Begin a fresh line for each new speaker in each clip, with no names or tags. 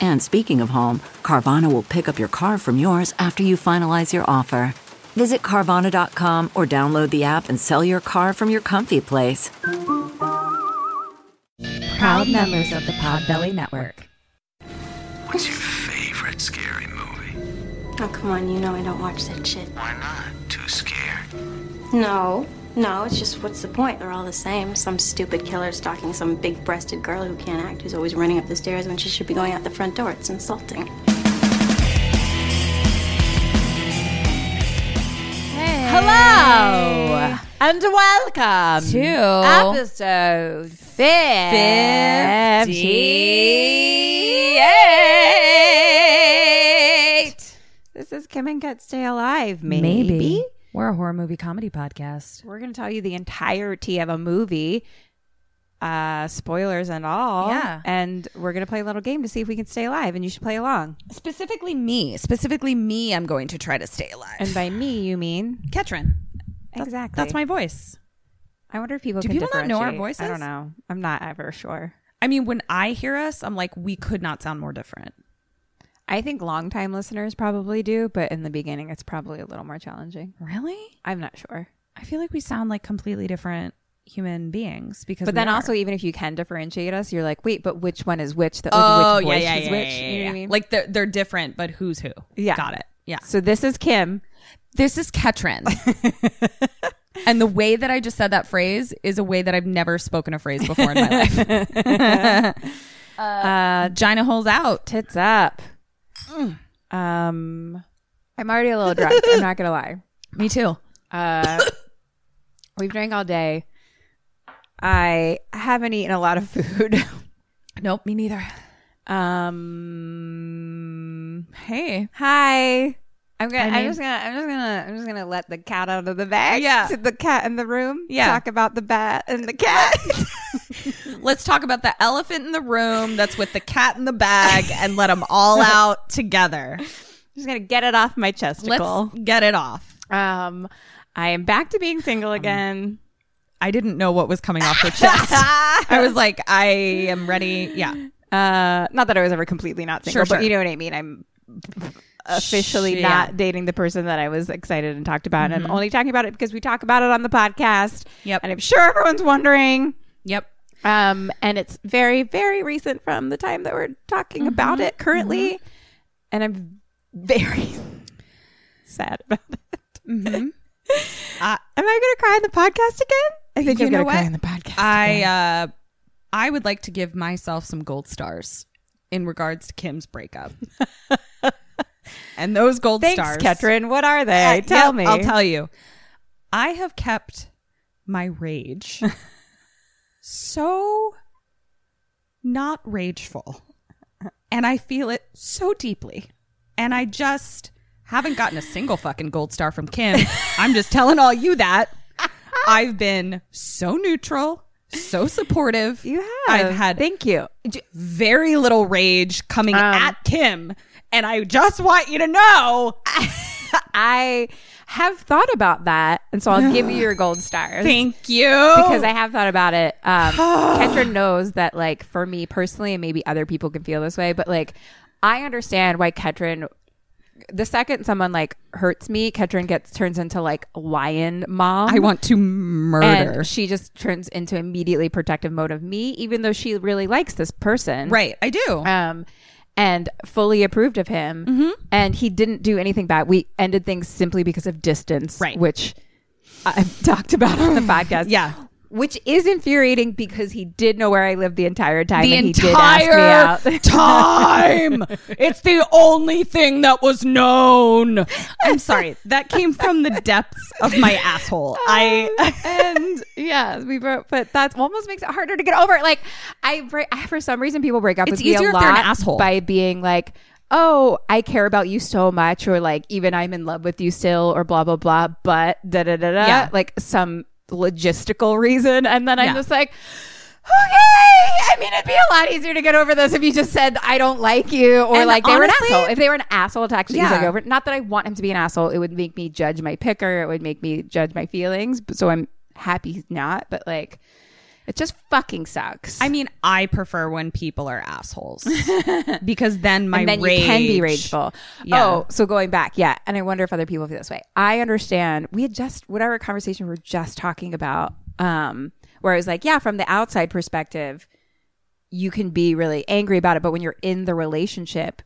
And speaking of home, Carvana will pick up your car from yours after you finalize your offer. Visit Carvana.com or download the app and sell your car from your comfy place.
Proud members of the Podbelly Network.
What's your favorite scary movie?
Oh, come on, you know I don't watch that shit.
Why not? Too scared?
No, no, it's just what's the point? They're all the same. Some stupid killer stalking some big breasted girl who can't act, who's always running up the stairs when she should be going out the front door. It's insulting.
Hello and welcome
To
Oh. episode 58. This is Kim and Cut Stay Alive, maybe.
Maybe. We're a horror movie comedy podcast.
We're going to tell you the entirety of a movie, uh, spoilers and all.
Yeah.
And we're going to play a little game to see if we can stay alive, and you should play along.
Specifically me. Specifically me, I'm going to try to stay alive.
And by me, you mean.
Ketrin.
Exactly.
That's my voice.
I wonder if people
Do
can
people not know our voices?
differentiate. I don't know. I'm not ever sure.
I mean, when I hear us, I'm like, we could not sound more different.
I think longtime listeners probably do, but in the beginning, it's probably a little more challenging.
Really?
I'm not sure.
I feel like we sound like completely different human beings because
But
we
then
are.
also, even if you can differentiate us, you're like, wait, but which one is which? That like,
oh
which
yeah
voice
yeah
is
yeah,
which?
yeah,
You know
yeah.
what I mean?
like they're they're different but who's who
Yeah.
got it yeah
so this is Kim.
This is Ketrin. and the way that I just said that phrase is a way that I've never spoken a phrase before in my life. uh, Gina holes out. Mm.
Tits up. Um, I'm already a little drunk. I'm not gonna lie.
Me too.
Uh, We've drank all day. I haven't eaten a lot of food.
Nope, me neither.
um,
Hey.
Hi. I'm gonna. I
mean-
am just gonna. I'm just gonna. I'm just gonna let the cat out of the bag.
Yeah.
The cat in the room.
Yeah.
Talk about the bat and the cat.
Let's talk about the elephant in the room that's with the cat in the bag and let them all out together.
just gonna get it off my chesticle.
Let's get it off.
Um, I am back to being single again.
I didn't know what was coming off her chest. I was like, I am ready. Yeah.
Uh, not that I was ever completely not single,
Sure,
but
sure.
you know what I mean. I'm officially
Sh-
not
yeah. Mm-hmm.
dating the person that I was excited and talked about. And I'm only talking about it because we talk about it on the podcast.
Yep.
And I'm sure everyone's wondering.
Yep.
Um, and it's very, very recent from the time that we're talking
Mm-hmm.
about it currently. And I'm very sad about it.
Mm-hmm. I-
Am I going to cry on the podcast again? I think
You
I'm
know
going to cry
what?
on the podcast.
I
again.
uh, I would like to give myself some gold stars in regards to Kim's breakup. and those gold
Thanks,
stars,
Ketrin. What are they?
Uh,
tell
yep,
me.
I'll tell you. I have kept my rage so not rageful, and I feel it so deeply, and I just haven't gotten a single fucking gold star from Kim. I'm just telling all you that. I've been so neutral, so supportive.
You have.
I've had
Thank you. Um.
j- very little rage coming at Kim, and I just want you to know.
I have thought about that, and so I'll give you your gold stars.
Thank you.
because I have thought about it. Um, Kendra knows that, like, for me personally, and maybe other people can feel this way, but like, I understand why Ketrin. The second someone like hurts me, Ketrin gets turns into like lion mom.
I want to murder.
and she just turns into immediately protective mode of me, even though she really likes this person,
right, I do.
Um, and fully approved of him.
Mm-hmm.
And he didn't do anything bad. We ended things simply because of distance,
Right.
which I've talked about on the podcast.
Yeah.
Which is infuriating because he did know where I lived the entire time.
the
and he did
entire
ask me out.
time. It's the only thing that was known. I'm sorry. That came from the depths of my asshole. I
and yeah, we broke, but that almost makes it harder to get over. Like, I, break, I for some reason people break up
It's
with me a
easier if
lot
they're an asshole.
by being like, "Oh, I care about you so much," or like, "Even I'm in love with you still," or blah blah blah. But da da da da,
Yeah.
like some logistical reason, and then I'm
Yeah.
just like. Okay, I mean it'd be a lot easier to get over this if you just said I don't like you, or
And
like they were an
honestly-
asshole. If they were an asshole, to actually
Yeah.
easily get over. it. Not that I want him to be an asshole. It would make me judge my picker. It would make me judge my feelings. But- So I'm happy he's not. But like, it just fucking sucks.
I mean, I prefer when people are assholes because then my
and then
rage
you can be rageful.
Yeah.
Oh, so going back, yeah. And I wonder if other people feel this way. I understand. We had just whatever conversation we are just talking about, um, where I was like, yeah, from the outside perspective, you can be really angry about it, but when you're in the relationship,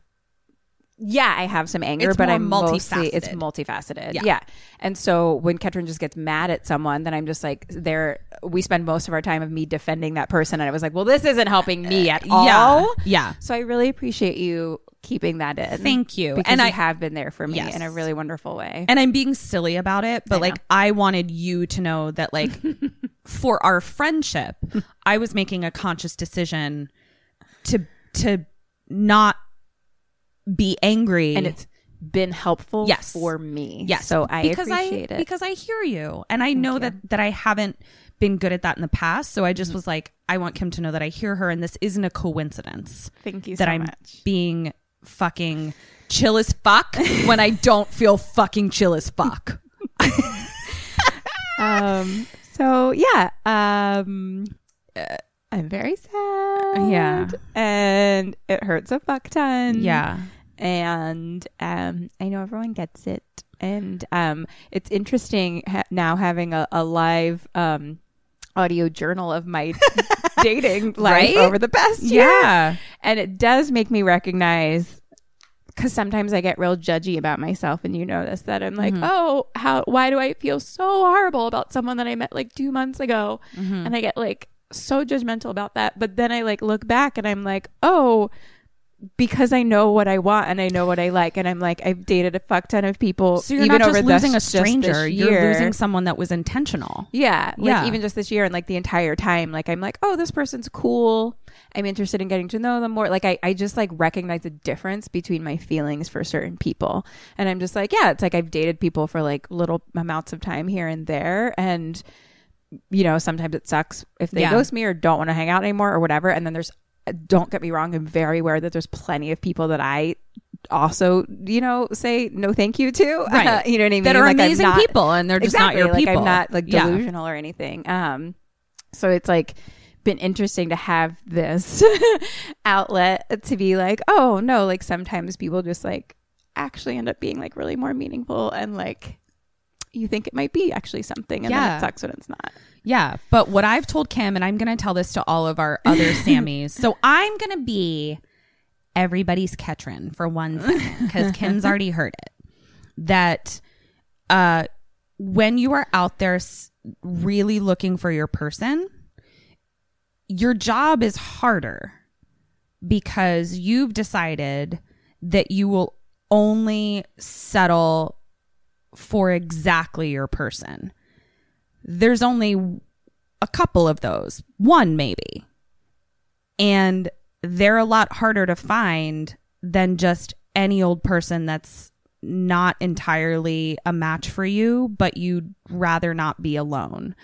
yeah, I have some anger,
It's
but
more
I'm mostly it's
multifaceted.
multifaceted.
Yeah.
Yeah. And so when Ketrin just gets mad at someone, then I'm just like, there. We spend most of our time of me defending that person, and I was like, well, this isn't helping me at all.
Uh, Yeah. Yeah.
So I really appreciate you keeping that in.
Thank you.
Because
And
you
I-
have been there for me
Yes.
in a really wonderful way.
And I'm being silly about it, but like I wanted you to know that like for our friendship, I was making a conscious decision to to not be angry
And it's been helpful
Yes.
for me.
Yes.
So I
because
appreciate
I,
it.
because I hear you, and I know that that I haven't been good at that in the past. So I
Mm-hmm.
just was like, I want Kim to know that I hear her, and this isn't a coincidence.
Thank you
that
so
I'm
much.
being fucking chill as fuck when I don't feel fucking chill as fuck.
um so yeah. Um uh, I'm very sad.
Yeah.
And it hurts a fuck ton.
yeah,
and um, I know everyone gets it. And um, it's interesting ha- now having a, a live um, audio journal of my dating life
Right?
over the past year.
yeah.
And it does make me recognize because sometimes I get real judgy about myself, and you know this that I'm
Mm-hmm.
like, oh, how? Why do I feel so horrible about someone that I met like two months ago?
Mm-hmm.
And I get like so judgmental about that. But then I like look back and I'm like, oh. Because I know what I want and I know what I like, and I'm like I've dated a fuck ton of people.
So you're
even
not
over
just
this-
losing a
just this
stranger; you're
year.
losing someone that was intentional.
Yeah. Like
Yeah.
even just this year and like the entire time, like I'm like, oh, this person's cool. I'm interested in getting to know them more. Like I, I just like recognize the difference between my feelings for certain people. And I'm just like, yeah, it's like I've dated people for like little amounts of time here and there. And, you know, sometimes it sucks if they
Yeah.
ghost me or don't want to hang out anymore or whatever. And then there's, don't get me wrong, I'm very aware that there's plenty of people that I also, you know, say no thank you to.
Right.
you know what I mean?
That are
Like, I'm
amazing
not-
people, and they're just not your
like,
people.
I'm not like
Yeah.
delusional or anything. Um, so it's like been interesting to have this outlet to be like, oh no, like sometimes people just like actually end up being like really more meaningful and like you think it might be actually something and then
Yeah.
it sucks when it's not.
Yeah, but what I've told Kim, and I'm going to tell this to all of our other Sammys. So I'm going to be everybody's Ketrin for one second because Kim's already heard it. That uh, when you are out there s- really looking for your person, your job is harder because you've decided that you will only settle for exactly your person there's only a couple of those, one maybe. And they're a lot harder to find than just any old person that's not entirely a match for you, but you'd rather not be alone.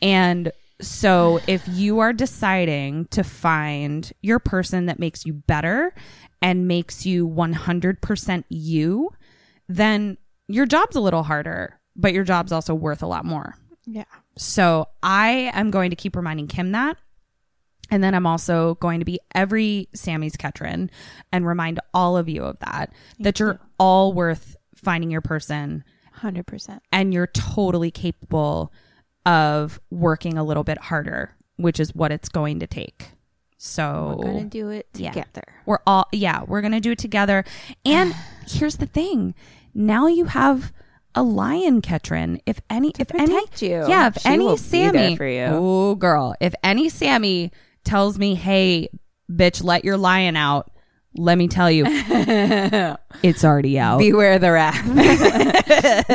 And so if you are deciding to find your person that makes you better and makes you 100% you, then your job's a little harder, but your job's also worth a lot more.
Yeah.
So I am going to keep reminding Kim that. And then I'm also going to be every Sammy's Ketrin and remind all of you of that, that you're all worth finding your person
Hundred percent.
and you're totally capable of working a little bit harder, which is what it's going to take. So
We're gonna do it
yeah.
together.
We're all yeah, we're gonna do it together. And here's the thing: now you have a lion, Ketrin. If any, if any,
protect you.
yeah, if
She
any
will be
Sammy,
there for you.
oh girl, if any Sammy tells me, "Hey, bitch, let your lion out," let me tell you, it's already out.
Beware the wrath.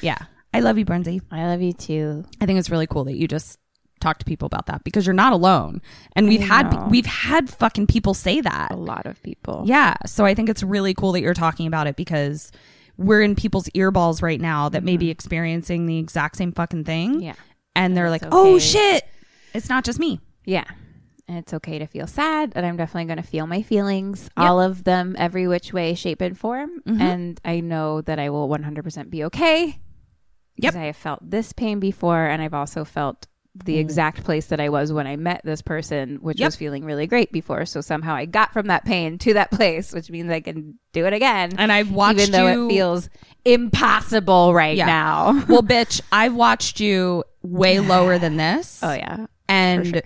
yeah, I love you, Brunzie.
I love you too.
I think it's really cool that you just talk to people about that because you're not alone. And we've had we've had fucking people say that.
A lot of people.
Yeah. So I think it's really cool that you're talking about it because we're in people's earballs right now that may be experiencing the exact same fucking thing.
Mm-hmm. Yeah.
And they're like,
It's
oh
okay."
shit, it's not just me.
Yeah. And it's okay to feel sad, and I'm definitely going to feel my feelings, all of them, every which way, shape, and form.
Mm-hmm.
And I know that I will 100% be okay.
Yep.
Because I have felt this pain before, and I've also felt the exact place that I was when I met this person, which
Mm. Yep.
was feeling really great before. So somehow I got from that pain to that place, which means I can do it again.
And I've watched
even though
you-
it feels impossible right
Yeah.
now.
well, bitch, I've watched you way lower than this.
oh yeah.
And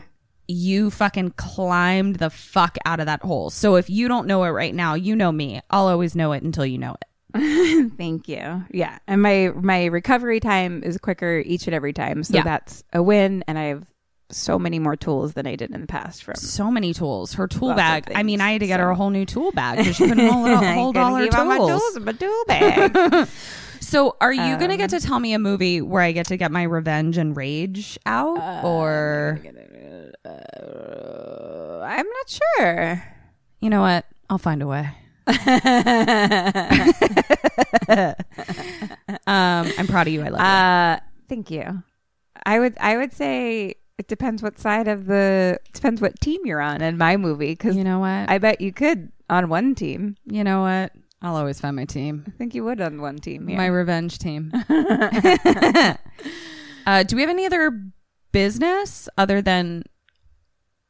you fucking climbed the fuck out of that hole. So if you don't know it right now, you know me. I'll always know it until you know it.
Thank you. Yeah, and my my recovery time is quicker each and every time, so
Yeah.
that's a win. And I have so many more tools than I did in the past. From
So many tools. Her tool
Lots of
bag. I mean,
things,
I had to get her
so.
a whole new tool bag because she couldn't hold, hold all her
Gotta keep all my tools in my tool bag.
So, are you gonna get to tell me a movie where I get to get my revenge and rage out, or
Uh, I'm not sure.
you know what? Uh, I'll find a way. um, I'm proud of you. I love you.
Uh, thank you. I would I would say it depends what side of the depends what team you're on in my movie because
You know what?
I bet you could on one team.
you know what? I'll always find my team,
I think you would on one team. Yeah.
my revenge team. uh, do we have any other business other than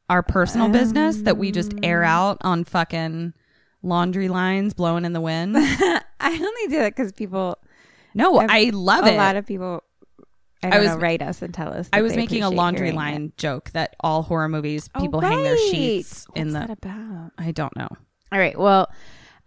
our personal business that we just air out on fucking laundry lines blowing in the wind?
I only do that because people
No,
I've-
I love
a
it.
lot of people. I,
was-
was know, write us and tell us.
I
that
was
they
making a
appreciate
laundry
hearing
line
it.
joke that all horror movies
Oh,
people hang their
right.
sheets in
What's that
the.
about?
I don't know.
All right. Well,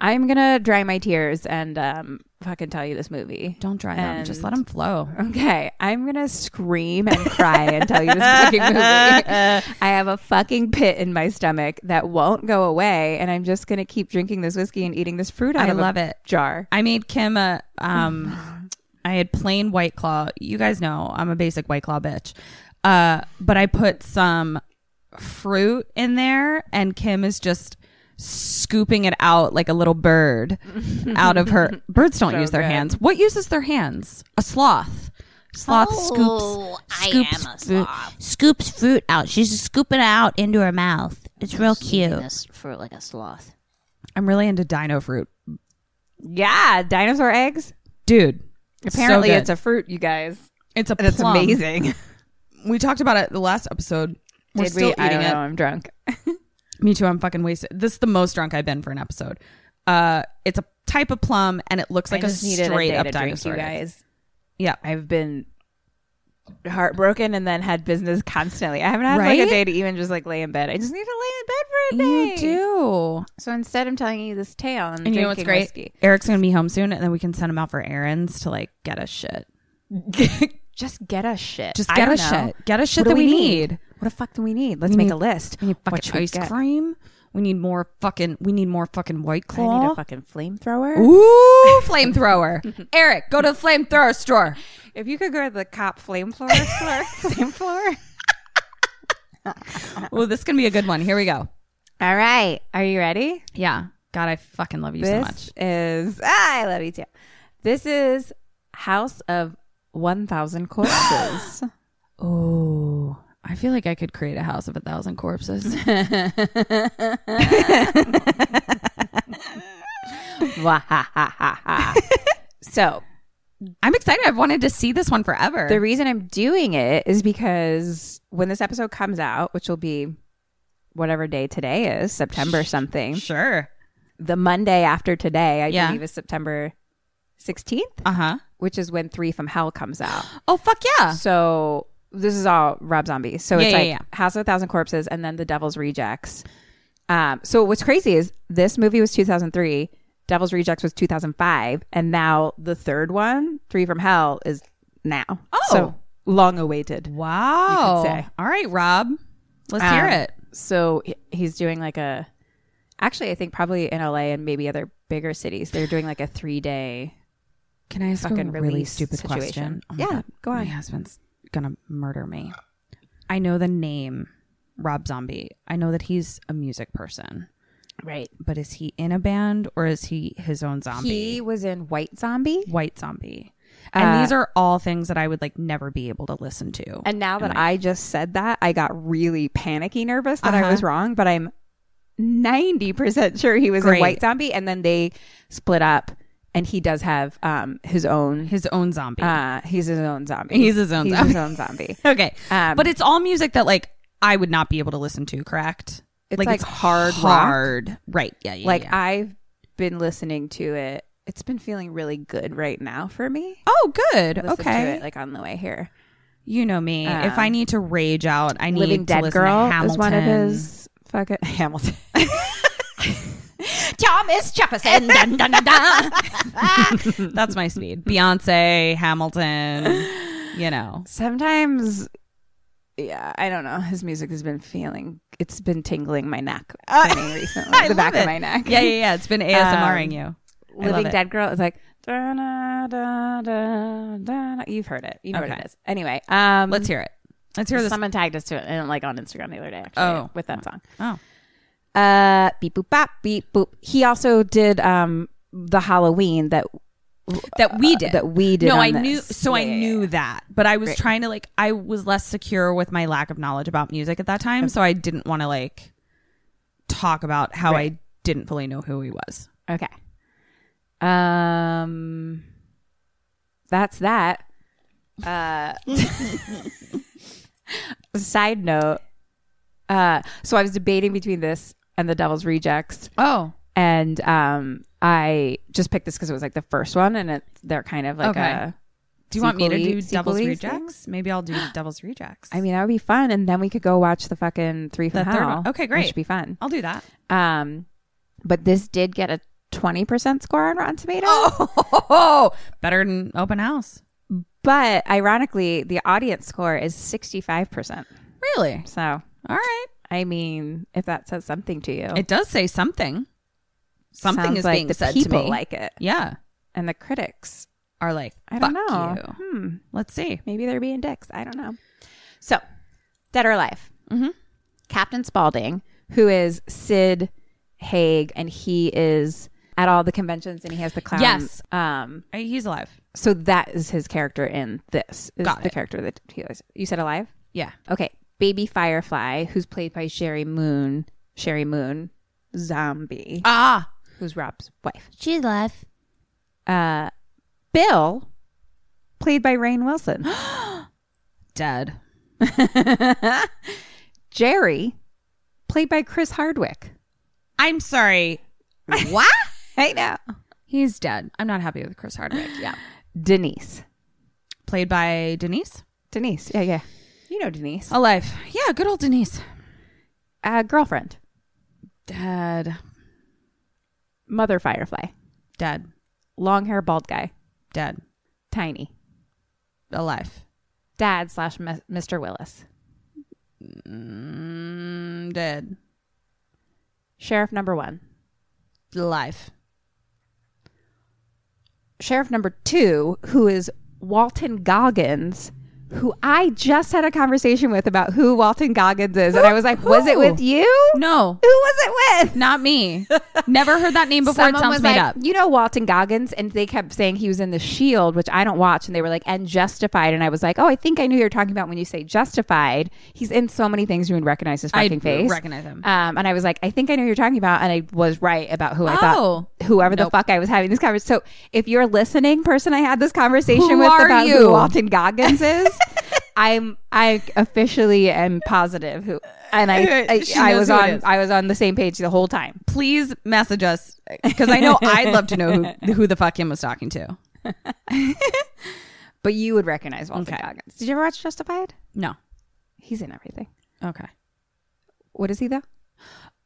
I'm gonna dry my tears and um fucking tell you this movie.
Don't dry them. Just let
And-
them flow.
Okay, I'm gonna scream and cry and tell you this fucking movie. I have a fucking pit in my stomach that won't go away, and I'm just gonna keep drinking this whiskey and eating this fruit out
I
of
love
a
it.
jar.
I made Kim a. Um, I had plain white claw. You guys know I'm a basic white claw bitch. Uh, but I put some fruit in there, and Kim is just scooping it out like a little bird out of her. Birds don't use their hands. What uses their hands? A sloth. Sloth scoops. scoops fruit-
scoops fruit out. She's scooping it out into her mouth. It's real cute.
for like a sloth.
I'm really into dino fruit.
Yeah, dinosaur eggs.
Dude.
Apparently, it's a fruit, you guys,
it's a
and it's
plum.
amazing.
We talked about it the last episode. We're
Did
still
we?
eating
I don't
it.
know. I'm drunk.
Me too. I'm fucking wasted. This is the most drunk I've been for an episode. Uh, it's a type of plum, and it looks like
I
a
just needed
straight
a day
up
to
dinosaur.
Drink, you
egg.
guys,
Yeah,
I've been heartbroken and then had business constantly. I haven't had like
Right?
a day to even just like lay in bed. I just need to lay in bed for a day.
you do.
So instead, I'm telling you this tale. And,
And
drinking
you know what's great?
Whiskey.
Eric's gonna be home soon, and then we can send him out for errands to like get us shit.
Just get us shit.
Just
I
get
don't
us
know.
shit. Get us shit
What do
that we need.
What the fuck do we need? Let's
We
make
need-
a list.
We need
What
fucking
should we
ice
get?
cream. We need more fucking. We need more fucking white claw.
I need a fucking flamethrower.
Ooh, flamethrower. Eric, go to the flamethrower store.
If you could go to the cop flamethrower store, flame floor.
Well, this is going to be a good one. Here we go.
All right. Are you ready?
Yeah. God, I fucking love you so much.
This is ah, I love you too. This is House of One Thousand Corpses.
Oh, I feel like I could create a house of a thousand corpses.
Wah-ha-ha-ha-ha. so
I'm excited. I've wanted to see this one forever.
the reason I'm doing it is because when this episode comes out, which will be whatever day today is, September something,
sure.
the Monday after today, I
Yeah.
believe is September 16th,
Uh huh.
which is when Three from Hell comes out.
Oh fuck yeah!
So this is all Rob Zombie. So
Yeah,
it's
yeah,
like
yeah.
House of a Thousand Corpses and then The Devil's Rejects. Um, so what's crazy is this movie was 2003, Devil's Rejects was 2005, and now the third one, Three from Hell, is now. Oh, so long awaited.
Wow.
say.
All right, Rob. Let's hear
Um,
it.
So he- he's doing like a, actually, I think probably in LA and maybe other bigger cities, they're doing like a three day.
Can I ask
fucking
a really
release
stupid
situation.
question? my
Yeah, go
My
on.
husband's gonna murder me. I know the name Rob Zombie. I know that he's a music person,
Right.
but is he in a band or is he his own zombie?
He was in White Zombie.
White zombie. And
Uh,
these are all things that I would like never be able to listen to.
And now that I just said that, I got really panicky nervous that
Uh-huh.
I was wrong, but I'm 90% sure he was a
Great.
white zombie. And then they split up, and he does have um, his own.
his own zombie.
uh, he's his own zombie.
He's his own
He's
zombie.
his own zombie.
okay,
um,
but it's all music that like I would not be able to listen to. Correct?
It's like hard rock.
right? Yeah, yeah.
like
yeah.
I've been listening to it. It's been feeling really good right now for me.
oh, good.
Listen to
okay,
it, like on the way here.
you know me. if I need to rage out, I need
Um, Living
to
Dead
listen
Girl
to Hamilton.
is one of his fucking Hamilton.
Thomas Jefferson. dun, dun, dun, dun.
That's my speed. Beyonce, Hamilton. You know,
sometimes yeah i don't know his music has been feeling it's been tingling my neck for me recently the back of my neck
Yeah, yeah, yeah. It's been ASMRing
Um,
you. I love
living
it.
dead girl is like da, da, da, da, da. you've heard it you know what
Okay.
it is anyway um
Let's hear it. Let's hear this.
someone tagged us to it and like on instagram the other day actually
Oh.
with that song
Oh,
uh beep boop bop beep boop he also did um the halloween that
that we did.
that we did
No,
on
I
this.
knew. So
Yeah,
I
yeah,
knew that, but I was trying to like. I was less secure with my lack of knowledge about music at that time, so I didn't want to like talk about how I didn't fully know who he was.
Okay. Um that's that. Uh side note. Uh so I was debating between this and the Devil's Rejects
Oh,
and um I just picked this cuz it was like the first one and it they're kind of like
Okay.
a
do you want me to
sequely-
do Devil's
sequely
Rejects? Maybe I'll do Devil's Rejects.
I mean, that would be fun and then we could go watch the fucking 3 from
The third
Hell.
one. Okay,
which
great.
would be fun.
I'll do that.
Um but this did get a 20% score on Rotten Tomatoes.
Oh, better than open house.
But ironically, the audience score is 65%.
Really?
So,
All right.
I mean, if that says something to you,
It does say something. Something
sounds
is
like
being
the
said
people
to me.
like it.
yeah,
And the critics,
are like
I don't
fuck
know.
you.
Hmm.
Let's see.
Maybe they're being dicks. I don't know. So, dead or alive, mm-hmm. Captain Spaulding, who is Sid Haig, and he is at all the conventions and he has the clown.
Yes.
Um,
Uh, He's alive.
so that is his character in this. Is
Got
the
it.
character that he was. You said alive?
Yeah.
Okay, Baby Firefly, who's played by Sherry Moon, Sherry Moon, zombie,
Ah,
who's Rob's wife.
She's left.
Uh, Bill, played by Rain Wilson.
dead.
Jerry, played by Chris Hardwick.
I'm sorry.
What? I know.
He's dead. I'm not happy with Chris Hardwick. Yeah.
Denise.
Played by Denise.
Denise. Yeah, yeah. You know Denise.
Alive. Yeah, good old Denise.
Uh, girlfriend,
Dead.
Mother Firefly,
Dead.
long hair, bald guy,
Dead.
tiny,
Alive.
dad slash mis- Mr. Willis,
Mm, Dead.
sheriff number one,
Alive.
sheriff number two, who is Walton Goggins, who I just had a conversation with about who Walton Goggins is. And I was like, was it with you?
No.
Who was it with?
Not me. Never heard that name before. it
Someone
sounds
was
made
like,
up.
You know Walton Goggins, and they kept saying he was in The Shield, which I don't watch. And they were like, and Justified, and I was like, oh, I think I knew you were talking about when you say Justified. He's in so many things you would recognize his
I
fucking face.
recognize him.
Um, and I was like, I think I know who you're talking about, and I was right about who I
Oh.
thought whoever the
Nope.
fuck I was having this conversation. So if you're a listening, person I had this conversation
Who
with
are
about
you?
who Walton Goggins is. I'm I officially am positive who and I I,
She
I was
knows who it
on
is.
I was on the same page the whole time.
Please message us because I know I'd love to know who, who the fuck Kim was talking to.
But you would recognize Walton
Okay.
Goggins. Did you ever watch Justified?
No.
He's in everything.
Okay.
What is he though?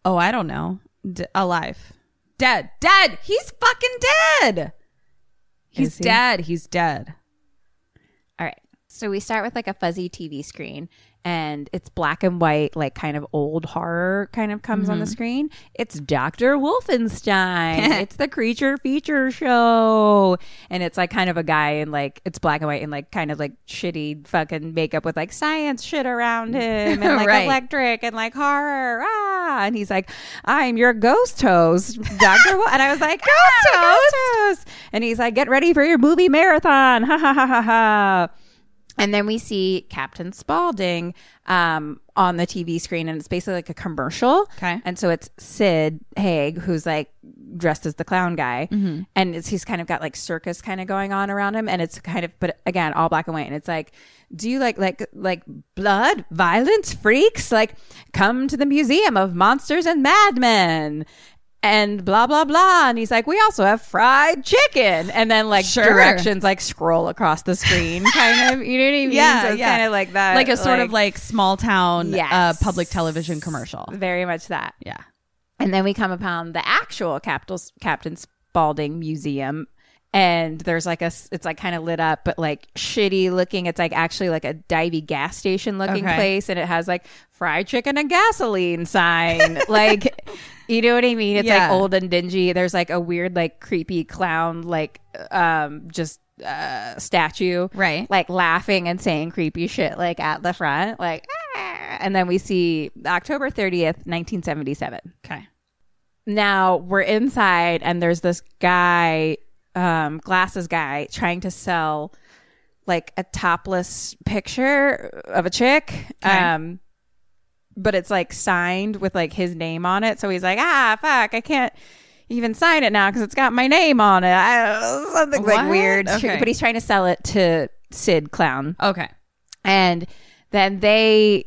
Oh, I don't know. D- alive. Dead. Dead. He's fucking dead. He's
Is he?
dead. He's dead.
All right. So we start with like a fuzzy TV screen and it's black and white, like kind of old horror kind of comes
Mm-hmm.
on the screen. It's Dr. Wolfenstein. it's the creature feature show. And it's like kind of a guy in like, it's black and white and like kind of like shitty fucking makeup with like science shit around him and like
Right.
electric and like horror. Ah. And he's like, I'm your ghost host, Dr. Wolf. And I was like, ghost host. And he's like, get ready for your movie marathon. Ha ha ha ha ha. And then we see Captain Spaulding um, on the TV screen, and it's basically like a commercial.
Okay.
And so it's Sid Haig, who's like dressed as the clown guy, and it's, he's kind of got like circus kind of going on around him, and it's kind of, but again, all black and white, and it's like, do you like like like blood, violence, freaks? Like, come to the Museum of Monsters and Madmen. And blah blah blah, and he's like, "We also have fried chicken." And then like
Sure.
directions like scroll across the screen, kind of. You know what I mean? So it's kind of like that,
Like a sort of like small town
Yes.
uh, public television commercial.
very much that.
Yeah.
And then we come upon the actual Capital Captain Spaulding Museum. And there's like a, s- it's like kind of lit up, but like shitty looking. It's like actually like a divey gas station looking
Okay.
place. And it has like fried chicken and gasoline sign. like, you know what I mean? It's
Yeah.
like old and dingy. There's like a weird, like creepy clown, like, um, just, uh, statue.
Right.
Like laughing and saying creepy shit, like at the front, like, "Ah." and then we see October 30th, 1977
Okay.
now we're inside and there's this guy um glasses guy trying to sell like a topless picture of a chick um but it's like signed with like his name on it so he's like ah fuck i can't even sign it now because it's got my name on it I, something like
What?
weird
Okay.
but he's trying to sell it to sid clown
Okay.
and then they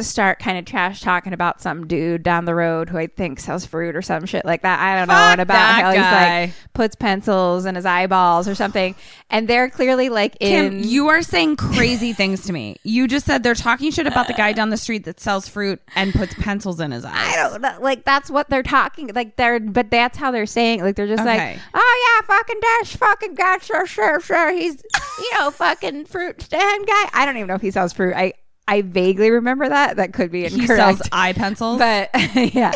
start kind of trash talking about some dude down the road who I think sells fruit or some shit like that. I don't know.
Fuck
And about
that
how he's
guy.
like puts pencils in his eyeballs or something. And they're clearly like in
Kim, you are saying crazy things to me. You just said they're talking shit about the guy down the street that sells fruit and puts pencils in his eyes.
I don't know. Like that's what they're talking. Like they're, but that's how they're saying. it. Like they're just like,
Okay.
oh yeah, fucking dash, fucking dash, sure, sure, sure. He's, you know, fucking fruit stand guy. I don't even know if he sells fruit. I, I vaguely remember that. That could be
He
incorrect.
sells eye pencils.
But yeah,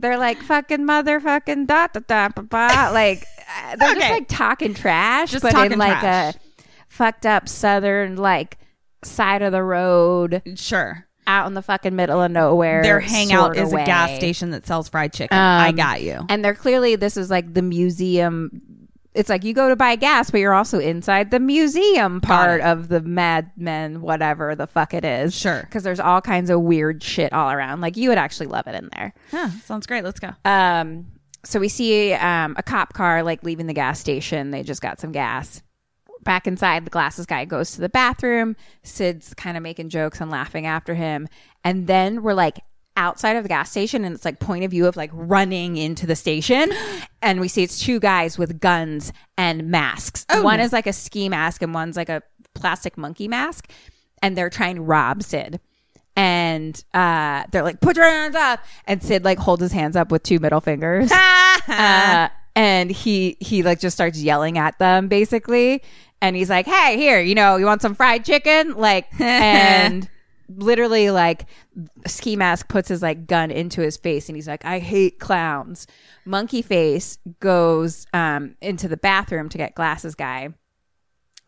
they're like fucking motherfucking da da da ba ba. Like uh, they're just
Okay.
like talking trash,
Just
but in
talking
like
trash.
a fucked up southern like side of the road,
sure.
out in the fucking middle of nowhere.
Their hangout
sorta
is a gas
way. Um,
station that sells fried chicken. I got you.
and they're clearly this is like the museum. It's like you go to buy gas, but you're also inside the museum part of the Mad Men, whatever the fuck it is.
Sure.
because there's all kinds of weird shit all around. Like you would actually love it in there.
Huh, sounds great. Let's go.
Um, so we see um, a cop car like leaving the gas station. They just got some gas. Back inside, the glasses guy goes to the bathroom. Sid's kind of making jokes and laughing after him. And then we're like outside of the gas station, and it's like point of view of like running into the station. And we see it's two guys with guns and masks. One is like a ski mask, and one's like a plastic monkey mask. And they're trying to rob Sid and uh, they're like, "Put your hands up!" And Sid like holds his hands up with two middle fingers, uh, and he he like just starts yelling at them basically, and he's like, "Hey, here, you know, you want some fried chicken?" Like, and literally like ski mask puts his like gun into his face and he's like i hate clowns monkey face goes um into the bathroom to get glasses guy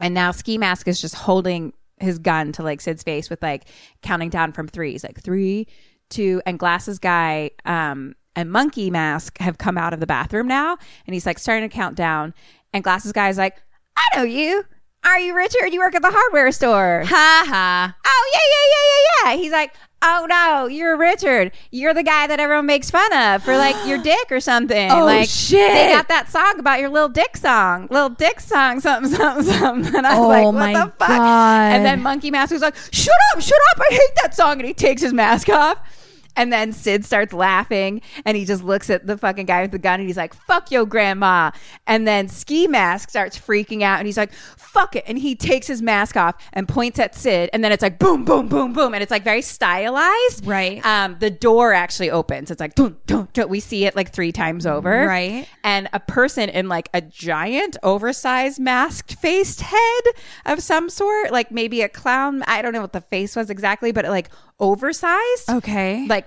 and now Ski Mask is just holding his gun to like Sid's face with like counting down from three. He's like three, two, and Glasses Guy um, and Monkey Mask have come out of the bathroom now. And he's like starting to count down. And Glasses Guy's like, I know you. Are you Richard? You work at the hardware store.
Ha ha.
Oh, yeah, yeah, yeah, yeah, yeah. He's like, Oh no, you're Richard. You're the guy that everyone makes fun of for like your dick or something.
Oh,
like,
shit.
They got that song about your little dick song, little dick song, something, something, something. And I was
Oh,
like, what
my
the fuck?
God.
And then Monkey Mask was like, shut up, shut up. I hate that song. And he takes his mask off. And then Sid starts laughing and he just looks at the fucking guy with the gun and he's like, fuck your grandma. And then Ski Mask starts freaking out and he's like, fuck it. And he takes his mask off and points at Sid. And then it's like, boom, boom, boom, boom. And it's like very stylized.
Right.
Um, the door actually opens. It's like, dun, dun, dun. we see it like three times over.
Right.
And a person in like a giant, oversized, masked faced head of some sort, like maybe a clown. I don't know what the face was exactly, but like oversized.
Okay.
Like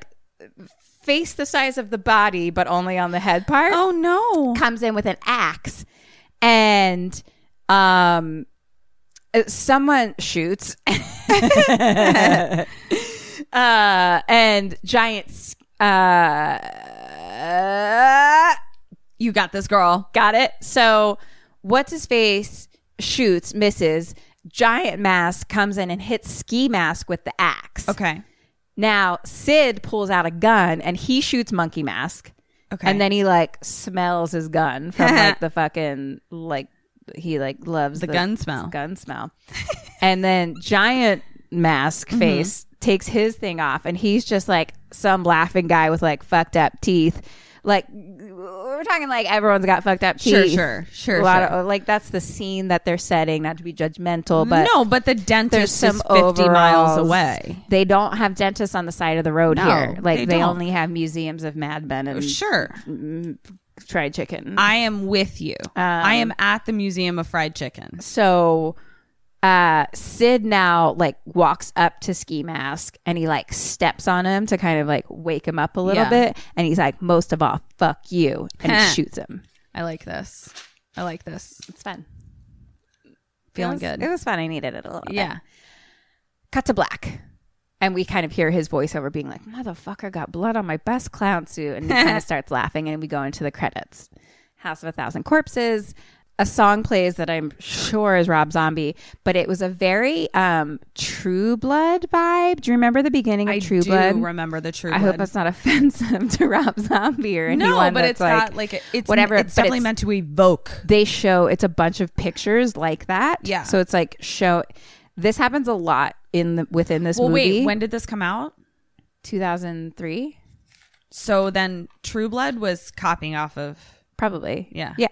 face the size of the body, but only on the head part.
oh no.
Comes in with an axe and, um, uh, someone shoots uh and giant uh
You got this, girl.
Got it? So, what's his face shoots, misses. Giant mask comes in and hits ski mask with the axe.
Okay.
Now, Sid pulls out a gun and he shoots monkey mask.
Okay.
And then he like smells his gun from like the fucking like he like loves
The gun smell.
Gun smell. and then giant mask
Mm-hmm.
face takes his thing off and he's just like some laughing guy with like fucked up teeth. Like we're talking like everyone's got fucked up teeth.
Sure, sure, sure,
A lot
sure.
of like that's the scene that they're setting, not to be judgmental, but
no, but the
there's
dentist
some
is 50 miles
overalls.
away.
They don't have dentists on the side of the road
No,
here. Like
they
they,
don't.
only have museums of Mad Men and
Sure.
fried chicken.
I am with you. I am
Um,
at the Museum of Fried Chicken.
so uh Sid now like walks up to Ski Mask and he like steps on him to kind of like wake him up a little
Yeah.
bit and he's like most of all fuck you and he shoots him.
I like this. I like this.
It's fun.
Feeling
It was-
good.
It was fun. I needed it a little bit.
yeah.
cut to black. And we kind of hear his voiceover being like, motherfucker got blood on my best clown suit. And he kind of starts laughing and we go into the credits. House of a Thousand Corpses. A song plays that I'm sure is Rob Zombie, but it was a very um, True Blood vibe. Do you remember the beginning of
I
True
do
Blood?
remember the True
I
Blood.
hope that's not offensive to Rob Zombie or anyone.
no, but
that's
it's
like,
not like a, it's
whatever.
It's
but
definitely meant to evoke.
they show it's a bunch of pictures like that.
Yeah.
So it's like show. This happens a lot in the within this
Well,
movie.
wait. When did this come out?
2003
So then, True Blood was copying off of.
probably
Yeah.
yeah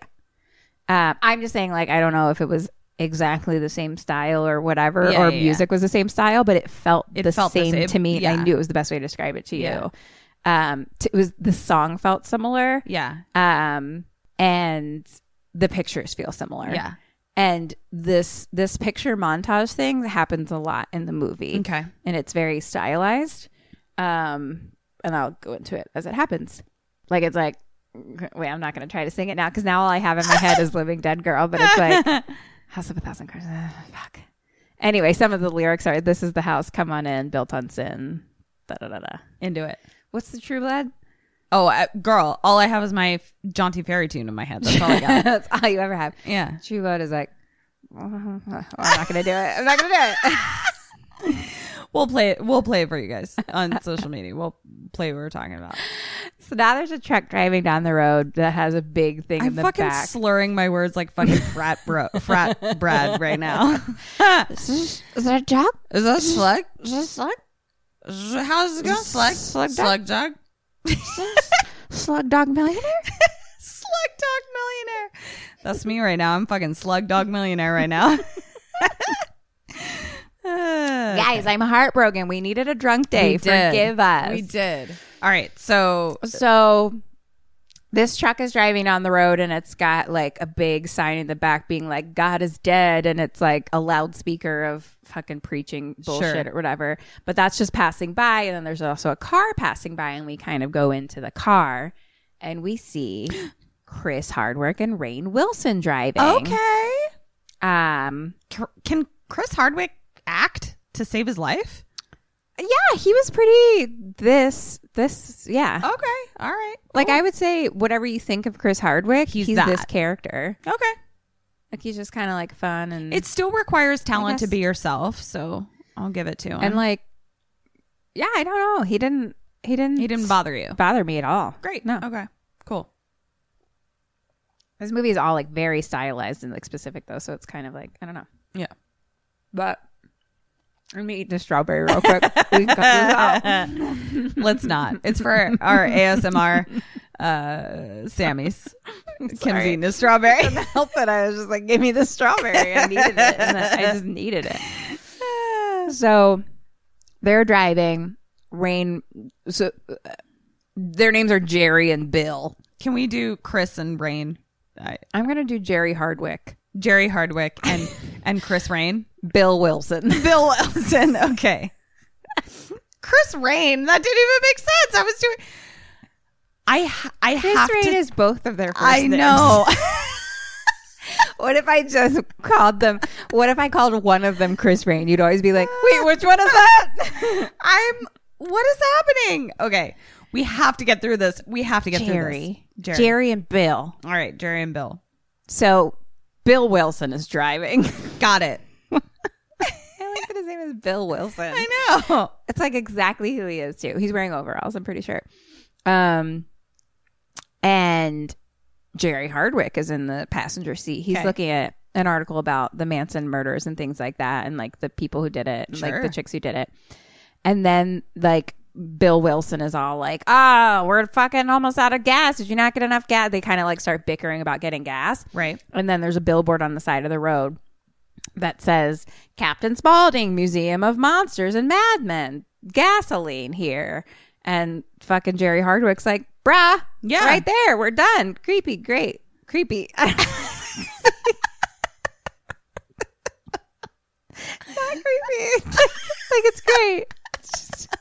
um, i'm just saying like i don't know if it was exactly the same style or whatever
Yeah,
or
yeah,
music was the same style but it felt
It
the
felt the
same
same-
to me and
yeah.
i knew it was the best way to describe it to you
Yeah.
um t- it was the song felt similar
Yeah.
um and the pictures feel similar
Yeah.
and this this picture montage thing happens a lot in the movie
Okay.
and it's very stylized um and i'll go into it as it happens like it's like wait i'm not gonna try to sing it now because now all i have in my head is living dead girl but it's like house of a thousand cars fuck anyway some of the lyrics are this is the house come on in built on sin da da da da
Into it.
what's the true blood
Oh, I, girl! All I have is my f- jaunty fairy tune in Oh my head. That's all I got.
that's all you ever have
yeah.
true blood is like i'm not gonna do it i'm not gonna do it
We'll play it. We'll play it for you guys on social media. We'll play what we're talking about.
so now there's a truck driving down the road that has a big thing in
I'm
the
fucking
back
slurring my words like fucking frat bro, frat Brad right now.
is that a truck
Is that slug? Is that slug? How's it going? Slug? Slug dog? Slug dog?
slug dog millionaire
Slug dog millionaire. That's me right now. I'm fucking slug dog millionaire right now.
Guys, I'm heartbroken. We needed a drunk day. Forgive us.
We did. All right. So
So this truck is driving down the road and it's got like a big sign in the back being like God is dead and it's like a loudspeaker of fucking preaching bullshit
Sure.
or whatever. But that's just passing by and then there's also a car passing by and we kind of go into the car and we see Chris Hardwick and Rain Wilson driving.
okay. Oh.
Um
Can Chris Hardwick act to save his life?
yeah, he was pretty this this yeah.
Okay. All right.
Like I would say, whatever you think of Chris Hardwick, he's,
that.
this character.
Okay.
Like he's just kind of like fun and
It still requires talent to
Mm. guess-
be yourself, so I'll give it to him.
and like yeah, I don't know. He didn't he didn't
he didn't bother you.
bother me at all.
Great.
No,
Okay. Cool.
this movie is all like very stylized and like specific though, so it's kind of like I don't know.
Yeah.
But Let me eat this strawberry real quick. we can cut this out.
Let's not. It's for our ASMR uh Sammy's. Kim's eating a strawberry.
Help it. I was just like, give me the strawberry. I needed it. And I just needed it. So they're driving. Rain. So uh, their names are Jerry and Bill.
Can we do Chris and Rain? I,
I'm going to do Jerry Hardwick.
Jerry Hardwick and and Chris Rain.
Bill Wilson.
Bill Wilson. Okay. Chris Rain. That didn't even make sense. I was doing. I ha- I
Chris
have
Rain
to.
is both of their first
I
names.
know.
What if I just called them? What if I called one of them Chris Rain? You'd always be like, wait, which one is that?
I'm. What is happening? Okay. We have to get through this. We have to get
Jerry.
through
Jerry.
this. Jerry.
and Bill.
All right. Jerry and Bill.
So Bill Wilson is driving.
Got it.
I like that his name is Bill Wilson.
I know.
It's like exactly who he is too. He's wearing overalls, I'm pretty sure. Um and Jerry Hardwick is in the passenger seat. He's
Okay.
looking at an article about the Manson murders and things like that and like the people who did it and like the
Sure.
chicks who did it. And then like Bill Wilson is all like, "Oh, we're fucking almost out of gas. Did you not get enough gas?" They kind of like start bickering about getting gas.
Right.
And then there's a billboard on the side of the road that says Captain Spaulding Museum of Monsters and Madmen, gasoline here. And fucking Jerry Hardwick's like, bruh,
Yeah.
right there, we're done. Creepy, great, creepy. Not creepy. like it's great. It's just,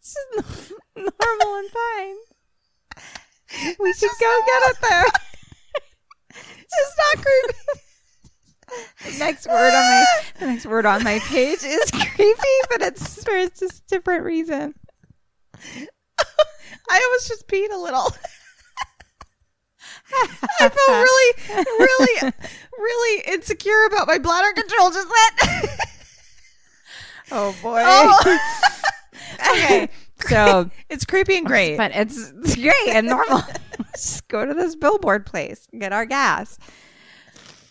it's just normal and fine. We should go get it there. it's not creepy. The next word on my the next word on my page is creepy, but it's for it's just different reason.
I was just peed a little. I felt really, really, really insecure about my bladder control just then.
Oh boy.
okay.
So
It's creepy and great.
but it's, it's great and normal. just go to this billboard place, get our gas.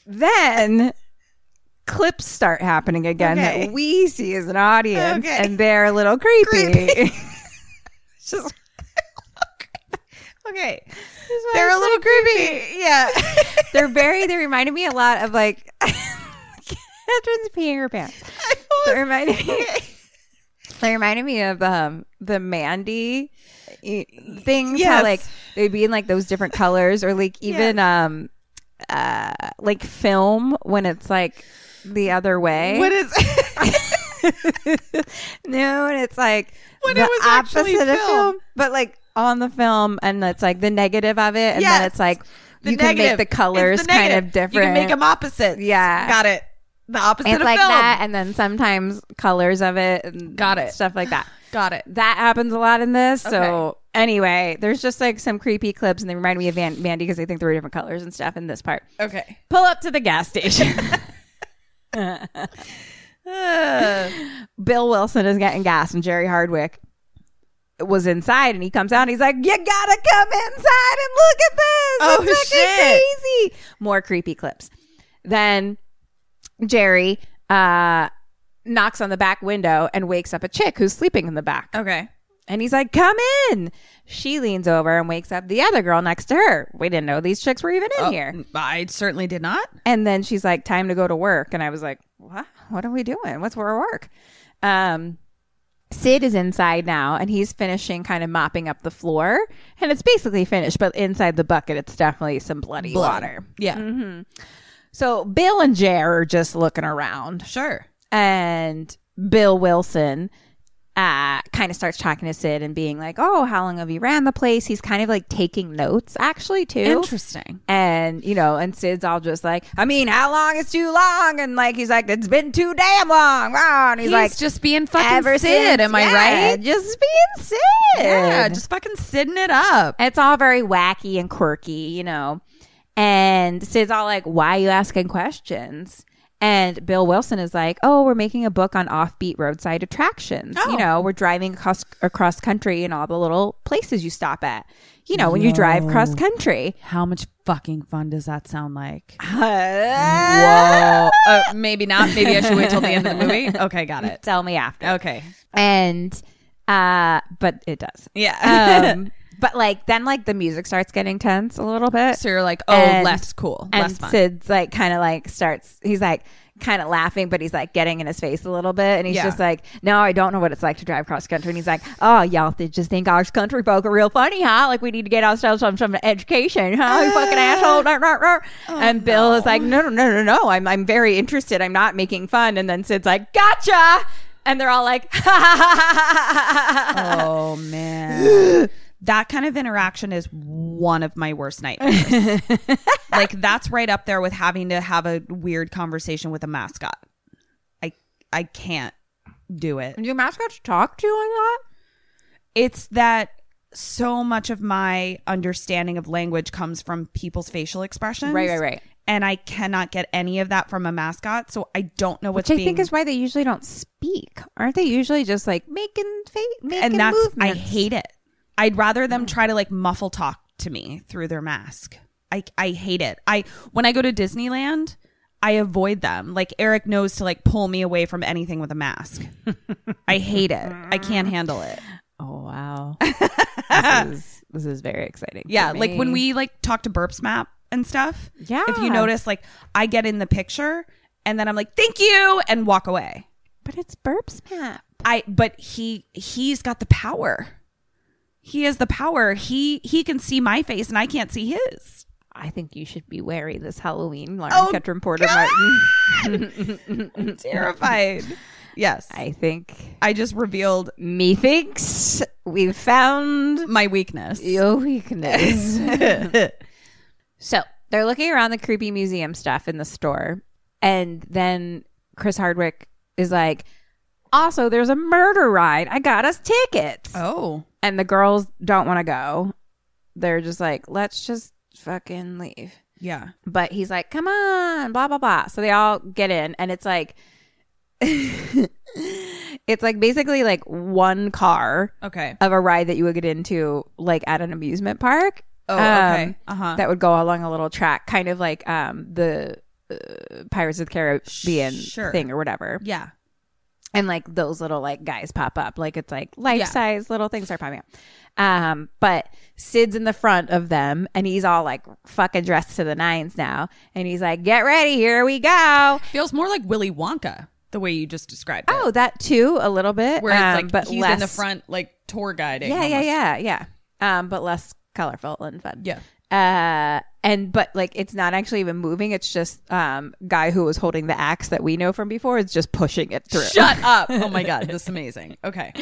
Then clips start happening again
Okay.
that we see as an audience
Okay.
and they're a little creepy. It's just
Okay. They're a little creepy. Yeah.
They're very. They reminded me a lot of like Catherine's peeing her pants. They reminded me. They reminded me of um the Mandy eh, things. How
Yes.
like they'd be in like those different colors, or like even um uh like film when it's like the other way.
What is
no, and it's like
When
the
it was actually
opposite of
film.
film, but like on the film, and it's like the negative of it, and then
Yes.
it's like
the
you
negative?
can make
It's
the colors kind
negative.
of different.
You can make them opposites.
Yeah.
Got it. The opposite
it's
of
like
film.
that, and then sometimes colors of it. And
Got it.
Stuff like that.
Got it.
That happens a lot in this. So anyway, there's just like some creepy clips, and they remind me of Van- Mandy because they think they were different colors and stuff in this part.
Okay.
Pull up to the gas station. Bill Wilson is getting gas, and Jerry Hardwick was inside, and he comes out, and he's like, "You gotta come inside and look at this.
Oh,
it's fucking crazy." More creepy clips. Then Jerry uh, knocks on the back window and wakes up a chick who's sleeping in the back.
Okay.
And he's like, come in. She leans over and wakes up the other girl next to her. We didn't know these chicks were even in here.
I certainly did not.
And then she's like, time to go to work. And I was like, what? What are we doing? What's our work? Um, Sid is inside now and he's finishing kind of mopping up the floor. And it's basically finished, but inside the bucket, it's definitely some bloody water.
Yeah.
So Bill and Jer are just looking around.
Sure.
and Bill Wilson uh, kind of starts talking to Sid and being like, "Oh, how long have you ran the place?" He's kind of like taking notes actually too.
Interesting.
And you know, and Sid's all just like, "I mean, how long is too long?" And like he's like, "It's been too damn long." Wow. And he's,
He's
like,
just being fucking
"Ever
Sid,
since-
am I
yeah,
right?
Just being Sid."
Yeah, just fucking sitting it up.
And it's all very wacky and quirky, you know. And Sid's all like, "Why are you asking questions?" And Bill Wilson is like, "Oh, we're making a book on offbeat roadside attractions. You know, we're driving across across country and all the little places you stop at. You know, when you drive cross country."
How much fucking fun does that sound like?
Whoa.
Uh, maybe not. Maybe I should wait till the end of the movie. Okay, got it.
Tell me after.
Okay.
and uh but it does
Yeah.
um but like then like the music starts getting tense a little bit
So you're like, oh, less cool,
and
less fun.
sid's like kind of like starts he's like kind of laughing but he's like getting in his face a little bit and he's
Yeah.
just like no i don't know what it's like to drive cross country and he's like oh y'all th- just think our country folk are real funny huh like we need to get ourselves some some education huh you
Uh,
fucking asshole Rah, rah, rah.
oh,
and bill is like no no no no no i'm i'm very interested i'm not making fun and then sid's like gotcha and they're all like ha ha ha ha ha ha
Oh man. That kind of interaction is one of my worst nightmares. like that's right up there with having to have a weird conversation with a mascot. I I can't do it.
do mascots talk to you a lot
It's that so much of my understanding of language comes from people's facial expressions.
Right, right, right.
And I cannot get any of that from a mascot, so I don't know what's
Which I
being
think is why they usually don't speak. Aren't they usually just like making face, making
and that's
movements?
I hate it. I'd rather them try to like muffle talk to me through their mask. I I hate it. I when I go to Disneyland, I avoid them. Like Eric knows to like pull me away from anything with a mask. I hate it. I can't handle it.
Oh wow, this, is, this is very exciting. for
Yeah, like when
me.
we like talk to Burps Map and stuff.
Yeah.
If you notice, like I get in the picture and then I'm like, "Thank you," and walk away.
but it's burps map.
I but he he's got the power. He has the power. He he can see my face and I can't see his.
I think you should be wary this Halloween, Lauren
Oh,
Ketchum Porter Martin.
Terrified. yes. I,
I think
just revealed
methinks we've found
my weakness.
your weakness. so they're looking around the creepy museum stuff in the store, and then Chris Hardwick is like, "Also, there's a murder ride. I got us tickets."
Oh.
And the girls don't want to go. They're just like, "Let's just fucking leave."
Yeah.
But he's like, "Come on, blah blah blah." So they all get in, and it's like. it's like basically like one car
Okay.
of a ride that you would get into like at an amusement park.
Oh, okay.
Um,
Uh-huh.
That would go along a little track, kind of like um, the uh, Pirates of the Caribbean
Sure.
thing or whatever.
yeah.
And like those little like guys pop up, like it's like life size little things are popping up. Um, but Sid's in the front of them, and he's all like fucking dressed to the nines now, and he's like, "Get ready, here we go."
Feels more like Willy Wonka the way you just described it.
Oh, that too, a little bit,
Where it's
um,
like
but
he's in the
less-
front like tour guiding.
Yeah, yeah,
almost.
yeah, yeah. Um, but less colorful and fun.
Yeah.
Uh, and but like it's not actually even moving. It's just um, guy who was holding the axe that we know from before is just pushing it through.
Shut up. Oh my god, this is amazing. Okay.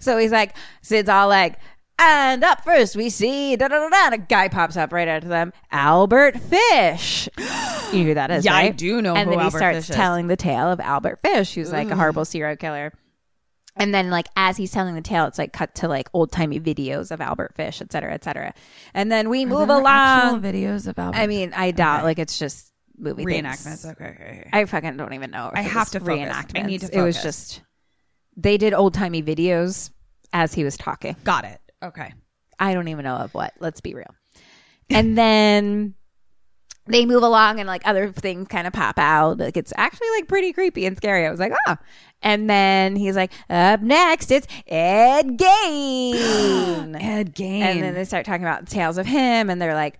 So he's like, Sid's all like, and up first we see da da da da. And a guy pops up right out of them, Albert Fish. You know who that is?
Yeah, I
right?
do know
And
who
then he
Albert
starts
Fish is.
telling the tale of Albert Fish, who's like a horrible serial killer. And then, like as he's telling the tale, it's like cut to like old timey videos of Albert Fish, et cetera, et cetera. And then we move along.
videos about
I mean, I doubt like it's just movie things.
reenactments. Okay, okay, okay.
I fucking don't even know. if
I
it
have
was
to focus. I need to
It was
focus.
just they did old timey videos as he was talking.
Got it. Okay.
I don't even know of what. Let's be real. And then they move along and like other things kind of pop out. Like it's actually like pretty creepy and scary. I was like, oh. And then he's like, up next, it's Ed Gain.
Ed Gain.
And then they start talking about tales of him, and they're like,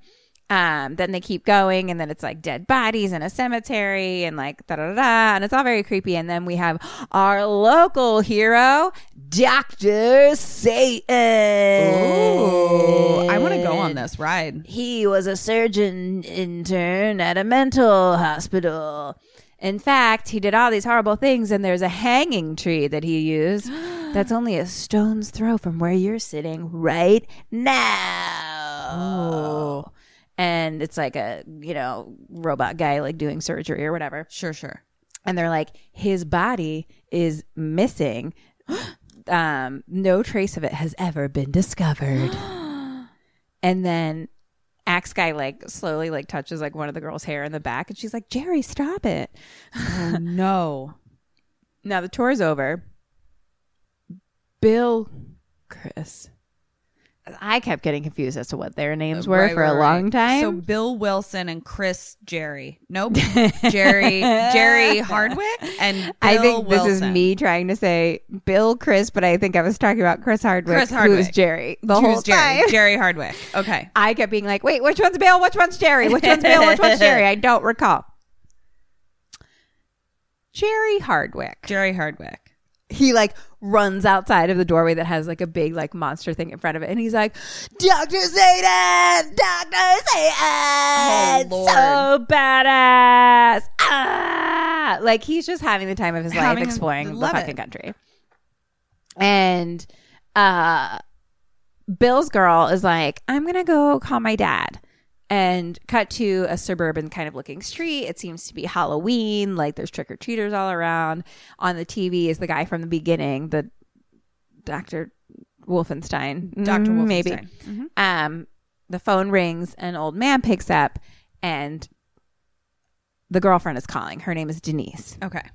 um, then they keep going, and then it's like dead bodies in a cemetery, and like da da da, da, and it's all very creepy. And then we have our local hero, Doctor Satan.
Ooh, I want to go on this ride.
He was a surgeon intern at a mental hospital. In fact, he did all these horrible things, and there's a hanging tree that he used that's only a stone's throw from where you're sitting right now. And it's like a, you know, robot guy like doing surgery or whatever.
Sure, sure.
And they're like, his body is missing. um, no trace of it has ever been discovered. and then
axe guy like slowly like touches like one of the girl's hair in the back and she's like jerry stop it
Oh, no.
now the tour's over bill chris i kept getting confused as to what their names were
Uh, Right,
for
right,
a
right.
long time
So Bill Wilson and Chris Jerry. Nope. Jerry Jerry Hardwick and Bill
I think this is
Wilson.
me trying to say Bill Chris, but I think I was talking about Chris Hardwick,
Chris
who was
Hardwick.
Jerry the
Who's
whole
Jerry?
time.
Jerry Hardwick. Okay.
I kept being like, "Wait, which one's Bill? Which one's Jerry? Which one's Bill? Which one's Jerry?" I don't recall. Jerry Hardwick.
Jerry Hardwick.
He like runs outside of the doorway that has like a big like monster thing in front of it, and he's like, "Doctor Satan, Doctor Satan,
Oh, Lord.
so badass!" Ah, like he's just having the time of his life
Having-
exploring the
love it.
fucking country. And uh Bill's girl is like, I'm gonna go call my dad. And cut to a suburban kind of looking street. It seems to be Halloween, like there's trick or treaters all around. On the TV is the guy from the beginning, the Dr. Wolfenstein.
Dr.
Mm, Maybe.
Wolfenstein.
Um, the phone rings, an old man picks up, and the girlfriend is calling. Her name is Denise.
Okay.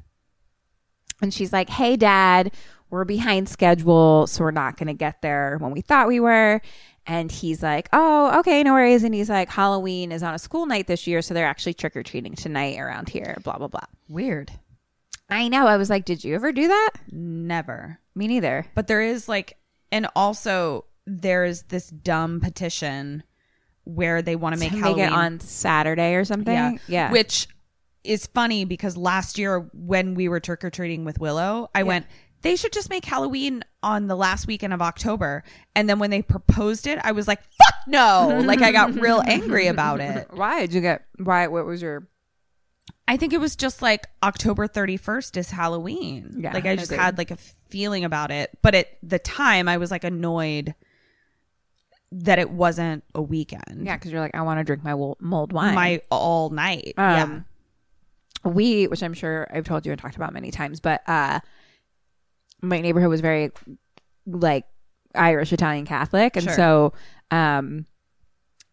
And she's like, Hey, dad, we're behind schedule, so we're not going to get there when we thought we were. And he's like, Oh, okay, no worries. And he's like, Halloween is on a school night this year, so they're actually trick or treating tonight around here, blah, blah, blah.
Weird.
I know. I was like, Did you ever do that?
Never.
Me neither.
But there is like, and also there is this dumb petition where they want to make
Make,
Halloween
it on Saturday or something.
yeah,
Yeah.
which is funny because last year when we were trick or treating with Willow, I went. They should just make Halloween on the last weekend of October. And then when they proposed it, I was like, fuck no. Like, I got real angry about it.
why did you get, why, what was your,
I think it was just like October 31st is Halloween.
Yeah,
like I just
agreed.
had like a feeling about it, but at the time I was like annoyed that it wasn't a weekend.
yeah, because you're like, I want to drink my wo- mold wine.
My all night.
Um, we, which I'm sure I've told you and talked about many times, but uh, my neighborhood was very like Irish, Italian, Catholic, and
Sure.
so um,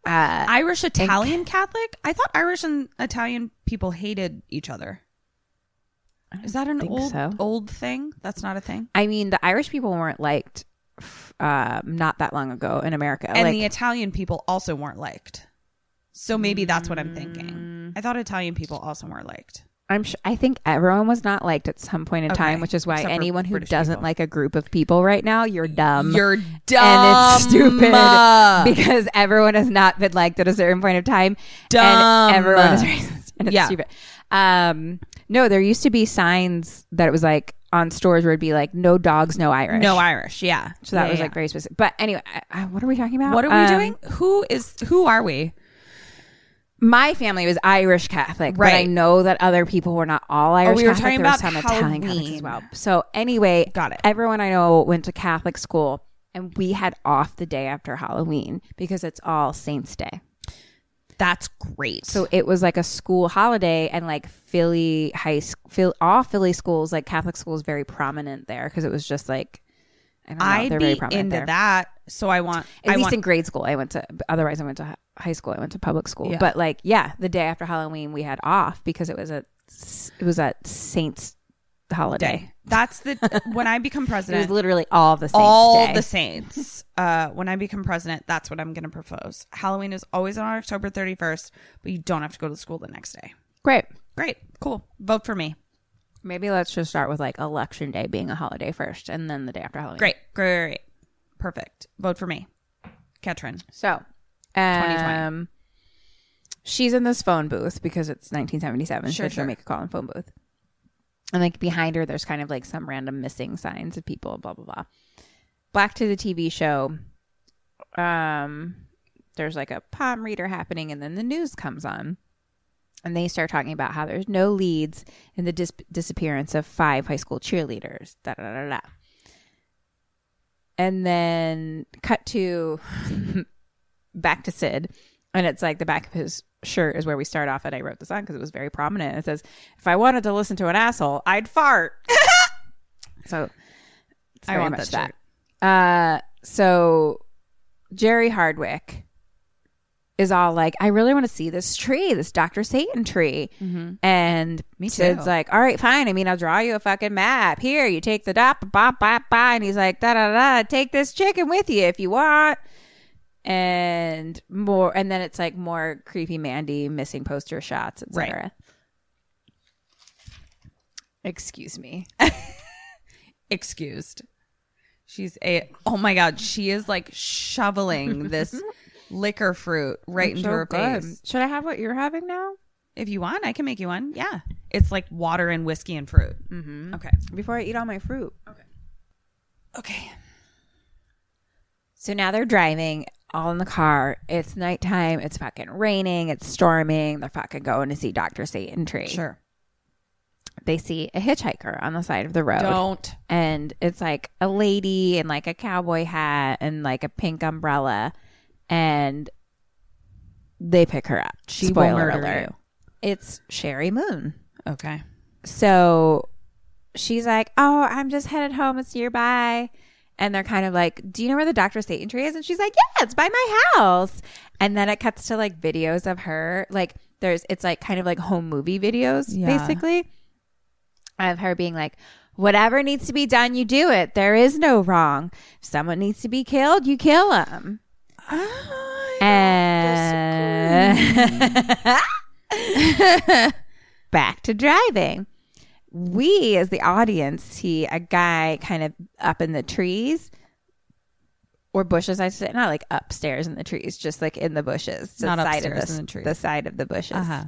yeah. Irish Italian Catholic? I thought Irish and Italian people hated each other. Is that an
think
old
so.
old thing? That's not a thing.
I mean, the Irish people weren't liked f- um, not that long ago in America.
And
like,
the Italian people also weren't liked. So maybe that's what I'm thinking.
Mm.
I thought Italian people also weren't liked.
I'm sure, I think everyone was not liked at some point in time,
Okay.
which is why
Except for
anyone who
British
doesn't
people.
like a group of people right now, you're dumb.
You're
And it's stupid
dumb.
because everyone has not been liked at a certain point of time.
Dumb.
And everyone is racist. And it's
Yeah.
stupid. Um, no, there used to be signs that it was like on stores where it'd be like, no dogs, no Irish.
No Irish, yeah.
So that
Yeah,
was
yeah.
like very specific. But anyway, I, I, what are we talking about?
what are we
Um,
doing? Who is who are we?
My family was Irish Catholic, but I
Right. Oh,
know that other people were not all Irish
we were
Catholic.
talking
there was
about
some Italian Catholics as
Halloween.
well. So anyway,
Got it.
Everyone I know went to Catholic school, and we had off the day after Halloween because it's all Saints' Day.
That's great.
So it was like a school holiday, and like Philly high school, all Philly schools, like Catholic schools, very prominent there because it was just like I don't know,
I'd
they're very
be
prominent
into
there.
that. So I want
At
I
least
want
in grade school, I went to. Otherwise, I went to hi- high school. I went to public school.
Yeah.
But like, yeah, the day after Halloween, we had off because it was a s- it was a Saints holiday.
day. That's the when I become
It was
president.
literally all the Saints
All
day.
the saints. Uh, when I become president, that's what I'm going to propose. Halloween is always on October 31st, but you don't have to go to school the next day.
Great.
Great, cool. Vote for me.
Maybe let's just start with like election day being a holiday first, and then the day after Halloween.
Great, great, great, great. perfect. Vote for me, Ketrin.
So, um, she's in this phone booth because it's 1977.
Sure,
so she'll
sure.
make a call in phone booth. And like behind her, there's kind of like some random missing signs of people, blah, blah, blah. Back to the TV show. Um, there's like a palm reader happening, and then the news comes on. And they start talking about how there's no leads in the dis- disappearance of five high school cheerleaders. Da, da, da, da. da. And then cut to back to Sid, and it's like the back of his shirt is where we start off. And I wrote this on because it was very prominent. It says, "If I wanted to listen to an asshole, I'd fart." so it's
I
very
want
much
that
that. Uh, so Jerry Hardwick is all like, I really want to see this tree, this Dr. Satan tree. And
Mm-hmm. Me
Sid's
too.
like, all right, fine. I mean, I'll draw you a fucking map. Here, you take the dot, bop, bop, bop. And he's like, da, da, da, take this chicken with you if you want. And more, and then it's like more creepy Mandy missing poster shots,
Right.
etc. Excuse me.
excused. She's a oh my god, she is like shoveling this liquor fruit right into
So
her
good.
face.
Should I have what you're having now?
If you want, I can make you one. Yeah, it's like water and whiskey and fruit. Mm-hmm. Okay,
Before I eat all my fruit.
okay.
So now they're driving all in the car. It's nighttime. It's fucking raining. It's storming. They're fucking going to see Dr. Satan Tree.
Sure.
They see a hitchhiker on the side of the road.
Don't.
And it's like a lady in like a cowboy hat and like a pink umbrella. And they pick her up.
She will
Spoiler
murder
alert. It's Sherry Moon.
Okay.
So she's like, Oh, I'm just headed home. It's nearby. And they're kind of like, Do you know where the Dr. Satan tree is? And she's like, Yeah, it's by my house. And then it cuts to like videos of her. Like, there's, it's like kind of like home movie videos,
Yeah.
basically, of her being like, Whatever needs to be done, you do it. There is no wrong. If someone needs to be killed, you kill them. and back to driving.
Mm-hmm.
We, as the audience, see a guy kind of up in the trees or bushes. I said not like upstairs in the trees, just like in the bushes, to
Not
the side of
upstairs
the,
in the trees.
the side of the bushes.
Uh-huh.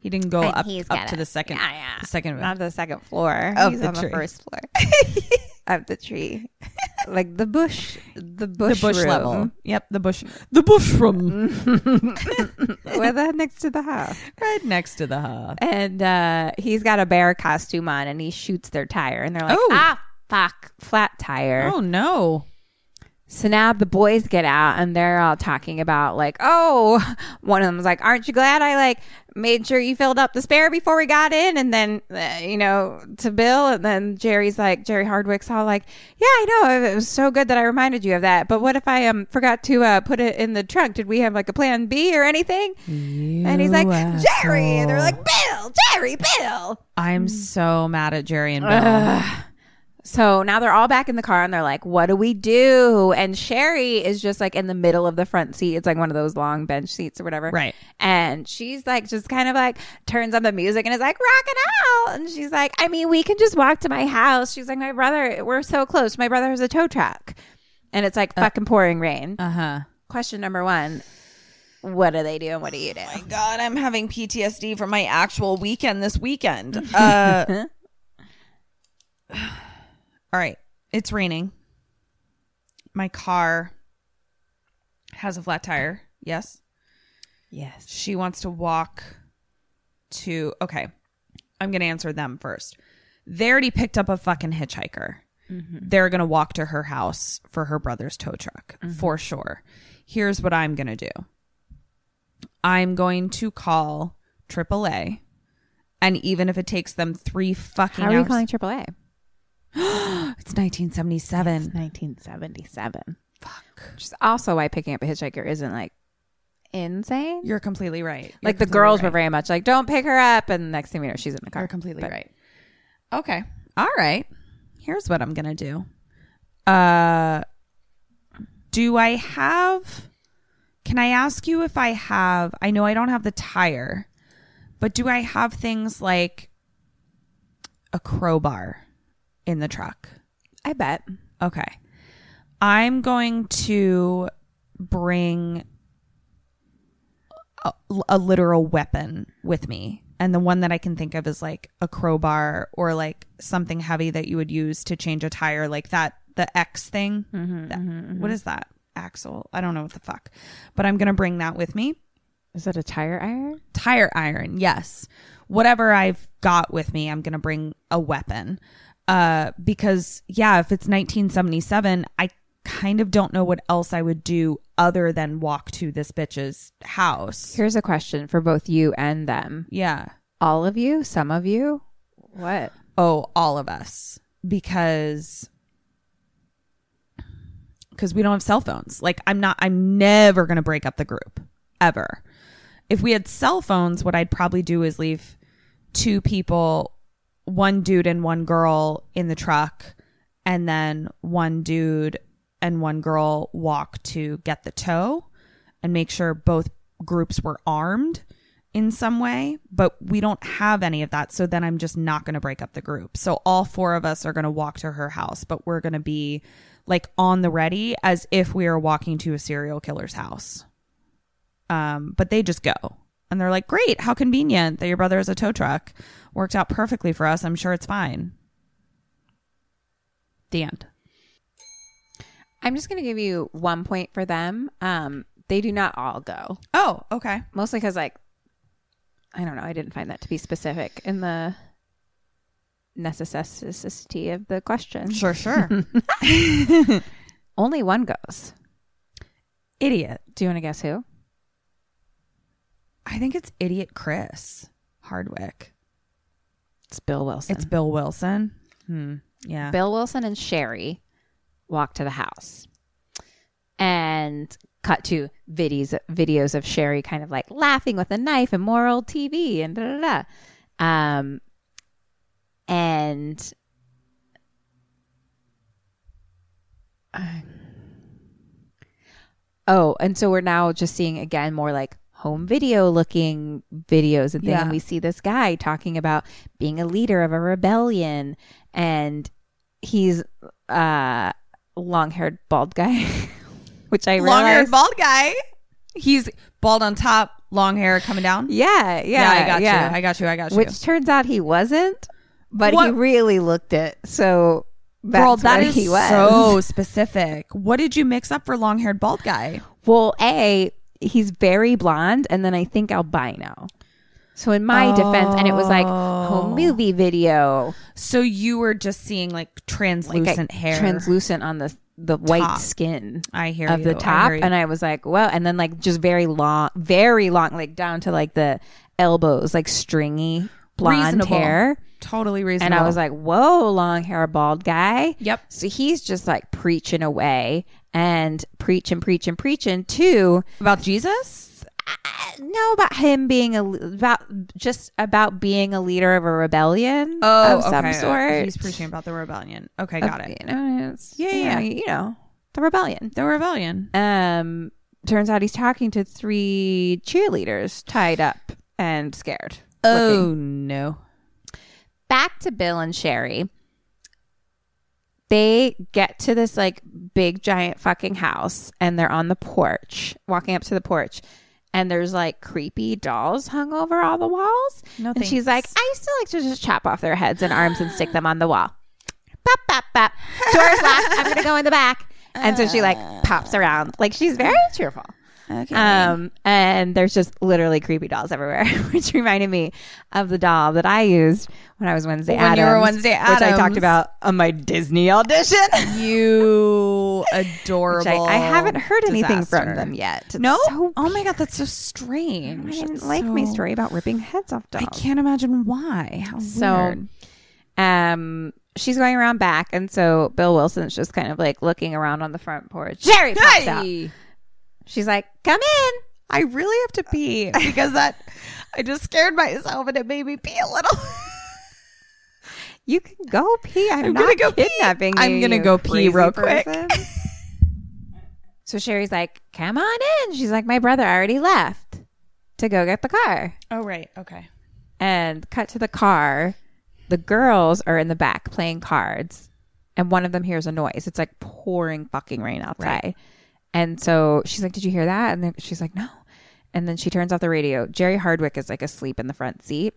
He didn't go
And
up,
he's
up
got
to
a-
the second
yeah, yeah.
the second
Not the second floor.
Of
He's
the
on
tree.
the first floor of the tree, like the bush, the bush,
the bush
room.
level. Yep, the bush the bush room
where the next to the house.
right next to the hub.
and uh, he's got a bear costume on and he shoots their tire and they're like
Oh.
ah fuck flat tire
Oh no.
so now the boys get out and they're all talking about like oh one of them's like aren't you glad i like made sure you filled up the spare before we got in and then uh, you know to bill and then jerry's like jerry hardwick's all like yeah i know it was so good that i reminded you of that but what if i um forgot to uh, put it in the trunk did we have like a plan b or anything and he's like jerry and they're like bill jerry bill
I'm so mad at Jerry and Bill.
So now they're all back in the car and they're like, what do we do? And Sherry is just like in the middle of the front seat. It's like one of those long bench seats or whatever.
Right.
And she's like, just kind of like turns on the music and is like, rocking out. And she's like, I mean, we can just walk to my house. She's like, my brother, we're so close. My brother has a tow truck. And it's like fucking pouring rain. Uh
uh-huh.
huh. Question number one What do they do and what do you do?
God, I'm having PTSD from my actual weekend this weekend. Uh, all right, it's raining. My car has a flat tire. Yes. Yes. She wants to walk to. Okay, I'm going to answer them first. They already picked up a fucking hitchhiker.
Mm-hmm.
They're going to walk to her house for her brother's tow truck
Mm-hmm.
for sure. Here's what I'm going to do. I'm going to call AAA. And even if it takes them three fucking
How are
hours,
you calling AAA?
it's 1977.
1977. Fuck. Which is also why picking up a hitchhiker isn't like insane.
You're completely right. You're
like the
completely
girls were
right.
very much like, don't pick her up. And next thing we know, she's in the car.
You're completely right. Okay. All right. Here's what I'm gonna do. Uh, do I have? Can I ask you if I have? I know I don't have the tire, but do I have things like a crowbar in the truck?
I bet.
Okay. I'm going to bring a, a literal weapon with me. And the one that I can think of is like a crowbar or like something heavy that you would use to change a tire, like that, the X thing. That- What is that? Axle. I don't know what the fuck. But I'm going to bring that with me
Is that a tire iron?
tire iron. Yes. Whatever I've got with me, I'm going to bring a weapon. Uh, because, yeah, if it's 1977, I kind of don't know what else I would do other than walk to this bitch's house.
Here's a question for both you and them.
yeah.
All of you, some of you. What?
Oh, all of us. Because because we don't have cell phones. Like I'm not I'm never going to break up the group ever. If we had cell phones, what I'd probably do is leave two people, one dude and one girl in the truck and then one dude and one girl walk to get the tow and make sure both groups were armed in some way, but we don't have any of that. So then I'm just not going to break up the group. So all four of us are going to walk to her house, but we're going to be like on the ready as if we are walking to a serial killer's house. Um, but they just go and they're like, great, how convenient that your brother is a tow truck. Worked out perfectly for us. I'm sure it's fine. The end.
I'm just going to give you one point for them. Um, they do not all go,
Oh, okay.
mostly because like I don't know. I didn't find that to be specific in the necessity of the question.
Sure, sure.
Only one goes.
Idiot.
Do you want to guess who?
I think it's idiot Chris Hardwick.
It's Bill Wilson.
It's Bill Wilson. Hmm. Yeah.
Bill Wilson and Sherry walk to the house and cut to videos videos of Sherry kind of like laughing with a knife and more old TV and da da da. Um, and uh, oh, and so we're now just seeing again more like home video looking videos and things.
Yeah.
And we see this guy talking about being a leader of a rebellion and he's uh long haired bald guy, which I
long haired
realized.
bald guy. He's bald on top, long hair coming down.
Yeah, yeah,
I got
yeah.
you. I got you. I got you.
Which turns out he wasn't, but he
What-
really looked it. So that's
Girl,
what
that is
he was.
so specific. What did you mix up for long haired bald guy?
well, a he's very blonde, and then I think albino. So in
Oh.
my defense, and it was like home movie video,
So you were just seeing like
like,
translucent hair.
translucent on the the white
Top.
skin.
I hear
of
you.
the
I
top,
hear you.
and I was like, "Whoa!" And then like just very long, very long, like down to like the elbows, like stringy blonde
Reasonable.
hair.
Totally reasonable.
And I was like, "Whoa, long hair, bald guy."
Yep.
So he's just like preaching away and preach and preach and preaching to
about Jesus?
no about him being a about just about being a leader of a rebellion of some
Oh, okay.
sort.
He's preaching about the rebellion. Okay, got it.
You know, it's,
Yeah,
you know,
yeah.
you know, the rebellion.
The rebellion.
Um, turns out he's talking to three cheerleaders tied up and scared.
Oh.
looking.
no.
back to Bill and Sherry. They get to this like big giant fucking house and they're on the porch, walking up to the porch. And there's like creepy dolls hung over all the walls.
No
and she's like,
thanks.
I used to like to just chop off their heads and arms and stick them on the wall. Pop, pop, pop. Doors locked. I'm going to go in the back. And so she like pops around. Like she's very cheerful.
Okay.
Um, and there's just literally creepy dolls everywhere, which reminded me of the doll that I used when I was Wednesday
When you
Addams.
were Wednesday
Which I talked
Addams.
about on my Disney audition.
you adorable.
Which I, I haven't heard anything
disaster.
from them yet. It's
No.
So,
oh my god, that's so
I
strange.
didn't
It's
like my
so-
story about ripping heads off dolls.
I can't imagine why. How
So,
weird.
um, she's going around back, and so Bill Wilson's just kind of like looking around on the front porch. Sherry pops out. She's like, "Come in."
I really have to pee because that I just scared myself and it made me pee a little.
You can go pee. I'm,
I'm
not
gonna go pee.
kidnapping
I'm
you,
gonna
you
go pee
crazy
real quick.
person. so Sherry's like, "Come on in." She's like, "My brother already left to go get the car."
oh right, okay.
And cut to the car. The girls are in the back playing cards, and one of them hears a noise. It's like pouring fucking rain outside. And so she's like, "Did you hear that?" And then she's like, "No." And then she turns off the radio. Jerry Hardwick is like asleep in the front seat,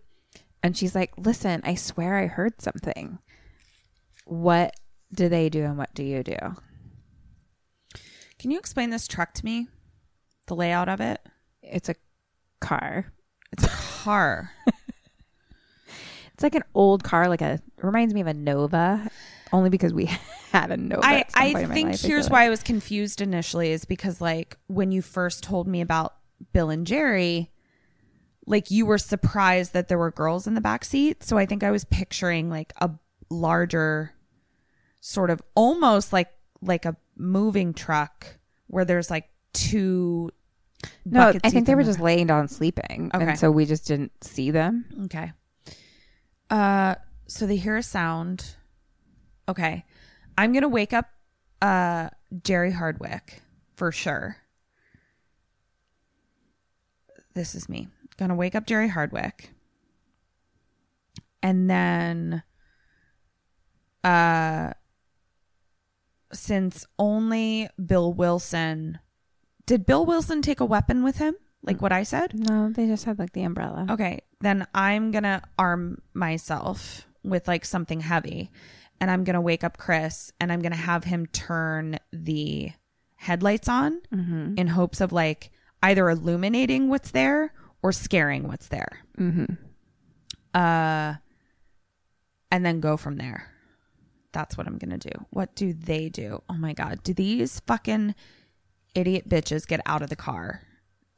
and she's like, "Listen, I swear I heard something." What do they do, and what do you do?
Can you explain this truck to me? The layout of it.
It's a car.
It's a car.
It's like an old car, like a reminds me of a Nova, only because we had a Nova.
I,
at some
I
point in my
think
life, I feel
here's
like.
why I was confused initially is because like when you first told me about Bill and Jerry, like you were surprised that there were girls in the back seat. So I think I was picturing like a larger sort of almost like like a moving truck where there's like two.
No,
bucket
I think
seats
they
on
were
the-
just laying down sleeping,
Okay.
and so we just didn't see them.
Okay. Uh so they hear a sound. Okay. I'm going to wake up uh Jerry Hardwick for sure. This is me. Going to wake up Jerry Hardwick. And then uh since only Bill Wilson did Bill Wilson take a weapon with him? Like what I said?
No, they just had like the umbrella.
Okay, then I'm gonna arm myself with like something heavy, and I'm gonna wake up Chris, and I'm gonna have him turn the headlights on in hopes of like either illuminating what's there or scaring what's there. Mm-hmm. Uh, and then go from there. That's what I'm gonna do. What do they do? Oh my god, do these fucking idiot bitches get out of the car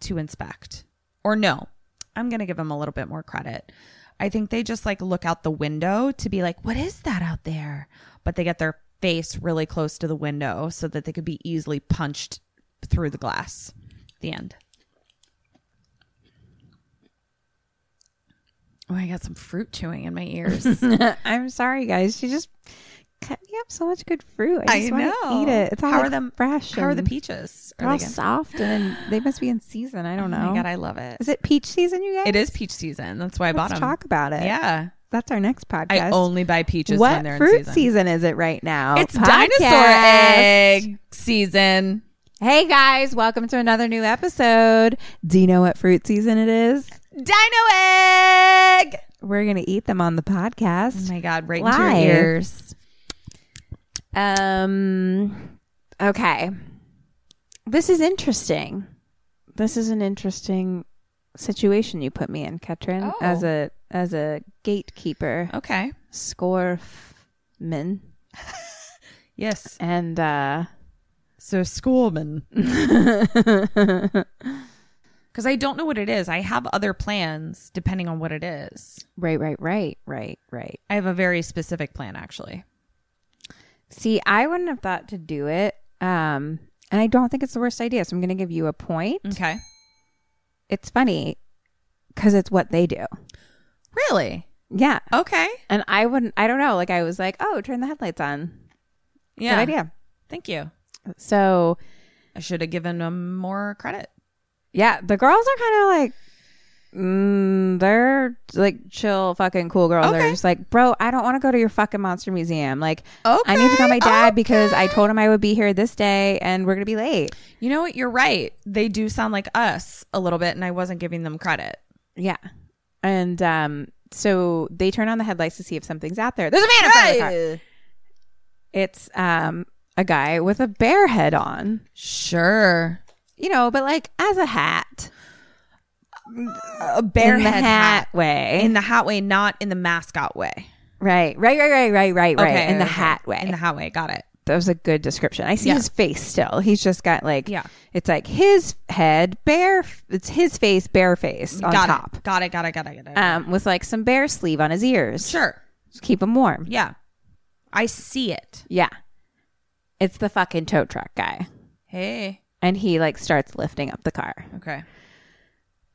to inspect? Or no, I'm going to give them a little bit more credit. I think they just like look out the window to be like, what is that out there? But they get their face really close to the window so that they could be easily punched through the glass. The end. Oh, I got some fruit chewing in my ears.
I'm sorry, guys. She just cut me up so much good fruit. I just want to
know.
eat it. It's all
How
like,
are them-
fresh.
How are the
and
peaches?
They're
Are
all
they good?
soft and they must be in season. I don't know.
Oh my god, I love it.
Is it peach season, you guys?
It is peach season. That's why I bought
Let's
them.
talk about it.
Yeah,
That's our next podcast.
I only buy peaches
what
when they're
fruit
in season.
is it right now?
It's
Podcast.
dinosaur egg season.
Hey guys, welcome to another new episode. Do you know what fruit season it is?
Dino egg.
We're gonna eat them on the
Oh
podcast.
my god, right
Live.
into your ears.
Um, okay. This is interesting. This is an interesting situation you put me in, Ketrin,
Oh.
as a as a gatekeeper,
Okay.
scoreman,
Yes.
and uh,
So schoolman. Because I don't know what it is. I have other plans depending on what it is.
right, right, right, right, right.
I have a very specific plan actually.
See, I wouldn't have thought to do it, um, and I don't think it's the worst idea. So I'm gonna give you a point.
Okay.
It's funny because it's what they do.
Really?
Yeah,
Okay.
and I wouldn't. I don't know. Like I was like, oh, turn the headlights on.
Yeah.
Good idea.
Thank you.
So
I should have given them more credit.
yeah, the girls are kind of like, mm, they're like chill, fucking cool girls. They're
Okay.
just like, bro, I don't want to go to your fucking monster museum. Like, I need to call my dad because I told him I would be here this day, and we're gonna be late.
You know what? You're right. They do sound like us a little bit, and I wasn't giving them credit.
Yeah, and um, so they turn on the headlights to see if something's out there. There's a man in front of the car. It's um a guy with a bear head on,
Sure.
you know, but like as a hat,
a bear
in the
head
hat, way,
in the hat way, not in the mascot way.
right, right, right, right, right, right, right, in the
okay.
hat way,
In the hat way, got it.
that was a good description. I see
Yeah.
his face still. He's just got like
Yeah.
it's like his head bare. It's his face, bare face on
got
top,
it. Got it. Got it. Got it. Got it.
um, with like some bear sleeve on his ears.
sure.
Just keep him warm.
Yeah, I see it.
Yeah, it's the fucking tow truck guy,
Hey.
and he like starts lifting up the car.
Okay.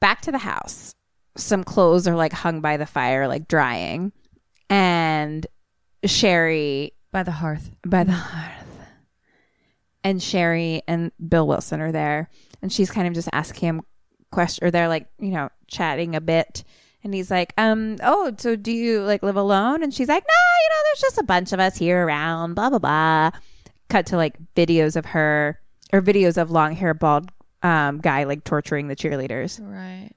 back to the house. Some clothes are like hung by the fire, like drying. And Sherry
By the hearth.
by the hearth. And Sherry and Bill Wilson are there. And she's kind of just asking him questions, or they're like, you know, chatting a bit. And he's like, um, oh, so do you like live alone? And she's like, no, you know, there's just a bunch of us here around, blah, blah, blah. Cut to like videos of her or videos of long hair, bald um, guy like torturing the cheerleaders
Right.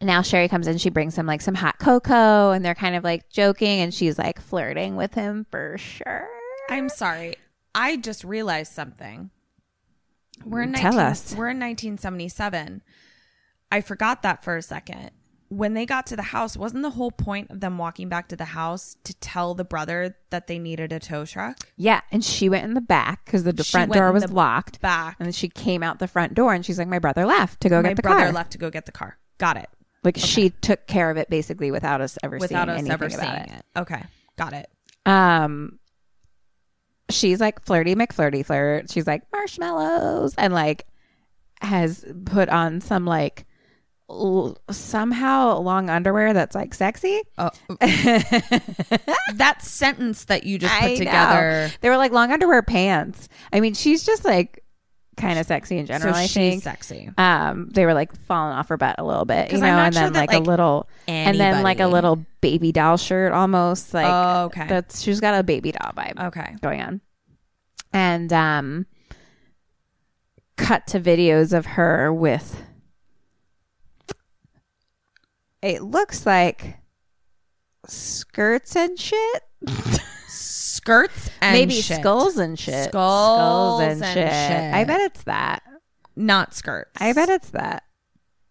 now Sherry comes in, she brings him like some hot cocoa, and they're kind of like joking, and she's like flirting with him for sure.
I'm sorry. I just realized something. We're in
Tell
19
us.
We're in 1977. I forgot that for a second. When they got to the house, wasn't the whole point of them walking back to the house to tell the brother that they needed a tow truck?
Yeah, and she went in the back because the d-
She
front
went
door
in
was
the
locked,
Back.
and then she came out the front door, and she's like, "My brother left to go
my
get the
brother
car."
left to go get the car. Got it.
Like she took care of it basically without us ever
Without
seeing
us
anything
ever
about
seeing it. Okay. Got it.
Um, she's like flirty McFlirty flirt. She's like marshmallows and like has put on some like l- somehow long underwear that's like sexy.
that sentence that you just
Oh. I
put
know.
together.
They were like long underwear pants. I mean, she's just like kind of sexy in general.
So
I
she's
think
sexy.
Um, they were like falling off her butt a little bit, you
'Cause
know,
I'm not
and
sure
then
that,
like,
like,
a little, and then like a
anybody-
little baby doll shirt almost. Like,
Oh, okay.
that's she's got a baby doll vibe
Okay.
going on, and um, cut to videos of her with. It looks like skirts and shit
Skirts and
maybe
shit.
skulls and shit.
Skulls
and,
and
shit.
shit.
I bet it's that.
Not skirts.
I bet it's that.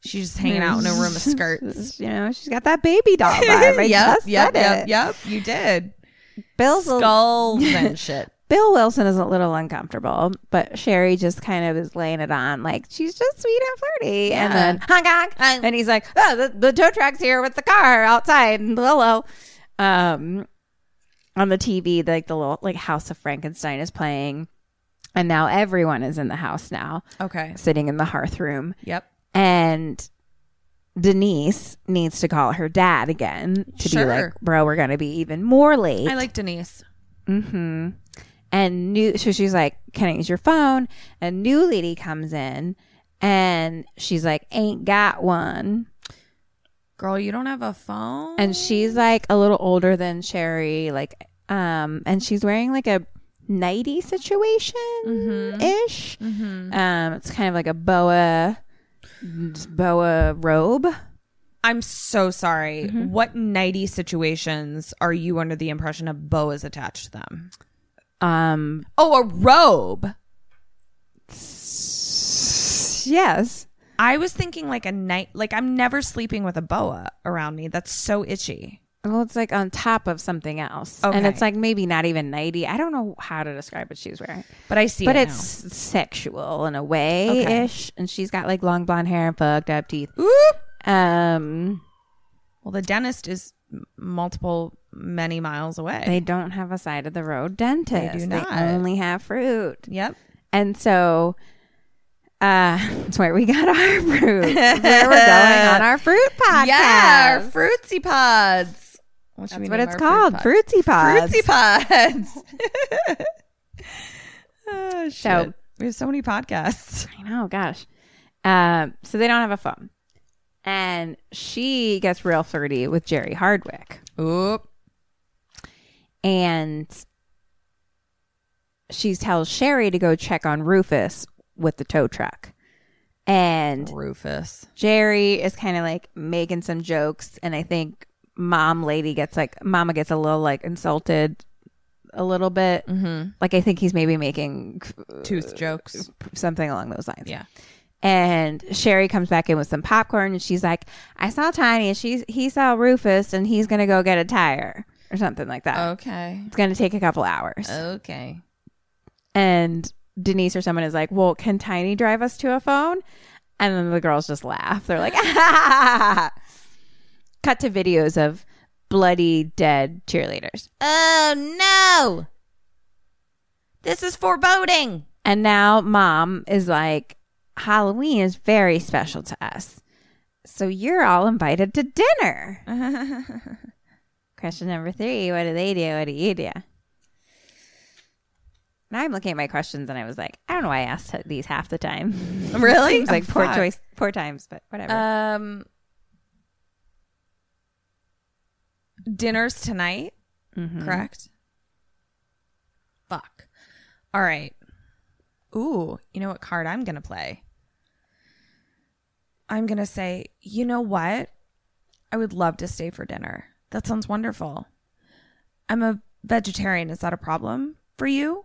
she's just hanging out in a room of skirts.
You know, she's got that baby doll vibe. I
yep,
just
yep,
said
yep,
it.
yep. You did.
Bill's a-
Skulls and shit.
Bill Wilson is a little uncomfortable, but Sherry just kind of is laying it on, like she's just sweet and flirty. And then honk honk, and he's like, "Oh, the, the tow truck's here with the car outside." And hello, um, on the TV, like the little like House of Frankenstein is playing, and now everyone is in the house now.
Okay.
sitting in the hearth room
Yep.
and Denise needs to call her dad again to be
Sure.
like, bro, we're going to be even more late.
I like Denise. Mm-hmm.
and new, so she's like, can I use your phone? A new lady comes in and she's like, ain't got one.
Girl, you don't have a phone?
And she's like a little older than Sherry, like, um, and she's wearing like a nighty situation ish.
Mm-hmm.
Um, it's kind of like a boa, boa robe.
I'm so sorry.
Mm-hmm.
What nighty situations are you under the impression a bow is attached to them?
Um,
Oh, a robe.
Yes.
I was thinking like a night, like I'm never sleeping with a boa around me. That's so itchy.
Well, it's like on top of something else. And
Okay.
it's like maybe not even nighty. I don't know how to describe what she's wearing.
But I see
but
it
it's sexual in a way ish. And she's got like long blonde hair and fucked up teeth.
now. Oop.
Um,
Well, the dentist is m- multiple, many miles away.
they don't have a side of the road dentist.
They do not.
only have fruit.
yep.
And so uh that's where we got our fruit. That's where we're going on our fruit podcast.
fruitsy pods.
That's what it's called. Fruitsy pods.
Fruitsy pods. oh, shit.
So-
we have so many podcasts.
I know, Oh, gosh. Um, so they don't have a phone. And she gets real flirty with Jerry Hardwick.
Oop.
And she tells Sherry to go check on Rufus with the tow truck. And
Rufus.
Jerry is kind of like making some jokes. And I think mom lady gets like, mama gets a little like insulted a little bit. Mm-hmm. Like I think he's maybe making
Tooth jokes.
something along those lines.
Yeah.
And Sherry comes back in with some popcorn and she's like, I saw Tiny and she's he saw Rufus and he's gonna go get a tire or something like that.
Okay.
It's gonna take a couple hours.
Oh. Okay.
And Denise or someone is like, Well, can Tiny drive us to a phone? And then the girls just laugh. They're like, Cut to videos of bloody dead cheerleaders.
Oh no! This is foreboding.
And now mom is like, Halloween is very special to us. So you're all invited to dinner. question number three What do they do? What do you do? And I'm looking at my questions and I was like, I don't know why I asked these half the time.
Really?
Seems like
Oh,
poor
fuck.
choice, poor times, but whatever.
Um, dinners tonight,
Mm-hmm.
correct? Fuck. All right. Ooh, you know what card I'm gonna play? I'm gonna say, you know what? I would love to stay for dinner. That sounds wonderful. I'm a vegetarian. Is that a problem for you?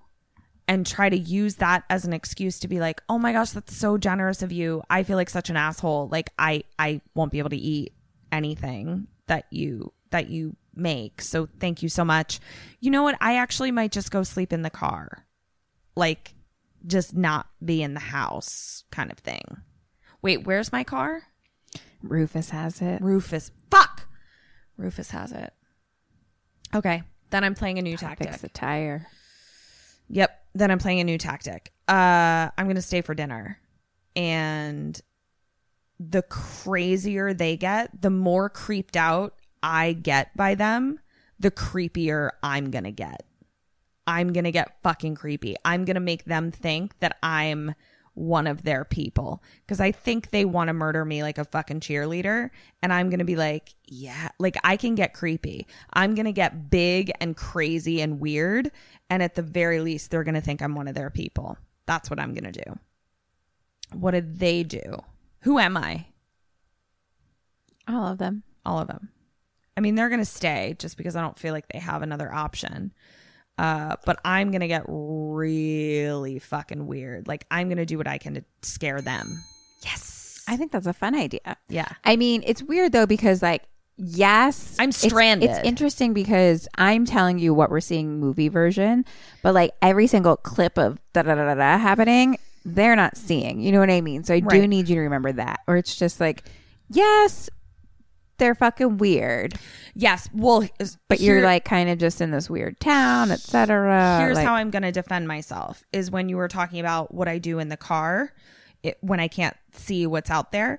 and try to use that as an excuse to be like, "Oh my gosh, that's so generous of you. I feel like such an asshole. Like I I won't be able to eat anything that you that you make. So thank you so much. You know what? I actually might just go sleep in the car. Like just not be in the house kind of thing. Wait, where's my car?
Rufus has it.
Rufus. Fuck. Rufus has it. Okay. Then I'm playing a new tactic.
Fix the tire.
Yep. Then I'm playing a new tactic. Uh, I'm going to stay for dinner. And the crazier they get, the more creeped out I get by them, the creepier I'm going to get. I'm going to get fucking creepy. I'm going to make them think that I'm one of their people because I think they want to murder me like a fucking cheerleader. And I'm going to be like, yeah, like I can get creepy. I'm going to get big and crazy and weird. And at the very least, they're going to think I'm one of their people. That's what I'm going to do. What did they do? Who am I?
All of them.
all of them. I mean, they're going to stay just because I don't feel like they have another option. Uh, but I'm going to get really fucking weird. Like, I'm going to do what I can to scare them.
I think that's a fun idea.
Yeah.
I mean, it's weird though because like yes,
I'm
it's-
stranded.
It's, interesting because I'm telling you what we're seeing movie version, but like every single clip of da da da da da happening, they're not seeing. You know what I mean? So I do
Right.
need you to remember that. Or it's just like, yes, they're fucking weird,
Yes. Well,
but you're
here-
like kind of just in this weird town, etc.
here's
like,
how I'm going to defend myself is when you were talking about what I do in the car it, when I can't see what's out there.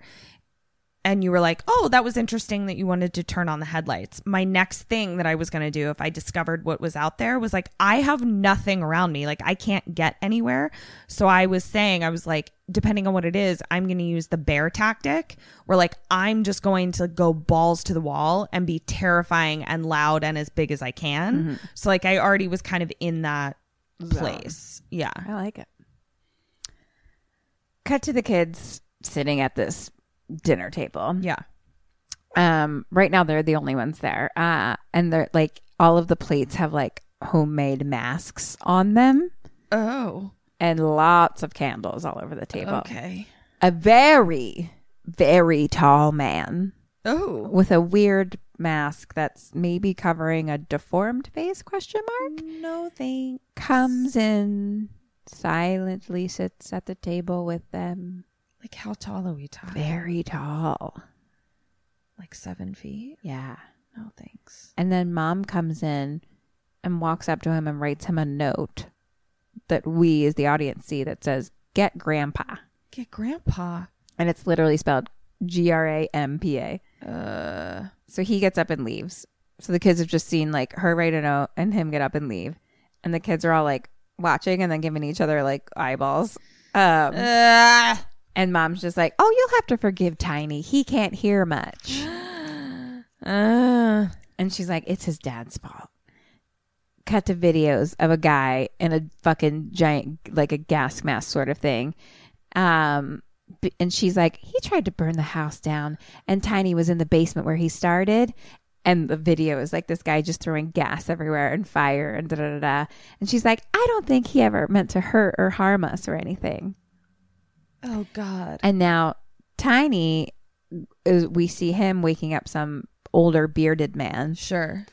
And you were like, oh, that was interesting that you wanted to turn on the headlights. My next thing that I was going to do if I discovered what was out there was like, I have nothing around me. Like, I can't get anywhere. So I was saying, I was like, depending on what it is, I'm going to use the bear tactic where like, I'm just going to go balls to the wall and be terrifying and loud and as big as I can. So like, I already was kind of in that place. Yeah.
I like it. Cut to the kids sitting at this dinner table.
Yeah.
um right now they're the only ones there uh and they're like all of the plates have like homemade masks on them
Oh.
and lots of candles all over the table
Okay.
a very very tall man
Oh.
with a weird mask that's maybe covering a deformed face question mark
No thanks.
comes in silently sits at the table with them
Like how tall are we talking?
very tall
Like seven feet?
yeah
No thanks.
And then mom comes in and walks up to him and writes him a note that we as the audience see that says, Get grandpa.
Get grandpa.
And it's literally spelled G R A M P A.
Uh.
So he gets up and leaves. So the kids have just seen like her write a note and him get up and leave. And the kids are all like watching and then giving each other like eyeballs. Um,
Uh.
and mom's just like, Oh, you'll have to forgive Tiny. He can't hear much. And she's like, it's his dad's fault. Cut to videos of a guy in a fucking giant, like a gas mask sort of thing. Um, b- and she's like, he tried to burn the house down, and Tiny was in the basement where he started. And the video is like this guy just throwing gas everywhere and fire and da da da da. And she's like, I don't think he ever meant to hurt or harm us or anything.
Oh God.
And now Tiny, is, we see him waking up some older bearded man
Sure.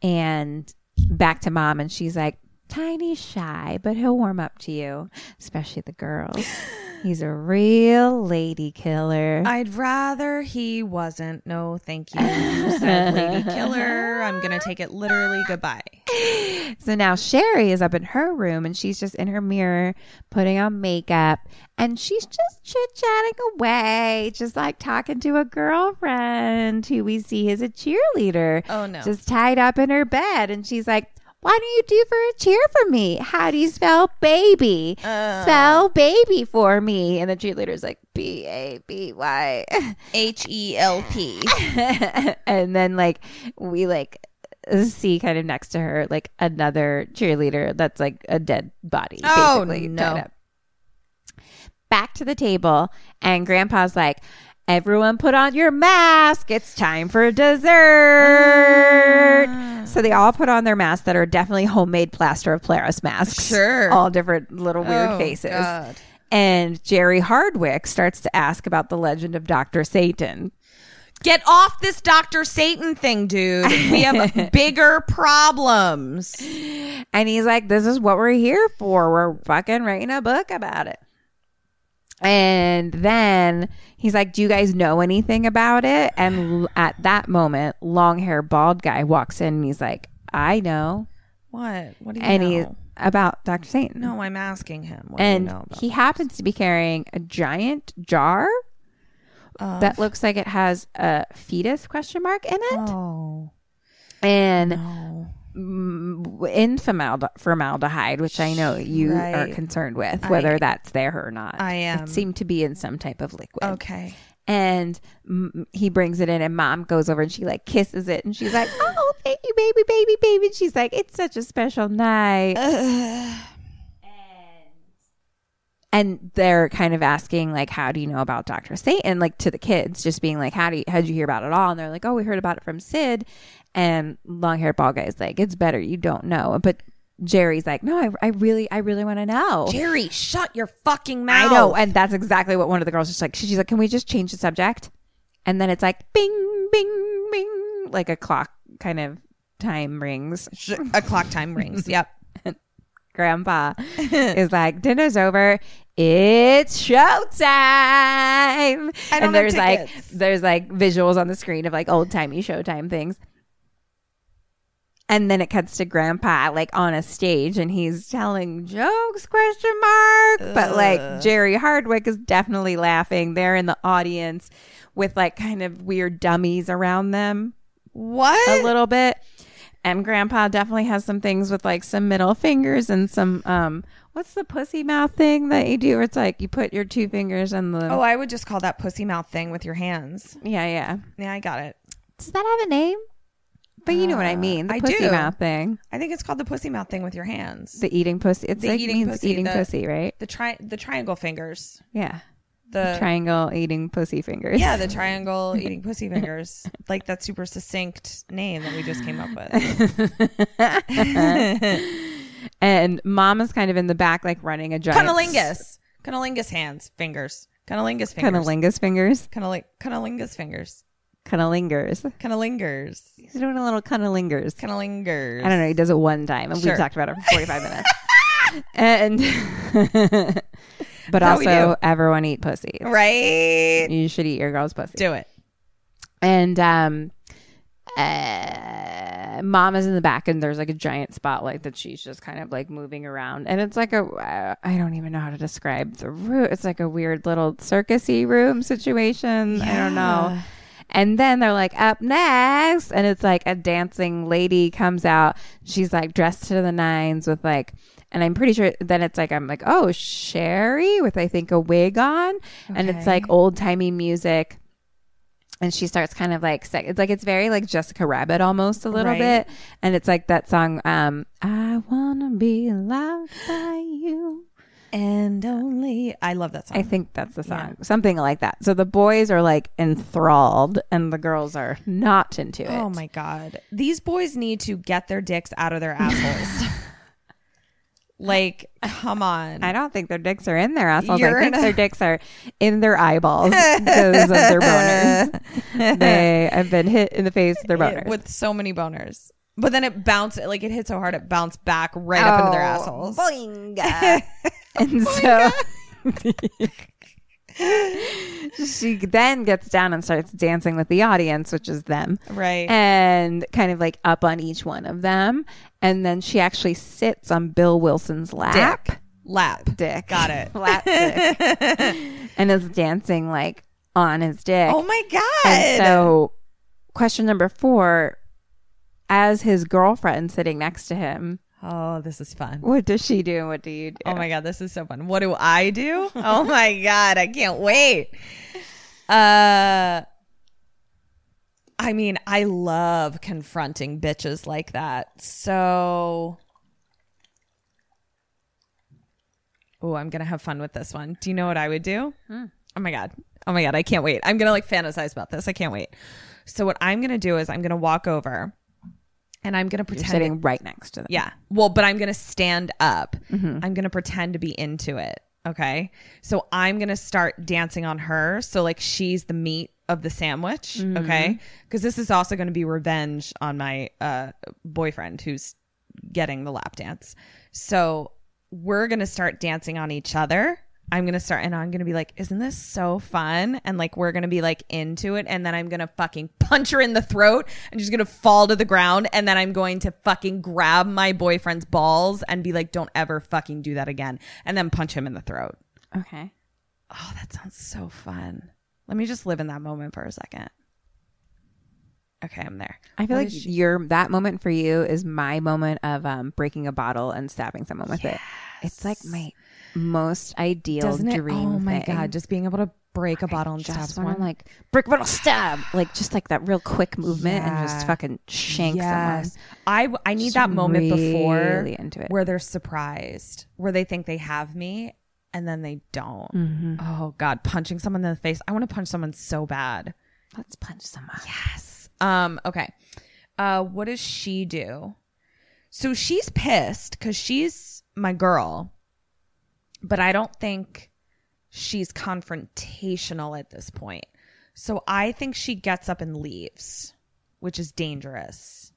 and back to mom and she's like tiny's shy but he'll warm up to you especially the girls he's a real lady killer
I'd rather he wasn't. No, thank you. You said lady killer. I'm gonna take it literally. Goodbye.
so now sherry is up in her room and she's just in her mirror putting on makeup and she's just chit-chatting away just like talking to a girlfriend who we see is a cheerleader
Oh, no.
just tied up in her bed and she's like why don't you do for a cheer for me? How do you spell baby?
Oh.
Spell baby for me. And the cheerleader's like, B A B Y.
H E L P.
and then, like, we like see kind of next to her, like, another cheerleader that's like a dead body.
Oh,
basically,
no.
tied up. Back to the table. And grandpa's like, Everyone put on your mask. It's time for dessert.
Ah.
So they all put on their masks that are definitely homemade plaster of Paris masks.
Sure.
All different little weird
Oh,
faces.
God.
And Jerry Hardwick starts to ask about the legend of Dr. Satan.
Get off this Doctor Satan thing, dude. We have bigger problems.
And he's like, This is what we're here for. We're fucking writing a book about it. And then he's like, Do you guys know anything about it? And l- at that moment, long hair, bald guy walks in and he's like, I know.
What? What do you
And
know?
he, about Dr. Satan.
No, I'm asking him. What
and
do you know about
he happens to be carrying a giant jar that looks like it has a fetus question mark in it
Oh,
and mm, in formalde- formaldehyde which i know Oh, you are
Right.
concerned with
I-
whether that's there or not
I am.
it seemed to be in some type of liquid
okay.
and mm, he brings it in and mom goes over and she like kisses it and she's like oh thank you baby baby baby and she's like it's such a special night and they're kind of asking like how do you know about dr satan like to the kids just being like how do you how'd you hear about it all and they're like oh we heard about it from sid and long haired bald guy's like it's better you don't know but jerry's like no i, I really i really want to know
Jerry, shut your fucking
I
mouth.
know. And that's exactly what one of the girls was like. She's like, can we just change the subject? And then it's like, bing, bing, bing, like a clock kind of time rings.
Sh- a clock time rings. Yep.
Grandpa is like, dinner's over. It's showtime.
don't have
and there's like,
tickets.
there's like visuals on the screen of like old timey showtime things. And then it cuts to grandpa like on a stage and he's telling jokes question mark. But like Jerry Hardwick is definitely laughing. They're in the audience with like kind of weird dummies around them
What?
a little bit. And grandpa definitely has some things with like some middle fingers and some um what's the pussy mouth thing that you do where it's like you put your two fingers in the
oh, I would just call that pussy mouth thing with your hands.
yeah, yeah.
Yeah, I got it.
Does that have a name? But you know what I mean. The
I
pussy
do.
mouth thing.
I think it's called the pussy mouth thing with your hands.
The eating pussy. It's
The
like
eating
means
pussy,
eating
the-
pussy, right?
The tri- the triangle fingers.
Yeah.
The
Triangle eating pussy fingers.
yeah, the triangle eating pussy fingers. Like that super succinct name that we just came up with.
and mom is kind of in the back like running a giant
Cunnilingus. Cunnilingus hands, fingers. Cunnilingus fingers.
Cunnilingus fingers.
Cunnili- Cunnilingus fingers.
Cunnilingers.
Cunnilingers.
He's doing a little cunnilingers.
Cunnilingers.
I don't know. He does it one time, and
Sure.
we've talked about it for forty-five minutes. and but
how we
also,
do.
everyone eat pussy. It's-
Right?
You should eat your girl's pussy.
Do it.
And um, uh, mom is in the back, and there's like a giant spotlight that she's just kind of like moving around, and it's like a uh, I don't even know how to describe the room. It's like a weird little circusy room situation. I don't know. And then they're like, up next. And it's like a dancing lady comes out. She's like dressed to the nines with like, and I'm pretty sure then it's like, I'm like, oh, Sherry with I think a wig on. And it's like old timey music. And she starts kind of like, sec- it's like, it's very like Jessica Rabbit almost a little
Right.
bit. And it's like that song, um, I wanna be loved by you.
And only I love that song.
I think that's the song, something like that. So the boys are like enthralled, and the girls are not into it.
Oh my god. These boys need to get their dicks out of their assholes. like, come on.
I don't think their dicks are in their assholes. I
You're
think
in a-
their dicks are in their eyeballs because of their boners. they have been hit in the face with their boners.
with so many boners. But then it bounced like it hit so hard it bounced back right up into their
Oh.
assholes. Oh
and so she then gets down and starts dancing with the audience, which is them.
Right.
And kind of like up on each one of them. And then she actually sits on Bill Wilson's lap.
Dick. Lap.
Dick.
Got it.
Lap dick. and is dancing like on his dick.
Oh my god.
And so, question number four as his girlfriend sitting next to him,
oh, this is fun.
what does she do? and What do you do?
Oh my god, this is so fun. What do I do? Oh my god, I can't wait. Uh I mean, I love confronting bitches like that. So Oh, I'm going to have fun with this one. Do you know what I would do? Oh my god. Oh my god, I can't wait. I'm going to like fantasize about this. I can't wait. So what I'm going to do is I'm going to walk over and I'm going to
You're
pretend
sitting right next to them.
yeah. Well, but I'm going to stand up. I'm going to pretend to be into it. Okay. So I'm going to start dancing on her. So, like, she's the meat of the sandwich. Okay. Because this is also going to be revenge on my uh, boyfriend who's getting the lap dance. So, we're going to start dancing on each other. I'm gonna start and I'm gonna be like, isn't this so fun? And like we're gonna be like into it, and then I'm gonna fucking punch her in the throat and she's gonna fall to the ground, and then I'm going to fucking grab my boyfriend's balls and be like, don't ever fucking do that again, and then punch him in the throat.
Okay.
Oh, that sounds so fun. Let me just live in that moment for a second. Okay, I'm there.
I feel like your that moment for you is my moment of um, breaking a bottle and stabbing someone with it. It's like my most ideal
Doesn't it?
dream.
Oh my
thing.
god, just being able to break a bottle and stab
just
someone.
want to like brick bottle stab, like just like that real quick movement and
Yeah.
just fucking shank
Yes.
someone.
I I need
Just
that moment before
really into it.
where they're surprised, where they think they have me and then they don't.
Mm-hmm.
Oh god, punching someone in the face. I want to punch someone so bad.
Let's punch someone.
Um okay. Uh what does she do? So she's pissed cuz she's my girl. But I don't think she's confrontational at this point. So I think she gets up and leaves, which is dangerous.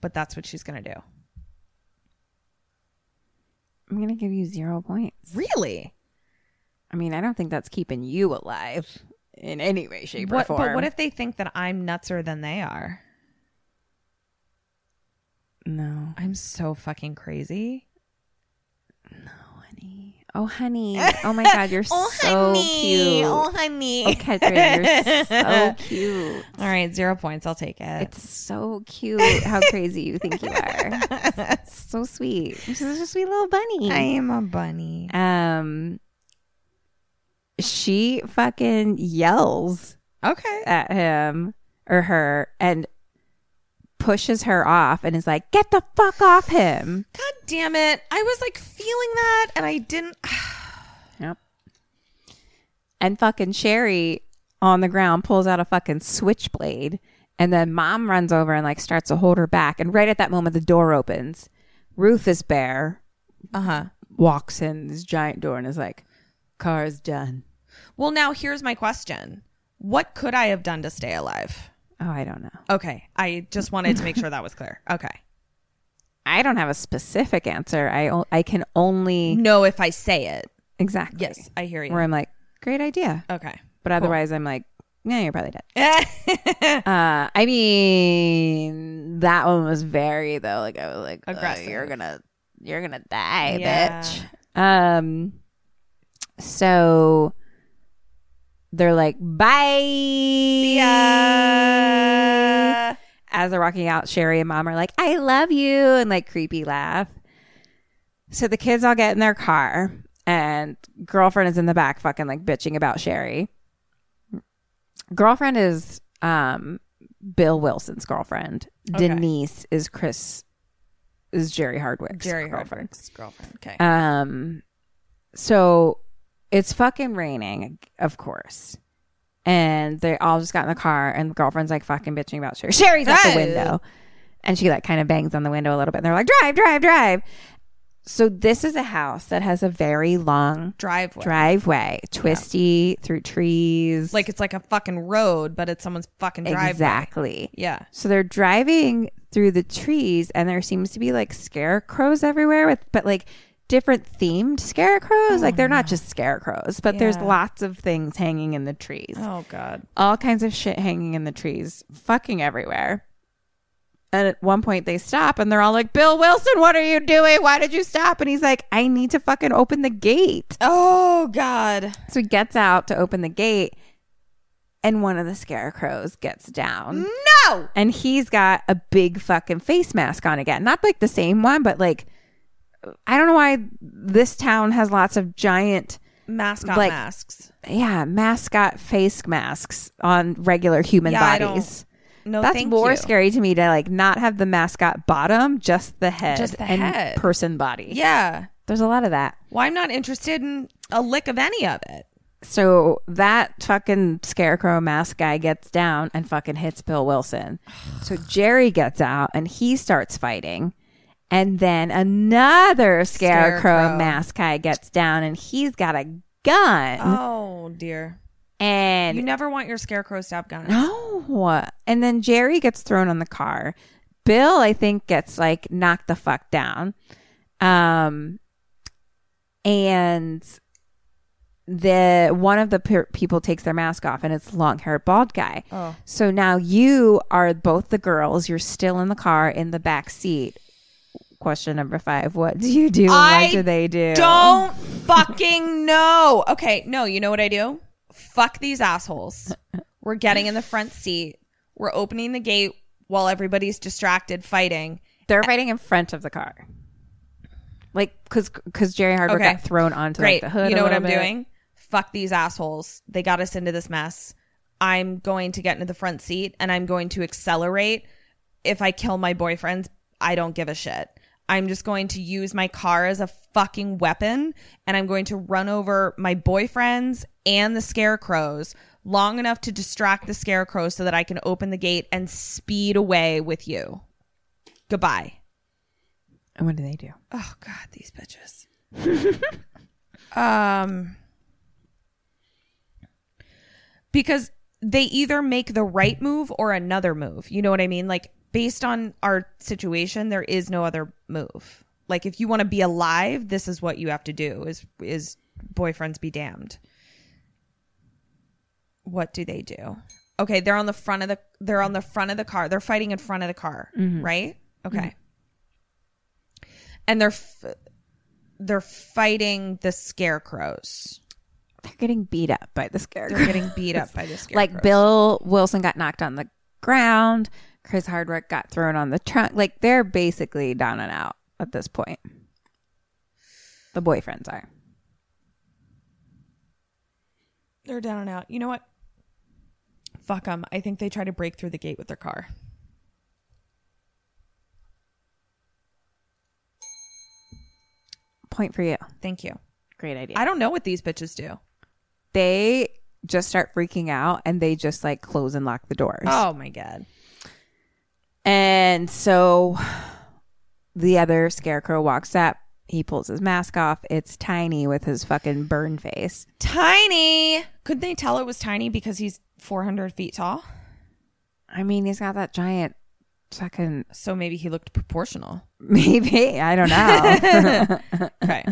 But that's what she's going to do.
I'm gonna give you zero points.
Really?
I mean, I don't think that's keeping you alive in any way, shape,
What,
or form.
but what if they think that I'm nutser than they are?
no,
I'm so fucking crazy.
honey? Oh, honey! Oh my God, you're so cute.
honey.
Oh, Kendra, you're so cute.
All right, zero points. I'll take it.
It's so cute how crazy you think you are. so sweet. She's such a sweet little bunny.
I am a bunny.
um she fucking yells
Okay.
at him or her and pushes her off and is like, "Get the fuck off him."
God damn it. I was like feeling that and I didn't.
Yep. And fucking Sherry on the ground pulls out a fucking switchblade. And then mom runs over and like starts to hold her back. And right at that moment, the door opens. Rufus Bear
Uh huh.
walks in this giant door and is like, car's done.
Well, now here's my question What could I have done to stay alive?
Oh, I don't know.
Okay. I just wanted to make sure that was clear. Okay.
I don't have a specific answer. I, o- I can only.
No, if I say it.
Exactly.
Yes, I hear you.
Where I'm like, great idea.
Okay.
But otherwise, I'm like, yeah, you're probably dead.
yeah.
Uh, I mean, that one was very though. Like I was like, "Ugh,
Aggressive.
You're gonna, you're gonna die, bitch. Um, so they're like, bye. As they're walking out, Sherry and mom are like, I love you, and like creepy laugh. So the kids all get in their car, and girlfriend is in the back, fucking like bitching about Sherry. Girlfriend is um Bill Wilson's girlfriend. Denise is Chris is Jerry Hardwick's
Jerry
girlfriend.
Hardwick's girlfriend. Okay.
Um, so it's fucking raining, of course. And they all just got in the car, and the girlfriend's like fucking bitching about Sherry. Sherry's at the
Hey.
window. And she like kind of bangs on the window a little bit. And they're like, drive, drive, drive. So this is a house that has a very long
driveway.
driveway, twisty through trees.
Like it's like a fucking road, but it's someone's fucking driveway.
exactly.
Yeah.
So they're driving through the trees, and there seems to be like scarecrows everywhere, with but like different themed scarecrows. like they're not just scarecrows, but there's lots of things hanging in the trees,
Oh god.
all kinds of shit hanging in the trees, fucking everywhere. And at one point they stop and they're all like, Bill Wilson, what are you doing? Why did you stop? And he's like, I need to fucking open the gate.
Oh god.
So he gets out to open the gate, and one of the scarecrows gets down.
No.
And he's got a big fucking face mask on again. Not like the same one, but like I don't know why this town has lots of giant
Mascot
Like-
masks.
yeah, mascot face masks on regular human
Yeah, I
bodies.
No,
That's
thank
more
you.
scary to me to like not have the mascot bottom, just the head
Just the
and
head.
person body.
Yeah.
There's a lot of that.
Well, I'm not interested in a lick of any of it.
So that fucking scarecrow mask guy gets down and fucking hits Bill Wilson. so Jerry gets out and he starts fighting. And then another scarecrow,
Scarecrow.
mask guy gets down and he's got a gun.
Oh dear.
and
You never want your scarecrows to have guns.
no. And then Jerry gets thrown on the car. Bill, I think, gets like knocked the fuck down. Um, and the one of the per- people takes their mask off and it's long haired bald guy. Oh. So now you are both the girls. You're still in the car in the back seat. Question number five: What do you do? and
I
what do they do?
Don't fucking know. Okay, no, you know what I do? Fuck these assholes. We're getting in the front seat. We're opening the gate while everybody's distracted fighting.
They're fighting in front of the car. Like, cause, cause Jerry Hardwick
Okay.
got thrown onto
Great.
like the hood.
you
a
know what I'm
little bit.
doing? Fuck these assholes. They got us into this mess. I'm going to get into the front seat and I'm going to accelerate. If I kill my boyfriends, I don't give a shit. I'm just going to use my car as a fucking weapon and I'm going to run over my boyfriends and the scarecrows long enough to distract the scarecrows so that I can open the gate and speed away with you. Goodbye.
And what do they do?
Oh God, these bitches. um, because they either make the right move or another move. You know what I mean? Like based on our situation, there is no other move. Like if you want to be alive, this is what you have to do. Is is boyfriends be damned? What do they do? Okay, they're on the front of the they're on the front of the car. They're fighting in front of the car, right? Okay and they're f- they're fighting the scarecrows.
They're getting beat up by the
They're
scarecrow.
getting beat up by the scarecrows.
like Bill Wilson got knocked on the ground. Chris Hardwick got thrown on the trunk. Like they're basically down and out at this point. The boyfriends are.
they're down and out. You know what? Fuck them. I think they try to break through the gate with their car.
Point for you.
Thank you.
Great idea.
I don't know what these bitches do.
they just start freaking out and they just like close and lock the doors.
Oh my god.
And so the other scarecrow walks up. He pulls his mask off. It's tiny with his fucking burn face.
Tiny. Couldn't they tell it was tiny because he's 400 feet tall?
I mean, he's got that giant fucking
So maybe he looked proportional.
maybe. I don't
Oh.
know.
Okay.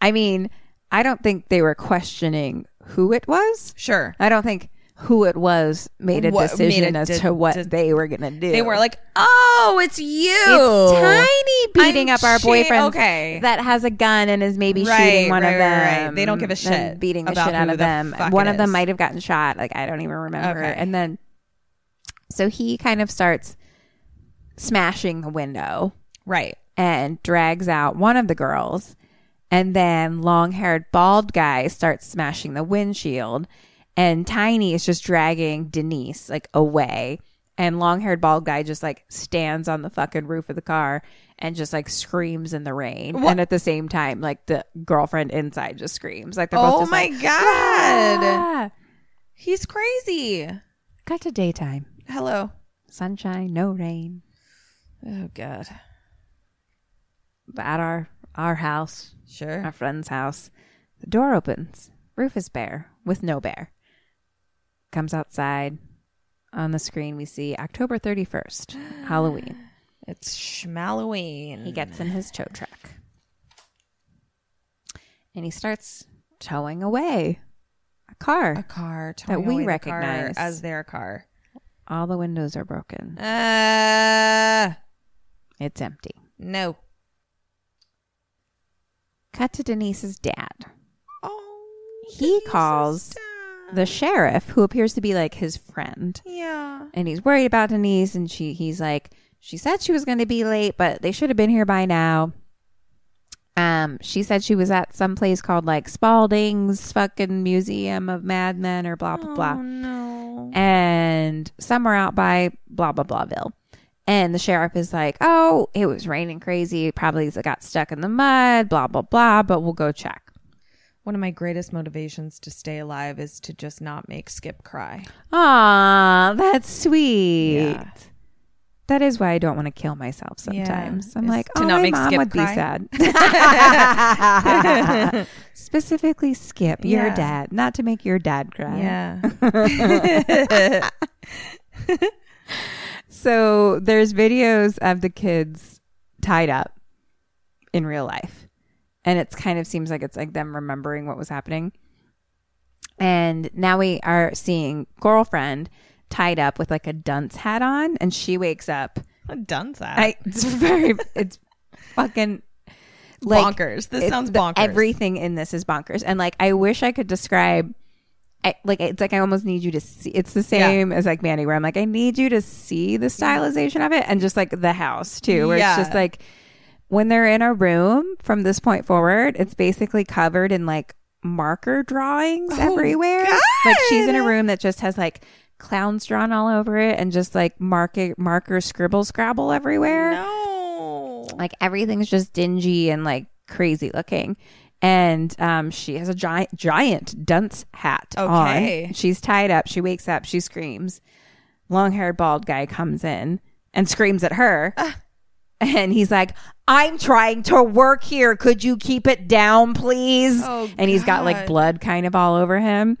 I mean, I don't think they were questioning who it was.
sure.
I don't think who it was made a
What- made
decision
a
as
de-
to what
de-
they were going to do.
They were like, "Oh, it's you."
it's tiny beating
I'm
up our
shi-
boyfriend
Okay.
that has a gun and is maybe
Right,
shooting one
right,
of
right,
them.
right. They don't give a
and
shit
Beating the
about
shit out
who
of
the
them.
fuck
One
it
of them
is.
might have gotten shot. Like I don't even remember.
Okay.
And then, so he kind of starts smashing the window
right.
and drags out one of the girls. And then long haired bald guy starts smashing the windshield. And Tiny is just dragging Denise like away. And long haired bald guy just like stands on the fucking roof of the car and just like screams in the rain. And at the same time, like the girlfriend inside just screams. Like they're both
Oh
just
my
like,
god.
"Ah."
He's crazy.
Cut to daytime.
Hello.
Sunshine, no rain.
Oh god.
But at our our house,
Sure.
our friend's house. The door opens. Rufus Bear with no bear comes outside. On the screen, we see October 31st, Halloween.
It's Schmalloween.
He gets in his tow truck and he starts towing away a car.
a car
That
towing
we
away the car
recognize.
as their car.
All the windows are broken,
Uh
it's empty.
no.
Cut to Denise's dad.
Oh,
He calls the sheriff, who appears to be like his friend.
yeah.
and he's worried about Denise. And she, he's like, she said she was going to be late, but they should have been here by now. Um, she said she was at some place called like Spalding's fucking Museum of Madmen or blah blah blah,
Oh, No.
and somewhere out by blah blah blahville. And the sheriff is like, "Oh, it was raining crazy. Probably got stuck in the mud. Blah blah blah. But we'll go check."
One of my greatest motivations to stay alive is to just not make Skip cry.
Aw, that's sweet.
Yeah.
That is why I don't want to kill myself sometimes. I'm
is
like,
to
oh,
not
my
make
mom
Skip
would
cry."
be sad. Specifically, Skip, your
Yeah.
dad, not to make your dad cry.
Yeah.
So there's videos of the kids tied up in real life, and it's kind of seems like it's like them remembering what was happening. And now we are seeing girlfriend tied up with like a dunce hat on, and she wakes up.
A dunce ass.
I, it's very, it's fucking like,
bonkers. This
it-
sounds
the-
bonkers.
everything in this is bonkers, and like I wish I could describe. I, like it's like I almost need you to see. It's the same as like Mandy, where I'm like I need you to see the stylization of it, and just like the house too, where
Yeah.
it's just like when they're in a room from this point forward, it's basically covered in like marker drawings
Oh,
everywhere. Like she's in a room that just has like clowns drawn all over it, and just like marker marker scribble scrabble everywhere
no.
like everything's just dingy and like crazy looking and um, she has a giant giant dunce hat
Okay.
on she's tied up she wakes up she screams long-haired bald guy comes in and screams at her and he's like i'm trying to work here could you keep it down please
Oh,
and he's got like
God.
blood kind of all over him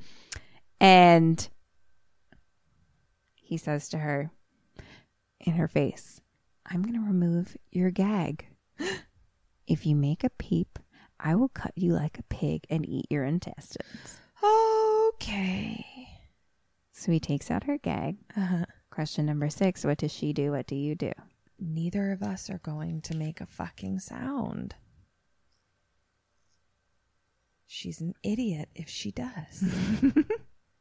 and he says to her in her face, I'm going to remove your gag. if you make a peep, I will cut you like a pig and eat your intestines.
Okay. Uh-huh.
So he takes out her gag. Question number six What does she do? What do you do?
Neither of us are going to make a fucking sound. She's an idiot if she does.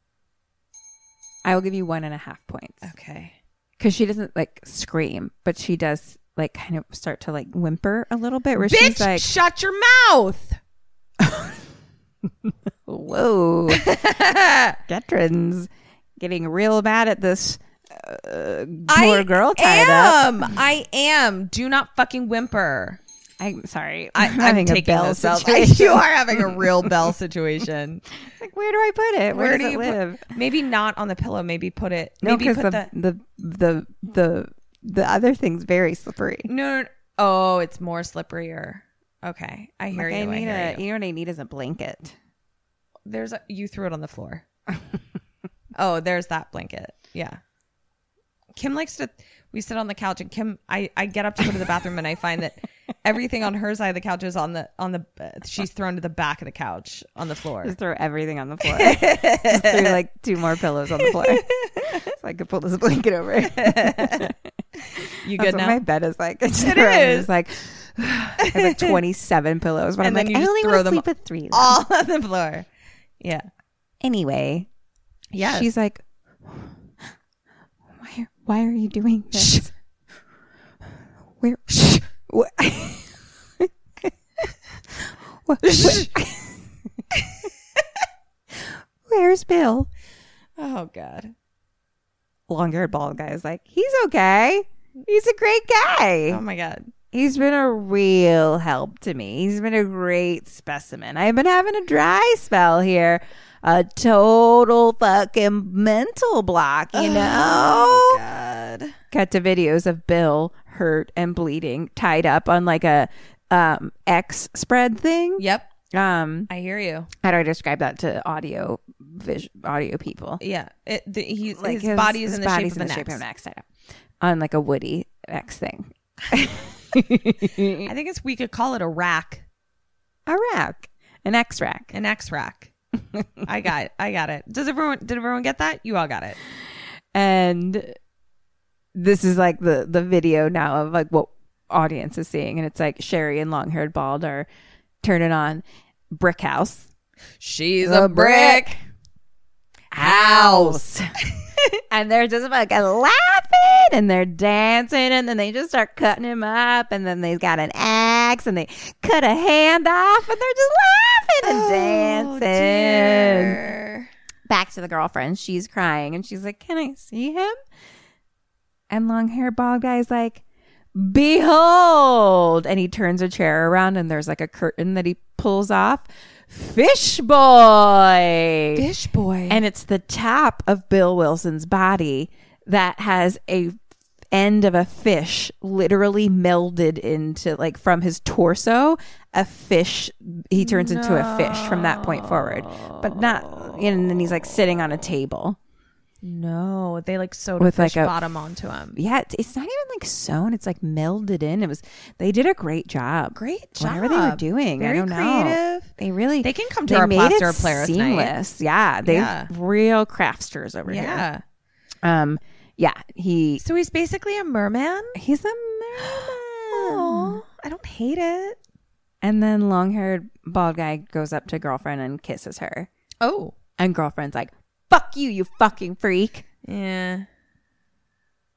I will give you one and a half points
okay.
because she doesn't like scream, but she does like kind of start to like whimper a little bit where
Bitch,
she's like,
shut your mouth.
Whoa. Veterans getting real bad at this uh, poor girl tied up.
am. I am. Do not fucking whimper.
I'm sorry.
I, I'm,
having
taking
a bell
this out.
situation.
You are having a real bell situation.
like, where do I put it? Where, does it
put-
live?
maybe not on the pillow. Maybe put it.
no,
maybe
because
put
the, the the the the other thing's very slippery.
No, no, no. Oh, it's more slipperier. Okay, I hear
Like,
you.
I
I
need
hear
a,
you.
you know what I need is a blanket.
There's a, you threw it on the floor. oh, there's that blanket. Yeah. Kim likes to. We sit on the couch, and Kim, I, I get up to go to the bathroom, and I find that everything on her side of the couch is on the on the. Uh, she's thrown to the back of the couch on the floor.
Just throw everything on the floor. Just threw like two more pillows on the floor, so I could pull this blanket over.
You
That's
good
what
now?
my bed is like. It's
It is.
like I have like 27 pillows, but
And
I'm
then
like,
you
I
just
only
throw
want to
them
sleep with three.
All on the floor. Yeah.
Anyway,
Yes.
she's like, why? Why are you doing this? Where? Wh- Wh- wh- Where's Bill?
Oh God.
Long haired bald guy is like, he's okay. He's a great guy.
Oh my God.
He's been a real help to me. He's been a great specimen. I've been having a dry spell here. A total fucking mental block,
Oh
you know? God. Cut to videos of Bill hurt and bleeding, tied up on like a um X spread thing.
Yep.
Um
I hear you.
how do I describe that to audio vis- audio people?
Yeah. It, the, he's, his, body is
his
in the, shape
body's
of, an X.
X tied up. On like a woody X thing.
I think it's we could call it a rack,
A rack. An X rack.
an X rack. I got, I got it. Does everyone? Did everyone get that? You all got it.
and this is like the the video now of like what audience is seeing and it's like sherry and long haired bald are turning on brick house
She's
a brick house and they're just fucking laughing and they're dancing and then they just start cutting him up and then they've got an axe and they cut a hand off and they're just laughing and dancing back to the girlfriend. She's crying and she's like, Can I see him? And long hair bald guy's like, Behold. And he turns a chair around and there's like a curtain that he pulls off. Fish boy.
Fish boy.
And it's the top of Bill Wilson's body that has a end of a fish literally melded into like from his torso a fish he turns into a fish from that point forward but not and then he's like sitting on a table
No, they like sewed
With,
with
like,
fish
a-
bottom onto them.
Yeah, it's, it's not even like sewn. It's like melded in. It was. They did a great job.
Great
Whatever they were
job.
doing,
Very
I don't know.
creative.
They really.
They can come to
they
our
made
plaster
it
players night.
seamless. Yeah, they
Yeah.
are real craftsters over
Yeah.
here. Um. Yeah. He.
So he's basically a merman.
He's a merman.
Oh, I don't hate it.
and then long-haired bald guy goes up to girlfriend and kisses her,
Oh.
and girlfriend's like, "Fuck you, you fucking freak."
Yeah.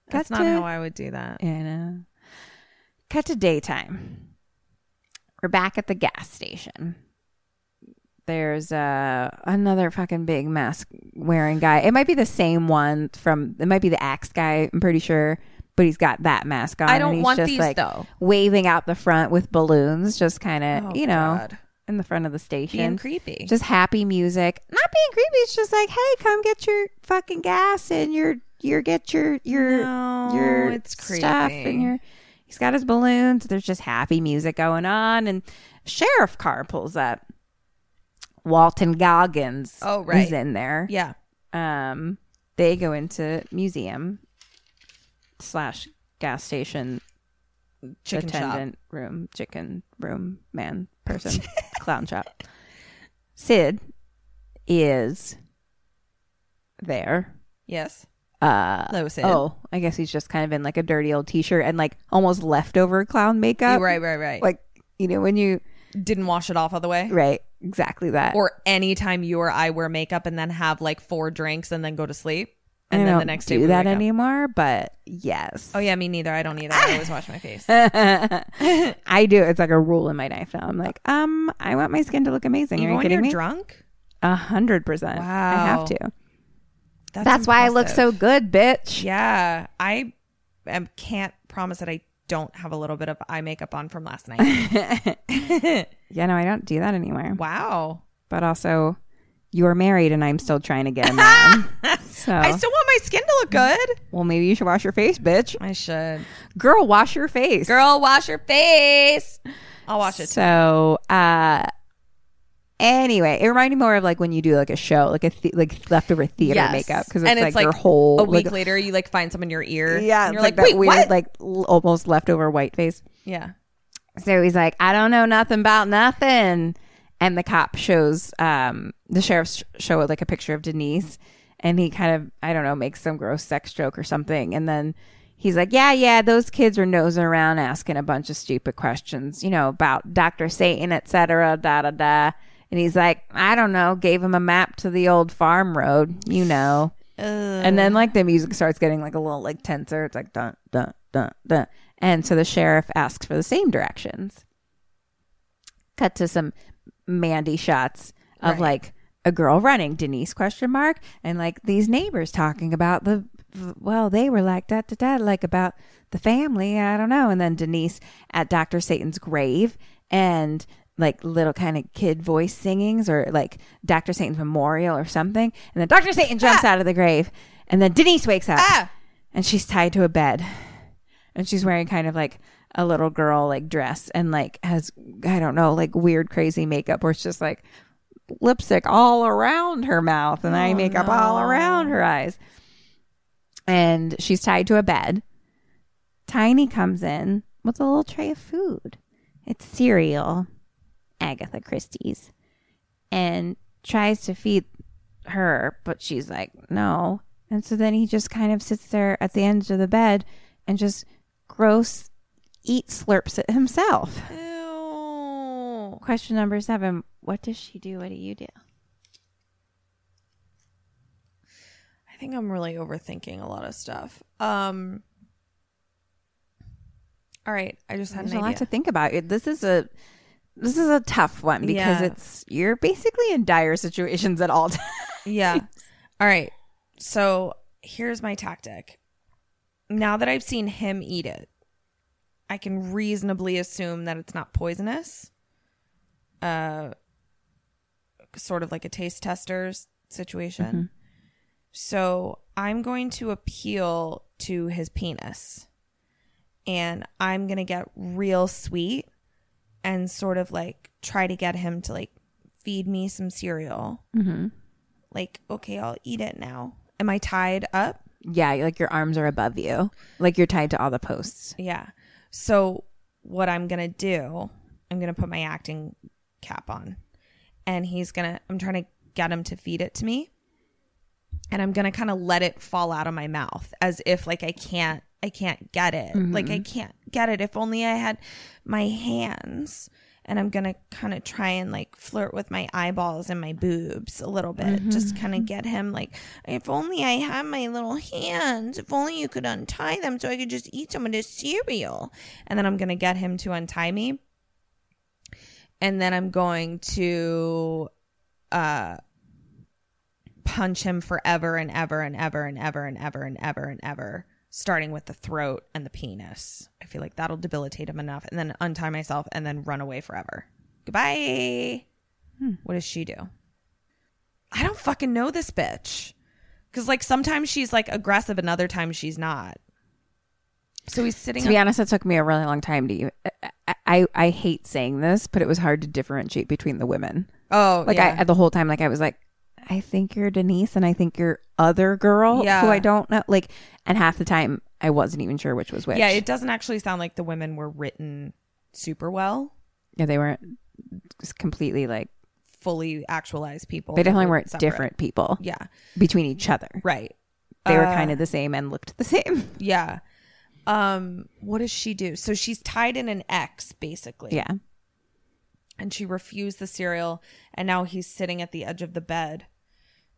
That's
That's not
it.
how I would do that.
You know. Cut to daytime. We're back at the gas station. There's uh, another fucking big mask wearing guy. It might be the same one from. It might be the axe guy. I'm pretty sure, but he's got that mask on.
I
and
don't
he's
want
just,
these,
like,
though.
Waving out the front with balloons, just kind of
Oh,
you know,
God.
in the front of the station,
Being creepy.
Just happy music, not being creepy. It's just like, hey, come get your fucking gas and your your get your your
No,
your
it's
stuff
creepy.
and your he's got his balloons there's just happy music going on and sheriff car pulls up walton goggins
Oh, right.
is in there
yeah.
um they go into museum slash gas station
Chicken
attendant room chicken room man person clown shop sid is there
Yes.
uh
Hello, Sid.
Oh, I guess he's just kind of in like a dirty old t-shirt and like almost leftover clown makeup.
Right, right, right.
Like you know when you
Didn't wash it off all the way.
right exactly that.
Or anytime you or I wear makeup and then have like four drinks and then go to sleep. And
I
then the
don't
next day
do
we
that
wake up.
anymore, but yes.
Oh yeah, me neither. I don't either. I always wash my face.
I do. It's like a rule in my life now. I'm like, um, I want my skin to look amazing.
Even
Are you
when
kidding
you're
me?
drunk?
A hundred percent. I have
Wow.
to. That's, why I look
impressive.
so good, bitch.
Yeah, I am, can't promise that I don't have a little bit of eye makeup on from last night.
Yeah, no, I don't do that anymore.
wow.
But also, you are married, and I'm still trying to get a man. so,
I still want my skin to look good.
well, maybe you should wash your face, bitch.
I should.
Girl, wash your face.
Girl, wash your face. I'll wash it.
So, uh, anyway, it reminded me more of like when you do like a show, like a th- like leftover theater makeup, because it's,
and
like, your whole
a week
like,
later you like find some in your ear.
Yeah, it's
and
like,
you're like,
that
wait,
weird,
what?
like l- almost leftover white face.
yeah,
So he's like, I don't know nothing about nothing. And the cop shows, um, the sheriff's show like a picture of Denise, and he kind of, I don't know, makes some gross sex joke or something, and then. He's like, yeah, yeah, those kids are nosing around asking a bunch of stupid questions, you know, about Dr. Satan, et cetera, da da da. And he's like, I don't know, gave him a map to the old farm road, you know. And then like the music starts getting like a little like tenser. It's like dun dun dun dun. And so the sheriff asks for the same directions. Cut to some Mandy shots of like a girl running, Denise question mark, and like these neighbors talking about the well, they were like da da da like about the family. I don't know. And then Denise at Doctor Satan's grave and like little kind of kid voice singings or like Dr. Satan's memorial or something. And then Dr. Satan jumps out of the grave. And then Denise wakes up and she's tied to a bed. And she's wearing kind of like a little girl like dress and like has, I don't know, like weird, crazy makeup where it's just like lipstick all around her mouth and eye makeup all around her eyes. And she's tied to a bed. Tiny comes in with a little tray of food. It's cereal, Agatha Christie's, and tries to feed her, but she's like, no. And so then he just kind of sits there at the end of the bed and just gross eat slurps it himself. Question number seven What does she do? What do you do?
I think I'm really overthinking a lot of stuff. Um. All right, I just had
There's
an
a lot to
idea.
think about. It- This is a this is a tough one because
Yeah.
it's you're basically in dire situations at all times.
yeah. All right. So here's my tactic. Now that I've seen him eat it, I can reasonably assume that it's not poisonous. Uh, sort of like a taste testers situation. So I'm going to appeal to his penis and I'm going to get real sweet and sort of like try to get him to like feed me some cereal. Like, okay, I'll eat it now. Am I tied up?
Yeah, like your arms are above you. Like you're tied to all the posts.
Yeah. So what I'm gonna do, I'm gonna put my acting cap on, and he's gonna. I'm trying to get him to feed it to me, and I'm gonna kind of let it fall out of my mouth as if like I can't. I can't get it. Like I can't get it. If only I had my hands. And I'm gonna kind of try and like flirt with my eyeballs and my boobs a little bit, just kind of get him like, if only I had my little hands. If only you could untie them so I could just eat some of this cereal. And then I'm gonna get him to untie me. And then I'm going to uh, punch him forever and ever and ever and ever and ever and ever and ever, starting with the throat and the penis. I feel like that'll debilitate him enough, and then untie myself and then run away forever. Goodbye.
Hmm.
What does she do? I don't fucking know this bitch. Cause like sometimes she's like aggressive and other times she's not. So he's sitting
To
on-
be honest, it took me a really long time to. Even, I, I I hate saying this, but it was hard to differentiate between the women.
Oh,
like
yeah.
I the whole time, like I was like, I think you're Denise, and I think you're other girl
Yeah.
who I don't know. Like, and half the time I wasn't even sure which was which.
yeah, it doesn't actually sound like the women were written super well,
yeah, they weren't s- completely like
fully actualized people.
they definitely
were
weren't
separate.
different people
Yeah.
between each other.
Right. Uh,
They were kind of the same and looked the same.
Yeah. Um, what does she do? So she's tied in an X basically.
Yeah.
And she refused the cereal and now he's sitting at the edge of the bed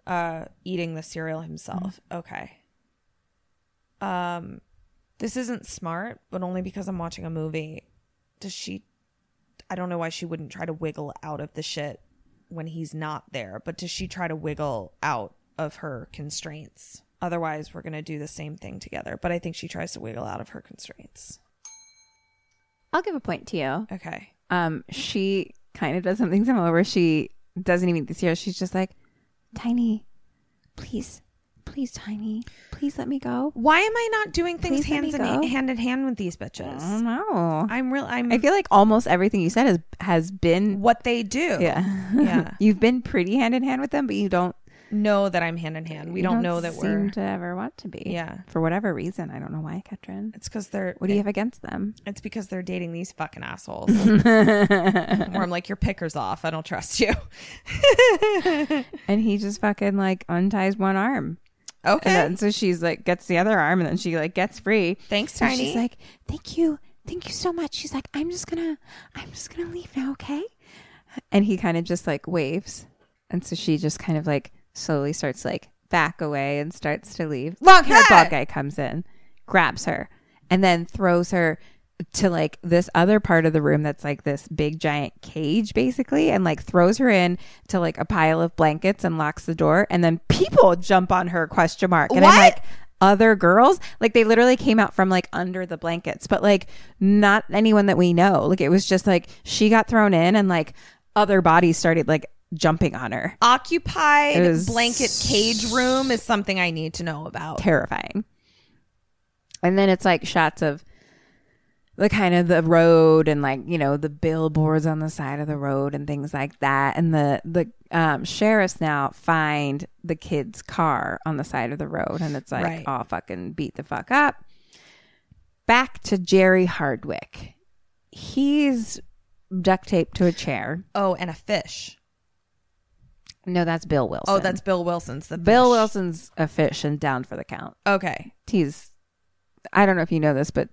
uh eating the cereal himself. Okay. Um this isn't smart, but only because I'm watching a movie. Does she I don't know why she wouldn't try to wiggle out of the shit when he's not there, but does she try to wiggle out of her constraints? Otherwise, we're going to do the same thing together. But I think she tries to wiggle out of her constraints.
I'll give a point to you.
Okay.
um, she kind of does something similar where she doesn't even eat the cereal. She's just like, Tiny, please, please, Tiny, please let me go.
Why am I not doing things
Please let me
hands in
go.
hand in hand with these
I
bitches?
don't know.
I'm real. I'm
I feel like almost everything you said has has been
what they do.
yeah
Yeah.
You've been pretty hand in hand with them, but you don't.
Know that I'm hand in hand. We
you
don't, know that
seem
we're.
to ever want to be.
Yeah.
for whatever reason, I don't know why, Ketrin.
It's because they're.
What do you have against them?
It's because they're dating these fucking assholes. Where I'm like, your picker's off. I don't trust you.
And he just fucking like unties one arm.
Okay.
And then so she's like gets the other arm and then she like gets free.
Thanks,
So She's
Tiny.
like, Thank you. Thank you so much. She's like, I'm just gonna I'm just gonna leave now, okay? And he kind of just like waves. And so she just kind of like slowly starts like back away and starts to leave. Long haired bald guy comes in, grabs her, and then throws her to like this other part of the room that's like this big giant cage basically and like throws her in to like a pile of blankets and locks the door and then people jump on her question mark and I'm
What?
like other girls like they literally came out from like under the blankets but like not anyone that we know like it was just like she got thrown in and like other bodies started like jumping on her
Occupied
It was-
blanket cage room is something I need to know about.
terrifying. And then it's like shots of the kind of the road and like you know the billboards on the side of the road and things like that. And the the um, sheriffs now find the kid's car on the side of the road, and it's like
Right.
all fucking beat the fuck up. Back to Jerry Hardwick. He's duct taped to a chair.
Oh, and a fish.
No, that's Bill Wilson.
Oh, that's Bill Wilson's the
Bill
fish.
Wilson's a fish and down for the count.
Okay,
he's i don't know if you know this but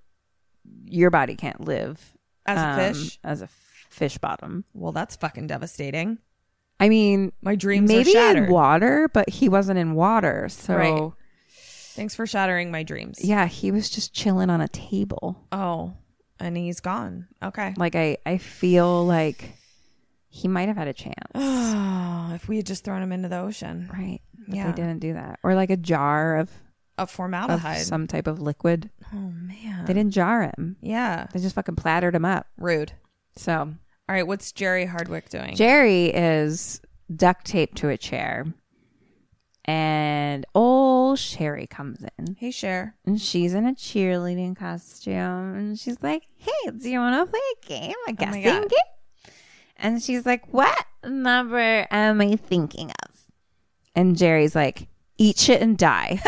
your body can't live
as a
um,
fish.
as a f- fish bottom
Well, that's fucking devastating.
i mean
My dreams are
maybe
shattered.
in water but he wasn't in water so
Right. Thanks for shattering my dreams.
yeah he was just chilling on a table
Oh, and he's gone. Okay.
like i i feel like he might have had a chance
Oh, if we had just thrown him into the ocean,
right but
Yeah.
they didn't do that or like a jar of,
a
of
formaldehyde.
some type of liquid
oh man.
they didn't jar him
yeah.
they just fucking plattered him up
Rude.
so
All right. What's Jerry Hardwick doing?
Jerry is duct taped to a chair, and old Sherry comes in,
hey, Cher.
and she's in a cheerleading costume, and she's like, "Hey, do you want to play a game? A guessing
God.
game?" And she's like, "What number am I thinking of?" And Jerry's like, eat shit and die.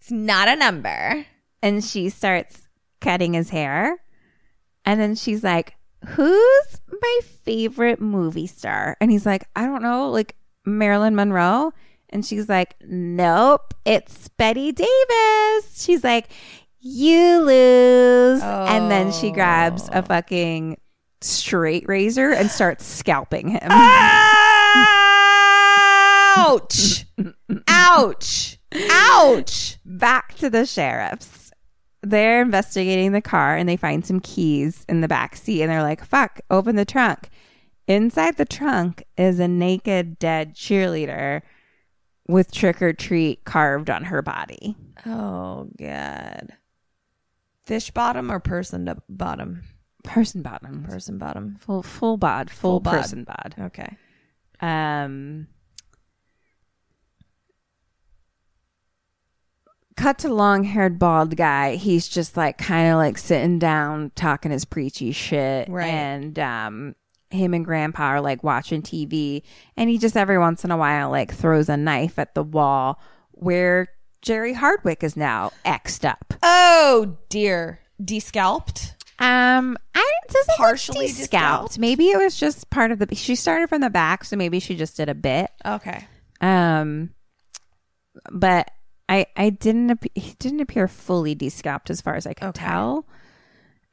It's not a number.
and she starts cutting his hair. And then she's like, Who's my favorite movie star? And he's like, I don't know, like Marilyn Monroe. And she's like, Nope, it's Betty Davis. She's like, You lose. And then she grabs
Oh.
a fucking straight razor and starts scalping him.
Ouch! Ouch! Ouch!
back to the sheriff's. They're investigating the car and they find some keys in the back seat and they're like, "Fuck, open the trunk." Inside the trunk is a naked dead cheerleader with trick or treat carved on her body.
Oh god. Fish bottom or person to bottom?
Person bottom.
Person bottom.
Full full bod, full,
Full bod.
person bod.
Okay.
Um, cut to long haired bald guy. He's just like kind of like sitting down talking his preachy shit.
Right.
And um, him and grandpa are like watching TV. And he just every once in a while like throws a knife at the wall where Jerry Hardwick is now X'd up.
Oh dear. Descalped?
Um, I it doesn't partially
Partially
scalped.
descalped?
Maybe it was just part of the. She started from the back, so maybe she just did a bit.
Okay.
Um, but I I didn't ap- he didn't appear fully descalped as far as I could tell.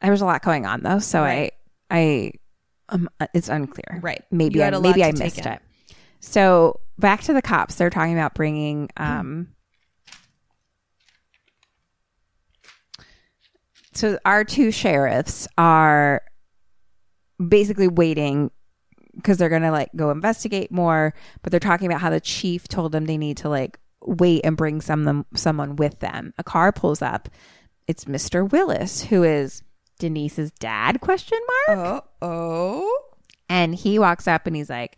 There was a lot going on though, so I I um it's unclear.
Right.
Maybe
You
I,
had a lot
maybe
to
I
take
missed
in.
it. So back to the cops. They're talking about bringing um. So our two sheriffs are basically waiting because they're gonna like go investigate more. But they're talking about how the chief told them they need to like wait and bring some them someone with them. A car pulls up. It's Mr. Willis, who is Denise's dad? Question mark.
Uh oh.
And he walks up and he's like,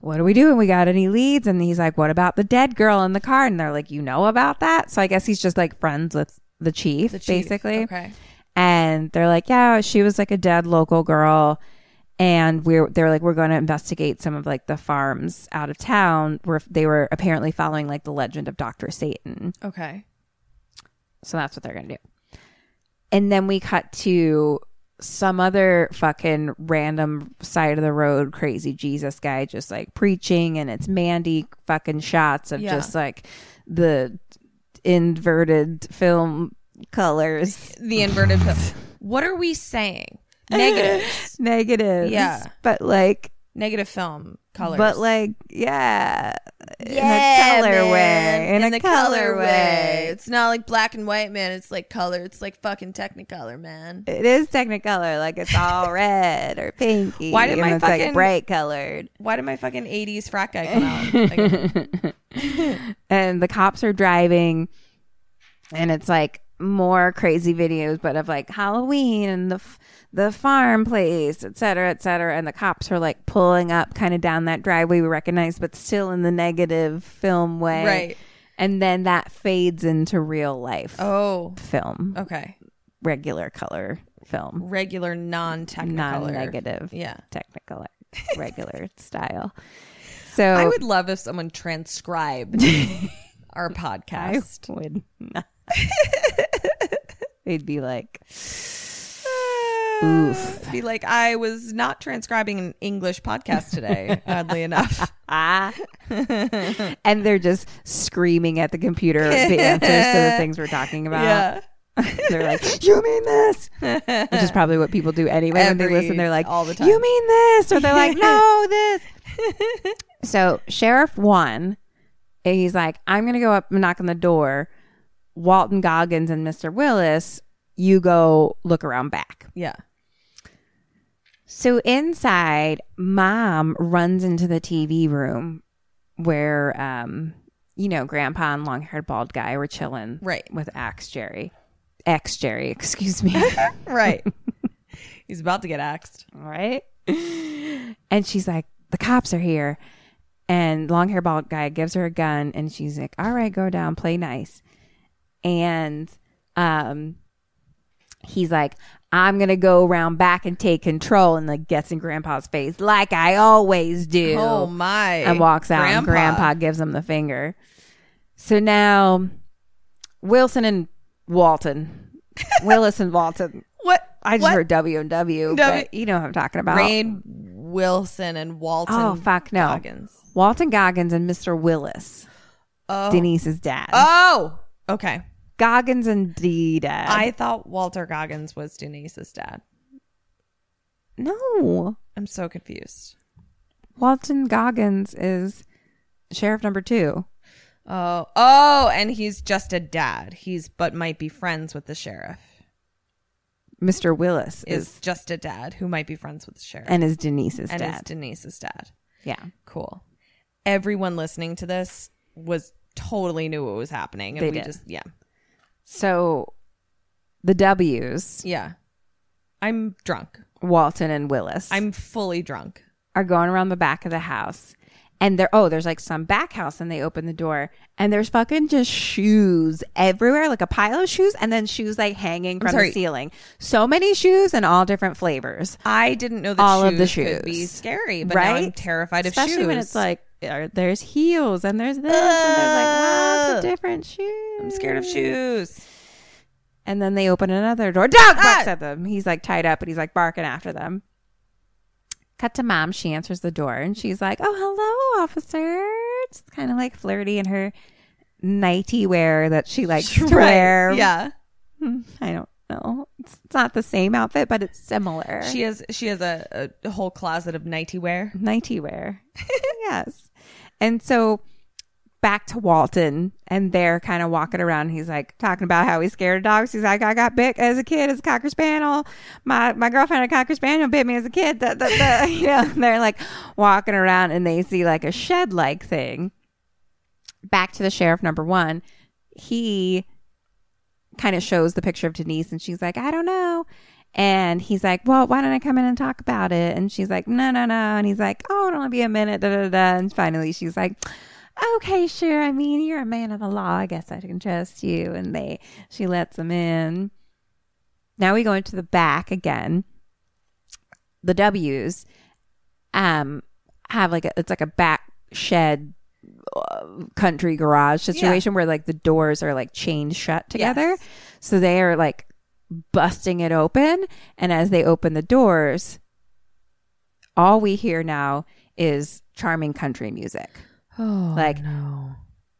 What do we do? And we got any leads? And he's like, What about the dead girl in the car? And they're like, You know about that? So I guess he's just like friends with the chief, basically.
Okay.
And they're like, Yeah, she was like a dead local girl. And we're they're like, We're gonna investigate some of like the farms out of town where they were apparently following like the legend of Dr. Satan.
Okay.
So that's what they're going to do. And then we cut to some other fucking random side of the road crazy Jesus guy just like preaching and it's Mandy fucking shots of
Yeah.
just like the inverted film colors
The inverted pip. What are we saying? Negatives.
negatives.
Yeah.
But like
Negative film colors.
but like yeah, in
Yeah,
a color
man.
way. In, a
the
color way.
It's not like black and white, man. It's like color. It's like fucking Technicolor, man.
It is technicolor, like it's all red or pinky.
Why did
and
my
it's like
fucking-
bright colored?
Why did my fucking 80s frat guy come out? Like,
and the cops are driving and it's like more crazy videos but of like halloween and the f- the farm place et cetera et cetera and the cops are like pulling up kind of down that driveway we recognize but still in the negative film way
Right.
and then that fades into real life
oh.
film
Okay.
regular color film
Regular non technicolor.
non-negative
Yeah.
technicolor regular style so
I would love if someone transcribed our podcast.
would not. They'd be like,
Oof. Be like, I was not transcribing an English podcast today, oddly enough.
ah. and they're just screaming at the computer the answers to the things we're talking about. They're like, you mean this? Which is probably what people do anyway when they
Every-
listen. They're like,
all the
You
time.
mean this? Or they're like, no, this. so Sheriff One, he's like, I'm going to go up and knock on the door. Walton Goggins and Mr. Willis, you go look around back.
Yeah.
So inside, mom runs into the TV room where, um, you know, grandpa and long haired bald guy were chilling
Right.
with Axe Jerry. Ex Jerry, excuse me.
Right. He's about to get axed.
right? And she's like, the cops are here. And long hair bald guy gives her a gun and she's like, all right, go down, play nice. And um, he's like, I'm going to go around back and take control. And like gets in grandpa's face like I always do.
Oh my.
and walks out and
Grandpa.
grandpa gives him the finger. So now Wilson and Walton. Willis and Walton.
What?
I just
What?
heard W and W,
W-
but you know what I'm talking about.
Rain Wilson and Walton.
oh fuck no.
Goggins.
Walton Goggins and Mr. Willis.
Oh.
Denise's dad.
Oh. Okay.
Goggins and D dad.
I thought Walter Goggins was Denise's dad.
no.
I'm so confused.
Walton Goggins is sheriff number two.
Oh, oh, and he's just a dad. He's but might be friends with the sheriff.
Mr. Willis is,
Is, just a dad who might be friends with the sheriff
and is Denise's
and is
dad.
Denise's dad.
yeah.
Cool. Everyone listening to this was totally knew what was happening, and
They
we
did.
just yeah,
So the W's,
yeah. I'm drunk.
Walton and Willis,
I'm fully drunk.
are going around the back of the house. And there, oh, there's like some back house, and they open the door, and there's fucking just shoes everywhere, like a pile of shoes, and then shoes like hanging from the
sorry.
ceiling. So many shoes and all different flavors.
I didn't know that
all of the
shoes
shoes
could be scary, but now I'm terrified of
Especially
shoes.
when it's like there- there's heels and there's this, and there's like lots of different shoes.
I'm scared of shoes.
And then they open another door. Dog barks at them. He's like tied up and he's like barking after them. Cut to mom. She answers the door and she's like, Oh, hello, officer. It's kind of like flirty in her nighty wear that she likes to wear.
Yeah.
I don't know. It's it's not the same outfit, but it's similar.
She has she has a, a whole closet of nighty wear.
nighty wear. yes. And so back to Walton and they're kind of walking around. He's like talking about how he's scared of dogs. He's like, I got bit as a kid as a cocker spaniel. My my girlfriend a cocker spaniel bit me as a kid. Da, da, da. you know, and they're like walking around and they see like a shed like thing. Back to the sheriff number one. He kind of shows the picture of Denise and she's like, I don't know. And he's like, Well, why don't I come in and talk about it? And she's like, No, no, no. And he's like, Oh, it'll only be a minute. Da, da, da, da. And finally she's like, Okay, sure. I mean, you're a man of the law. I guess I can trust you. And they, she lets him in. Now we go into the back again. The W's um have like a, it's like a back shed uh, country garage situation where like the doors are like chained shut together so they are like busting it open and as they open the doors all we hear now is charming country music oh like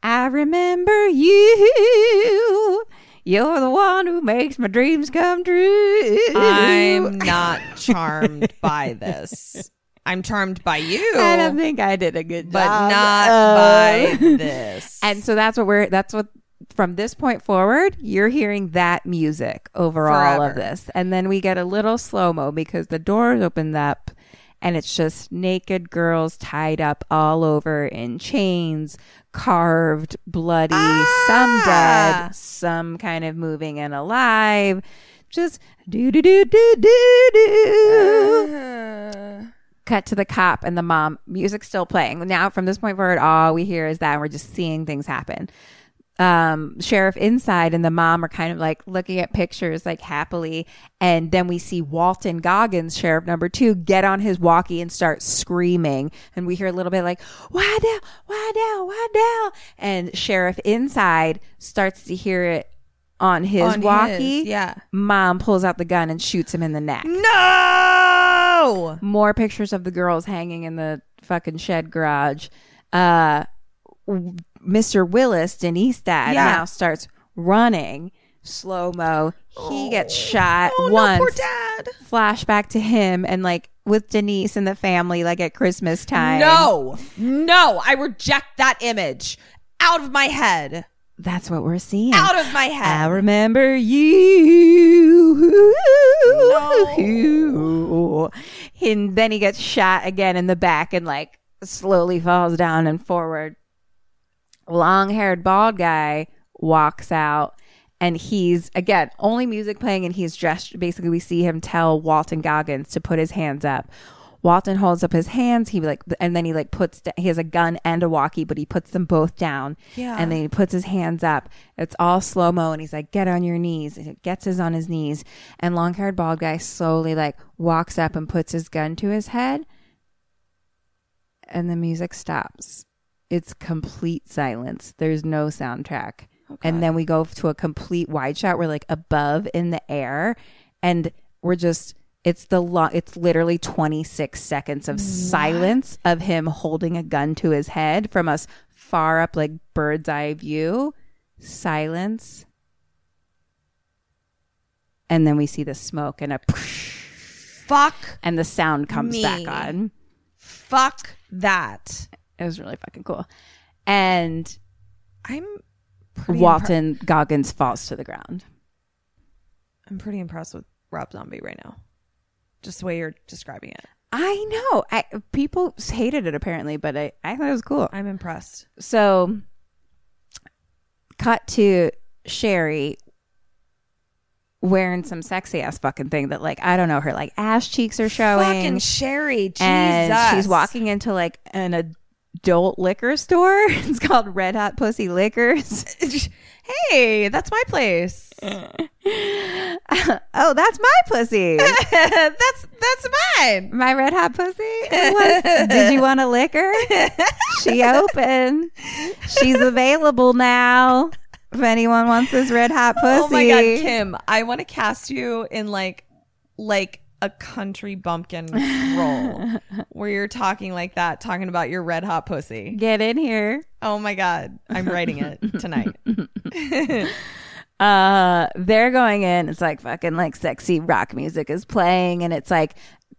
i remember you you're the one who makes my dreams come true
I'm not charmed by this. I'm charmed by you,
I don't think I did a good
but
job. Uh,
not
Oh.
by
of-
this.
And so that's what we're that's what from this point forward, you're hearing that music over all of
Forever.
this. And then we get a little slow-mo because the doors opened up and it's just naked girls tied up all over in chains, carved, bloody, some dead, some kind of moving and alive. Just do do do do do do cut to the cop and the mom music still playing now from this point forward all we hear is that and we're just seeing things happen um sheriff inside and the mom are kind of like looking at pictures like happily and then we see walton goggins sheriff number two get on his walkie and start screaming and we hear a little bit like why down why down why down and sheriff inside starts to hear it on his
On his,
walkie
yeah.
mom pulls out the gun and shoots him in the neck
no,
more pictures of the girls hanging in the fucking shed garage. Uh, w- Mr. Willis, Denise dad,
Yeah.
now starts running slow mo. He gets shot once.
Oh. poor dad.
Flashback to him and like with Denise and the family, like at Christmas time.
No, no, I reject that image out of my head.
that's what we're seeing.
Out of my
I
head.
remember you. And then he gets shot again in the back and like slowly falls down and forward. Long haired bald guy walks out and he's again only music playing and he's dressed basically we see him tell Walton Goggins to put his hands up. Walton holds up his hands. He like, and then he like puts. He has a gun and a walkie, but he puts them both down. Yeah. And then he puts his hands up. It's all slow mo, and he's like, "Get on your knees." And it gets his on his knees, and long haired bald guy slowly like walks up and puts his gun to his head, and the music stops, It's complete silence. There's no soundtrack. and then we go to a complete wide shot. We're like above in the air and we're just it's the long it's literally 26 seconds of silence of him holding a gun to his head from us far up like bird's eye view. Silence. And then we see the smoke and a
Fuck,
and the sound comes
Me.
back on.
fuck that.
It was really fucking cool. And
I'm pretty impre-
Walton Goggins falls to the ground.
I'm pretty impressed with Rob Zombie right now. Just the way you're describing it.
I know. I, people hated it apparently, but I, I thought it was cool.
I'm impressed.
So, cut to Sherry wearing some sexy ass fucking thing that, like, I don't know, her like ass cheeks are showing.
Fucking Sherry, Jesus.
and she's walking into like an adult liquor store. It's called Red Hot Pussy Liquors.
Hey, that's my place.
oh, that's my pussy.
that's that's mine.
my red hot pussy. What- Did you want a liquor? She open. She's available now. If anyone wants this red hot pussy,
Oh my god, Kim, I want to cast you in like like a country bumpkin role where you're talking like that, talking about your red hot pussy.
get in here.
Oh my god, I'm writing it tonight.
uh they're going in it's like fucking like sexy rock music is playing and it's like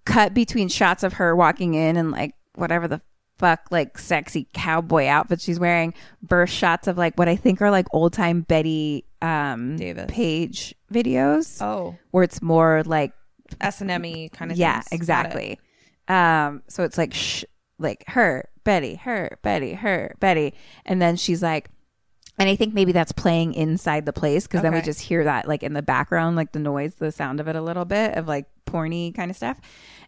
cut between shots of her walking in and like whatever the fuck like sexy cowboy outfit she's wearing burst shots of like what i think are like old time betty um
Davis.
page videos
Oh,
where it's more like
S and M kind of
yeah
things. Got it.
exactly um so it's like sh- like her betty her betty her betty and then she's like and i think maybe that's playing inside the place because then we
Okay.
just hear that like in the background like the noise the sound of it a little bit of like porny kind of stuff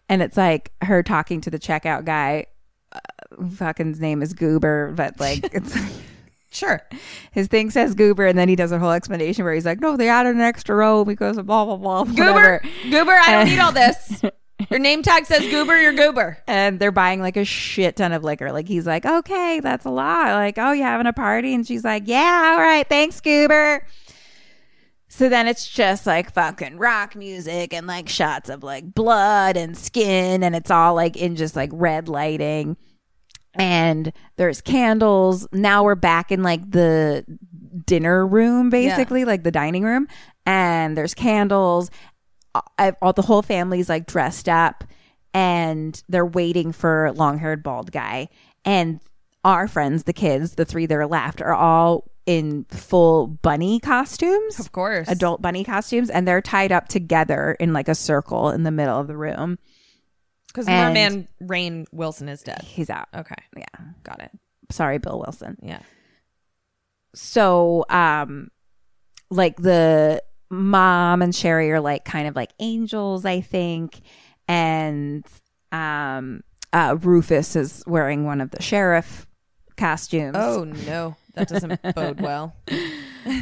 and it's like her talking to the checkout guy uh, fucking his name is goober but like it's
Sure.
his thing says goober and then he does a whole explanation where he's like no they added an extra row because of blah blah blah
Goober,
whatever.
Goober, I don't need all this. Your name tag says Goober, you're Goober.
and they're buying like a shit ton of liquor. Like he's like, okay, that's a lot. Like, oh, you having a party? And she's like, yeah, all right, thanks, Goober. So then it's just like fucking rock music and like shots of like blood and skin, and it's all like in just like red lighting. And there's candles. Now we're back in like the dinner room, basically, like the dining room. And there's candles. I, all the whole family's like dressed up and they're waiting for long haired bald guy. And our friends, the kids, the three that are left, are all in full bunny costumes. Of
course.
Adult bunny costumes. And they're tied up together in like a circle in the middle of the room.
Because
And-
Merman Rain Wilson is dead.
He's out.
Okay.
Yeah.
Got it.
Sorry, Bill Wilson.
Yeah.
so um like the mom and sherry are like kind of like angels i think and um uh rufus is wearing one of the sheriff costumes
Oh no, that doesn't bode well.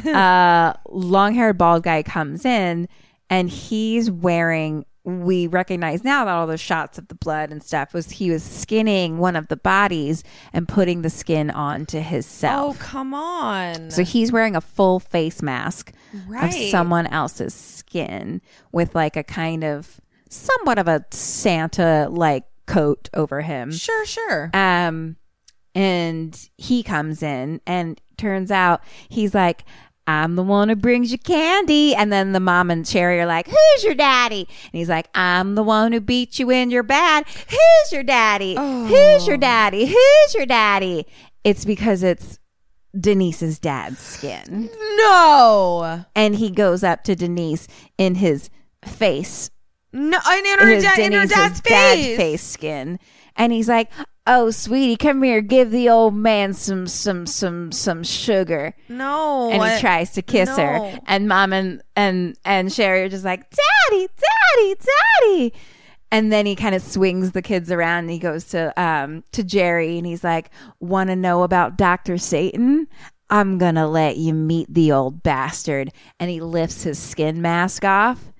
uh long-haired bald guy comes in and he's wearing we recognize now that all those shots of the blood and stuff was he was skinning one of the bodies and putting the skin onto his
Oh
self
come on.
So he's wearing a full face mask of
Right.
someone else's skin with like a kind of somewhat of a Santa like coat over him.
sure, sure.
Um, and he comes in, and turns out he's like, I'm the one who brings you candy. And then the mom and Sherry are like, Who's your daddy? And he's like, I'm the one who beat you in your bed. Who's your daddy? Who's your daddy? Who's your daddy? It's because it's Denise's dad's skin.
No,
And he goes up to Denise in his face
no, and in her,
his
da- in her
Denny's,
dad's
his
face.
skin, and he's like, "Oh, sweetie, come here, give the old man some some some some sugar."
No,
And
I-
he tries to kiss her,
No.
and mom and and and Sherry are just like, "Daddy, daddy, daddy." And then he kind of swings the kids around and he goes to um to Jerry and he's like, "Want to know about Dr. Satan?" I'm going to let you meet the old bastard. And he lifts his skin mask off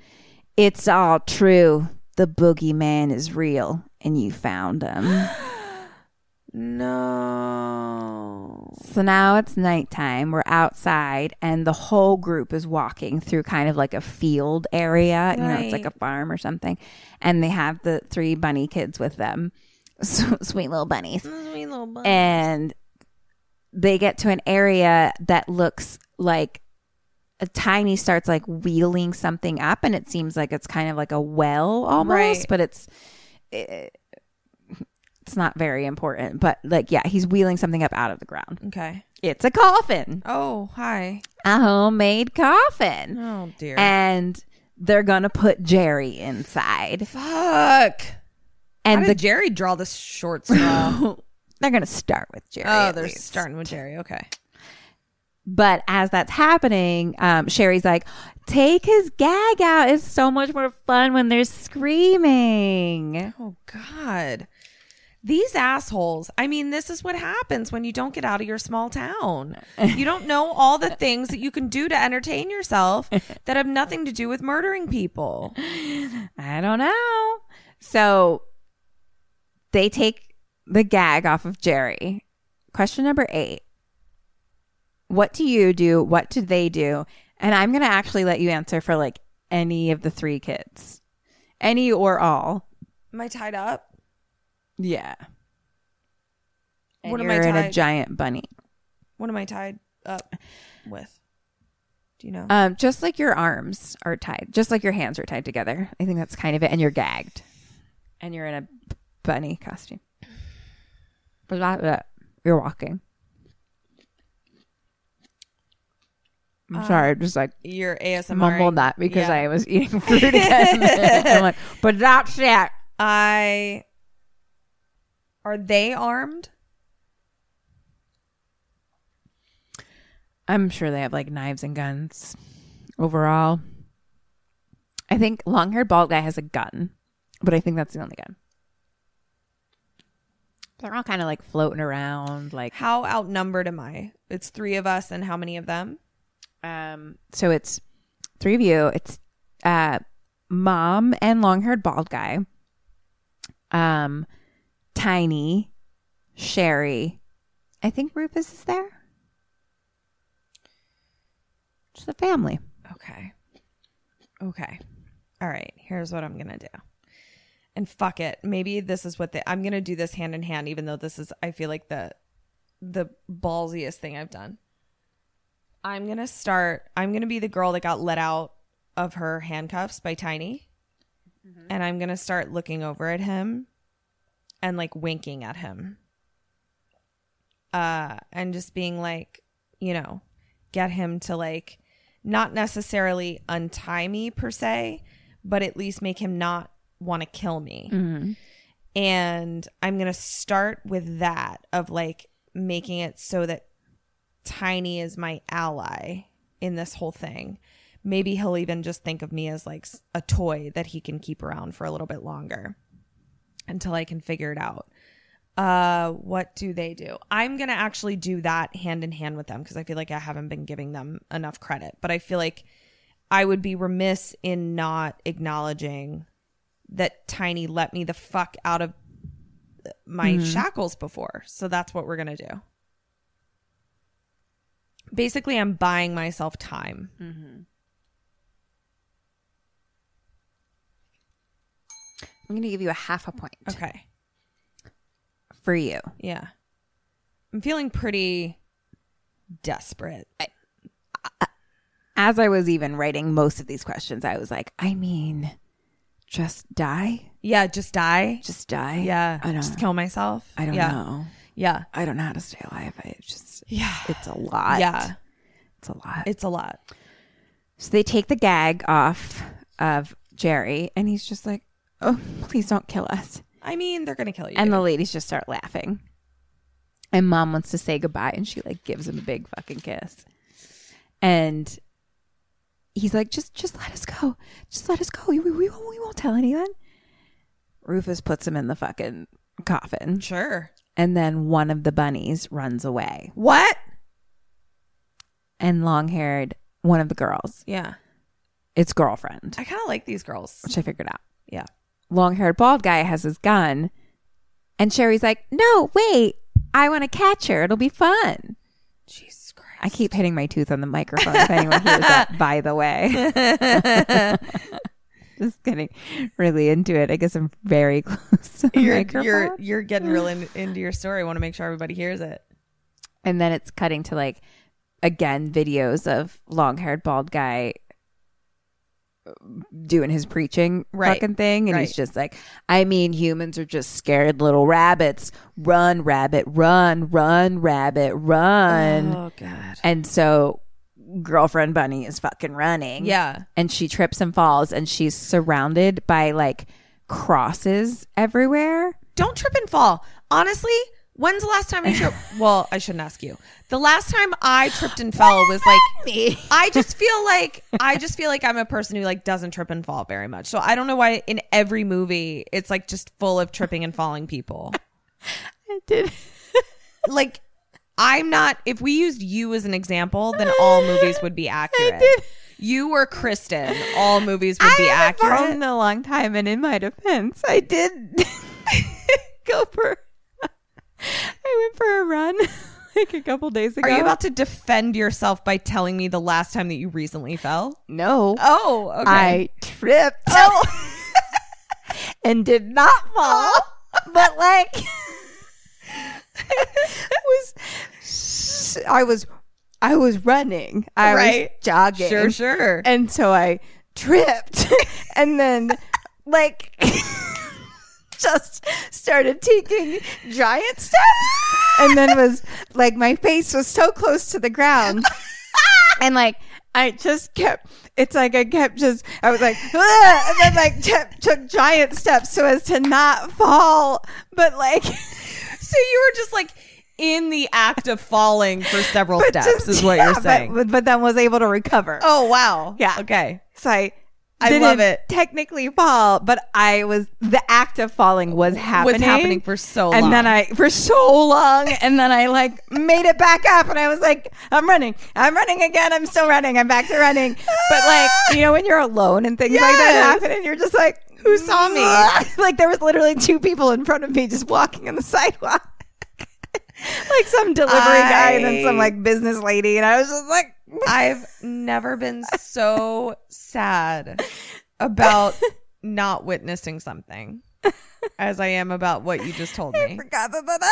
it's all true. The boogeyman is real, and you found him.
No.
So now it's nighttime. We're outside, and the whole group is walking through kind of like a field area. You know, it's like a farm or something. And they have the three bunny kids with them. So, sweet little bunnies.
Sweet little bunny.
And they get to an area that looks like a tiny starts like wheeling something up, and it seems like it's kind of like a well almost,
Right.
but it's eh, it's not very important. But like, yeah, he's wheeling something up out of the ground.
Okay.
It's a coffin,
Oh, hi.
a homemade coffin.
Oh, dear.
And they're going to put Jerry inside.
Fuck.
And
How
the,
did Jerry draw this short straw?
they're going to start with Jerry.
oh,
at
they're
least.
starting with Jerry. Okay.
But as that's happening, um, Sherry's like, take his gag out. It's so much more fun when they're screaming.
Oh God. These assholes. I mean, this is what happens when you don't get out of your small town. You don't know all the things that you can do to entertain yourself that have nothing to do with murdering people.
I don't know. So they take the gag off of Jerry. Question number eight What do you do? What do they do? And I'm going to actually let you answer for like any of the three kids, any or all.
Am I tied up?
Yeah.
What
what
am
am
I
you're in a
tied-
giant bunny.
What am I tied up with? Do you know?
Um, just like your arms are tied, just like your hands are tied together. I think that's kind of it. And you're gagged, and you're in a b- bunny costume. Blah, blah, blah. You're walking. I'm sorry, I just like
Your ASMR.
mumbled that because I was eating fruit again. I'm like, but that's it.
I are they armed?
I'm sure they have like knives and guns. Overall, I think long-haired bald guy has a gun, but I think that's the only gun. They're all kind of like floating around, like
How outnumbered am I? It's three of us and how many of them?
um. So it's three of you. It's uh, mom and long-haired bald guy. Um, tiny, Sherry. I think Rufus is there. Just a family.
Okay. Okay. All right. Here's what I'm going to do. And fuck it. Maybe this is what they, I'm going to do this hand in hand, even though this is, I feel like the, the ballsiest thing I've done. I'm going to start, I'm going to be the girl that got let out of her handcuffs by Tiny. And I'm going to start looking over at him and like winking at him. Uh, and just being like, you know, get him to like not necessarily untie me per se, but at least make him not want to kill me. And I'm going to start with that of like making it so that Tiny is my ally in this whole thing. Maybe he'll even just think of me as like s- a toy that he can keep around for a little bit longer until I can figure it out. Uh, what do they do? I'm gonna actually do that hand in hand with them because I feel like I haven't been giving them enough credit, but I feel like I would be remiss in not acknowledging that Tiny let me the fuck out of my shackles before. So that's what we're gonna do. Basically, I'm buying myself time.
I'm going to give you a half a point
Okay.
for you.
Yeah. I'm feeling pretty desperate.
As I was even writing most of these questions, I was like, I mean, just die,
Yeah, just die.
just die.
Yeah.
I don't.
Just kill myself.
I don't
yeah.
know.
Yeah.
I don't know how to stay alive. Oh, I just.
Yeah.
It's a lot.
Yeah.
It's a lot.
It's a lot.
so they take the gag off of Jerry, and he's just like, "Oh, please don't kill us."
I mean, they're gonna kill you.
And the ladies just start laughing. And mom wants to say goodbye and she like gives him a big fucking kiss. And he's like, just just let us go. Just let us go. We, we, we won't, we won't tell anyone. Rufus puts him in the fucking coffin.
sure.
And then one of the bunnies runs away.
What?
And long haired, one of the girls,
Yeah.
its girlfriend,
I kind of like these girls.
which I figured out.
Yeah.
long haired bald guy has his gun. And Sherry's like, no, wait, I want to catch her. It'll be fun.
Jesus Christ.
I keep hitting my tooth on the microphone if anyone hears that, by the way. Just getting really into it. I guess I'm very close to the
You're
microphone.
you're you're getting real in, into your story. I want to make sure everybody hears it.
and then it's cutting to like, again, videos of long haired bald guy uh, doing his preaching
Right.
fucking thing. And
Right.
he's just like, I mean, humans are just scared little rabbits. Run, rabbit, run, run, rabbit, run.
Oh, god.
And so girlfriend bunny is fucking running.
Yeah.
And she trips and falls and she's surrounded by like crosses everywhere.
Don't trip and fall. Honestly, when's the last time you tripped? well, I shouldn't ask you. The last time I tripped and fell was like I just feel like I just feel like I'm a person who like doesn't trip and fall very much. So I don't know why in every movie it's like just full of tripping and falling people.
I did.
Like I'm not if we used you as an example, then all movies would be accurate. You or Kristen, all movies would be
I haven't
accurate.
fallen in a long time, and in my defense, I did go for. I went for a run like a couple days ago.
Are you about to defend yourself by telling me the last time that you recently fell?
No,
Oh, okay.
I tripped and did not fall, but like was s- I was I was running, I was
Right.
jogging,
Sure, sure.
and so I tripped, and then like just started taking giant steps, and then was like my face was so close to the ground and like I just kept. It's like I kept just. I was like, "Ugh," and then like kept, took giant steps so as to not fall, but like,
so you were just like in the act of falling for several
but
steps,
just-
is what
yeah,
you're
but-
saying.
But, but then was able to recover.
oh, wow.
Yeah.
Okay.
so I.
I love
didn't
it.
Technically fall, but I was the act of falling was happening.
happening for so
and then
long.
I for so long, and then I like made it back up, and I was like, I'm running, I'm running again, I'm still running, I'm back to running. But like, you know, when you're alone and things like that happen, and you're just like, who saw me? like there was literally two people in front of me just walking on the sidewalk, like some delivery guy and then some
I-
like business lady, and I was just like,
I've never been so sad about not witnessing something as I am about what you just told me.
forgot that that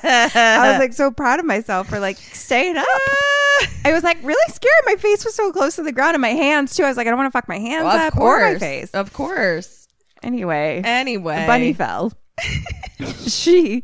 happened. I
Uh.
was like so proud of myself for like staying up. I was like really scared. My face was so close to the ground and my hands too. I was like, I don't want to fuck my hands
Well,
up
of course.
or my face.
Of course.
Anyway,
Anyway.
the bunny fell. she,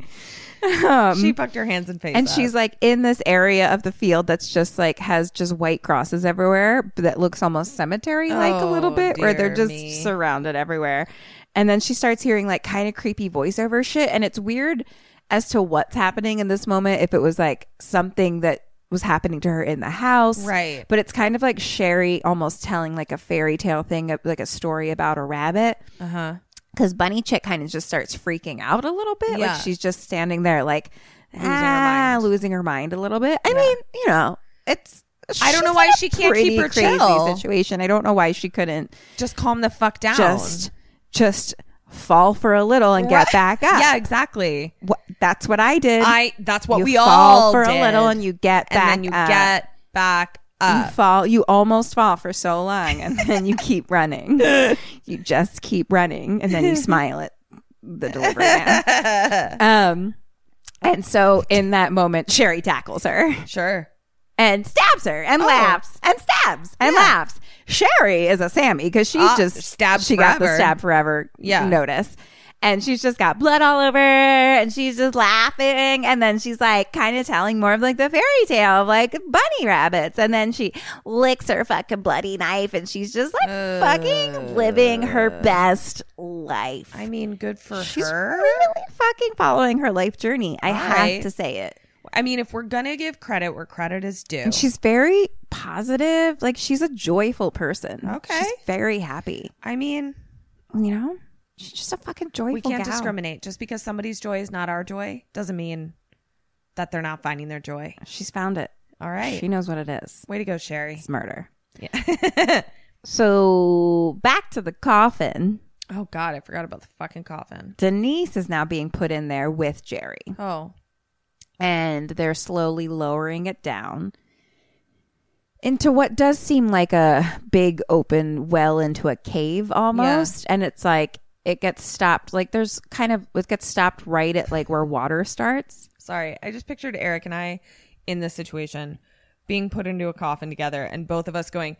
um,
She fucked her hands and face.
and
up.
she's like in this area of the field that's just like has just white crosses everywhere but that looks almost cemetery like a little
Oh,
bit where they're
dear
just
me.
surrounded everywhere and then she starts hearing like kind of creepy voiceover shit and it's weird as to what's happening in this moment if it was like something that was happening to her in the house
Right.
but it's kind of like sherry almost telling like a fairy tale thing like a story about a rabbit
Uh-huh.
because Bunny Chick kind of just starts freaking out a little bit.
Yeah.
Like she's just standing there, like losing,
Ah, her
her, mind. losing her mind a little bit. I mean, you know, it's.
I don't know
she's
why
in a
she can't
pretty
keep her
crazy
chill.
situation. I don't know why she couldn't
just calm the fuck down.
just just fall for a little and get back up.
Yeah, exactly.
Wha- that's what I did.
I that's what
you
we
fall
all
for a
did.
little and you get
and
back
then you
up.
get back up.
You fall. You almost fall for so long, and then you keep running. you just keep running, and then you smile at the delivery man. Um, and so in that moment, Sherry tackles her
Sure.
and stabs her,
Oh.
and laughs, and stabs, and laughs. Sherry is a Sammy because she
Ah,
just
stabbed
She got the
forever.
stab forever.
Yeah.
notice. And she's just got blood all over, and she's just laughing, and then she's like kind of telling more of like the fairy tale of like bunny rabbits, and then she licks her fucking bloody knife, and she's just like fucking living her best life.
I mean, good for
she's
her.
really fucking following her life journey. I have
right.
to say it.
I mean, if we're gonna give credit where credit is due,
And she's very positive. Like she's a joyful person.
Okay.
She's very happy.
I mean,
You know? She's just a fucking joyful
we can't
gal.
discriminate. Just because somebody's joy is not our joy doesn't mean that they're not finding their joy.
She's found it.
All right.
She knows what it is.
Way to go, Sherry.
It's murder. Yeah. so back to the coffin.
Oh God, I forgot about the fucking coffin.
Denise is now being put in there with Jerry.
Oh,
and they're slowly lowering it down into what does seem like a big open well into a cave almost and it's like it gets stopped like there's kind of it gets stopped right at like where water starts
Sorry, I just pictured Eric and I in this situation being put into a coffin together and both of us going,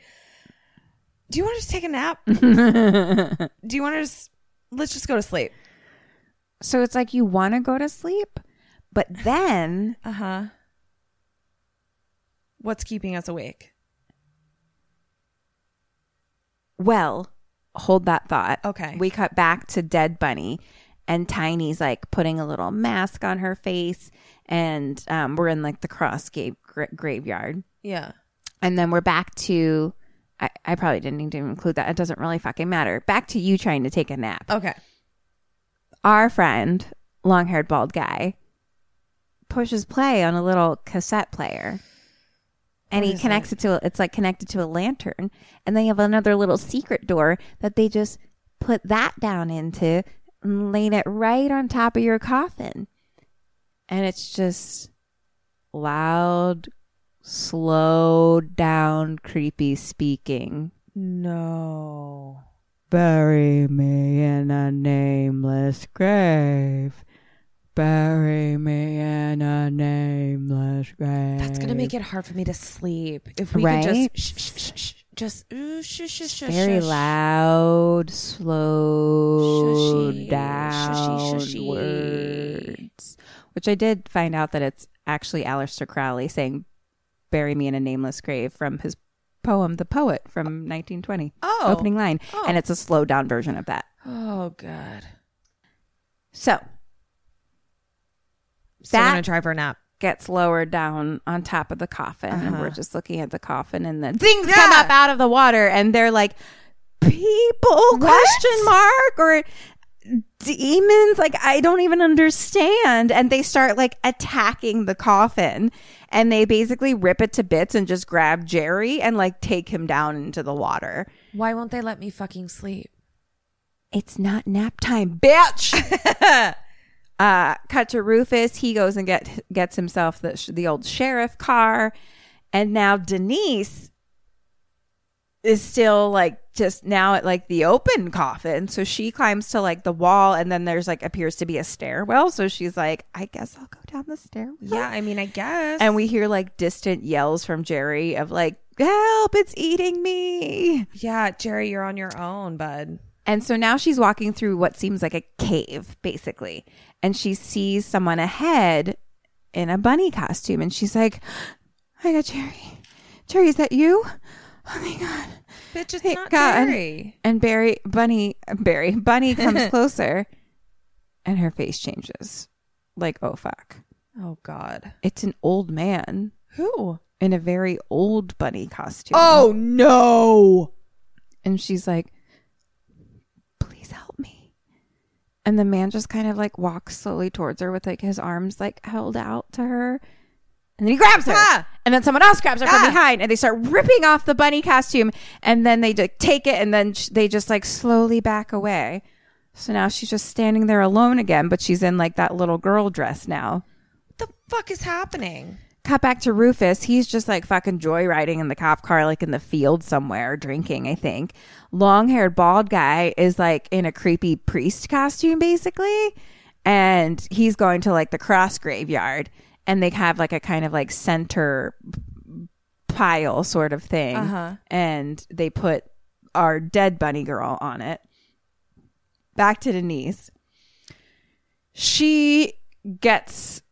Do you want to just take a nap? Do you want to just, let's just go to sleep?
so it's like you want to go to sleep but then
Uh huh. What's keeping us awake?
Well, hold that thought.
Okay.
We cut back to Dead Bunny, and Tiny's like putting a little mask on her face, and um, we're in like the cross gave gra- graveyard,
Yeah.
and then we're back to. I, I probably didn't need to include that. It doesn't really fucking matter. Back to you trying to take a nap.
Okay.
Our friend, long haired bald guy, pushes play on a little cassette player. And he connects it to a- it's like connected to a lantern, and they have another little secret door that they just put that down into and laid it right on top of your coffin, and it's just loud, slow down, creepy speaking.
No.
Bury me in a nameless grave. Bury me in a nameless grave.
That's going to make it hard for me to sleep. If we
Right?
could just, shh, shh, shh, shh, just, ooh, shh, shh, shh,
very
shh,
loud, slow
Shushy, shushy, shushy.
downwards. Which I did find out that it's actually Aleister Crowley saying "Bury me in a nameless grave" from his poem "The Poet" from 1920.
Oh.
opening line, and it's a slowed down version of that.
Oh, God.
So
So we're
That-
going to try for a nap. Uh-huh.
gets lowered down on top of the coffin and we're just looking at the coffin and then things come up out of the water and they're like people question mark or demons like i don't even understand and they start like attacking the coffin and they basically rip it to bits and just grab jerry and like take him down into the water
Why won't they let me fucking sleep?
it's not nap time, bitch. uh, cut to Rufus. He goes and get gets himself the the old sheriff car, and now Denise is still like just now at like the open coffin. So she climbs to like the wall, and then there's like appears to be a stairwell. So she's like, I guess I'll go down the stairwell.
Yeah, I mean, I guess.
And we hear like distant yells from Jerry of like, "Help! It's eating me!"
Yeah, Jerry, you're on your own, bud.
And so now she's walking through what seems like a cave, basically. And she sees someone ahead in a bunny costume. And she's like, I got Jerry. Jerry, is that you? Oh my God.
Bitch, it's
Hey,
not
God.
Jerry.
And Barry, Bunny, Barry, Bunny comes closer and her face changes. Like, oh fuck.
Oh God.
It's an old man
Who?
in a very old bunny costume.
Oh no.
And she's like, please help me. And the man just kind of like walks slowly towards her with like his arms like held out to her. And then he grabs her.
Ah!
And then someone else grabs her from behind and they start ripping off the bunny costume. And then they like, take it and then sh- they just like slowly back away. So now she's just standing there alone again, but she's in like that little girl dress now.
What the fuck is happening?
Cut back to Rufus. He's just like fucking joyriding in the cop car, like in the field somewhere, drinking, I think. Long haired bald guy is like in a creepy priest costume, basically. And he's going to like the cross graveyard. And they have like a kind of like center pile sort of thing. And they put our dead bunny girl on it. Back to Denise. She gets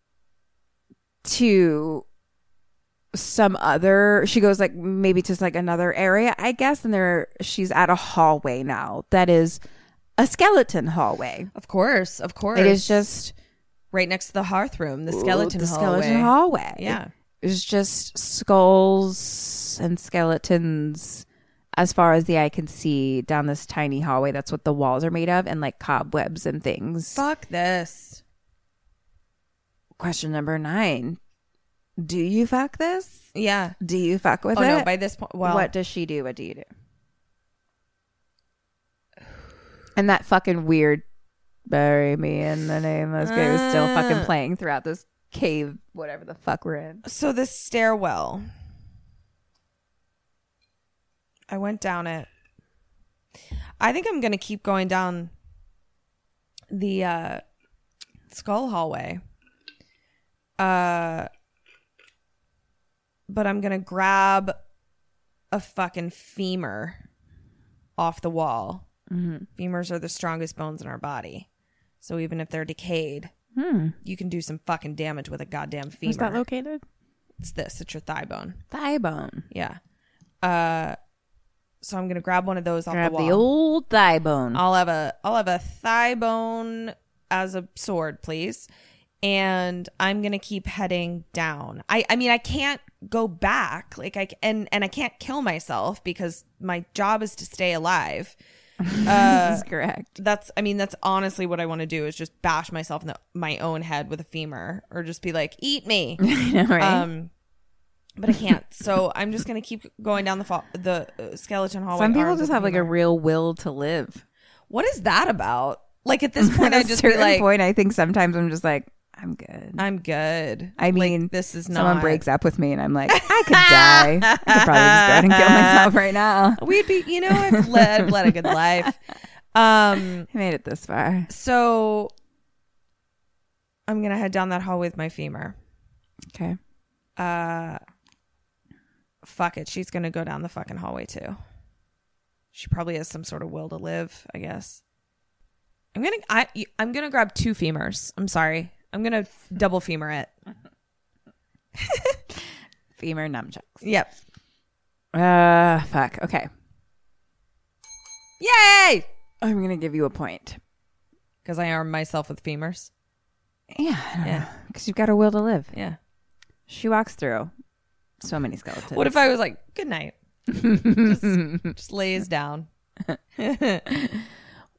to some other she goes like maybe to like another area i guess and there she's at a hallway now that is a skeleton hallway
Of course, of course.
it is just
right next to the hearth room, the skeleton
the
hallway.
skeleton hallway
Yeah.
it's just skulls and skeletons as far as the eye can see down this tiny hallway that's what the walls are made of and like cobwebs and things
Fuck this.
question number nine do you fuck this
Yeah.
do you fuck with
oh
it
no, by this point well
what does she do? What do you do? And Ah. that fucking weird "Bury Me in the Nameless Grave" is still fucking playing throughout this cave, whatever the fuck we're in.
So the stairwell. I went down it. I think I'm gonna keep going down the uh skull hallway. Uh but I'm gonna grab a fucking femur off the wall. Femurs are the strongest bones in our body. So even if they're decayed, you can do some fucking damage with a goddamn femur.
located?
it's this, it's your thigh bone.
Thigh bone.
Yeah. Uh so I'm gonna grab one of those off
Grab
the
the,
wall.
old thigh bone.
I'll have a I'll have a thigh bone as a sword, please. And I'm gonna keep heading down. I I mean I can't go back. Like I c- and and I can't kill myself because my job is to stay alive.
That's correct.
That's I mean that's honestly what I want to do is just bash myself in the, my own head with a femur or just be like eat me. Um, but I can't. So I'm just gonna keep going down the fa- the uh, skeleton hallway.
Some people
arms
just
with
have like a
femur.
real will to live.
What is that about? Like at this point,
At
I
a
just be
certain
like,
point, I think sometimes I'm just like, I'm good.
I'm good.
I mean,
like, this is
someone
not
breaks up with me, and I'm like, I could die. I could probably just go out and kill myself right now.
We'd be, you know, I've led I've led a good life. Um,
I made it this far.
so I'm gonna head down that hall with my femur.
Okay.
Fuck it, she's gonna go down the fucking hallway too. She probably has some sort of will to live, I guess. I'm gonna, I, I'm gonna grab two femurs. I'm sorry, I'm gonna double femur it.
Femur nunchucks.
Yep.
Uh, fuck. Okay.
Yay!
I'm gonna give you a point.
Because I arm myself with femurs.
Yeah.
Yeah.
Because you've got a will to live.
Yeah.
She walks through so many skeletons.
What if I was like, good night? just, just lays down.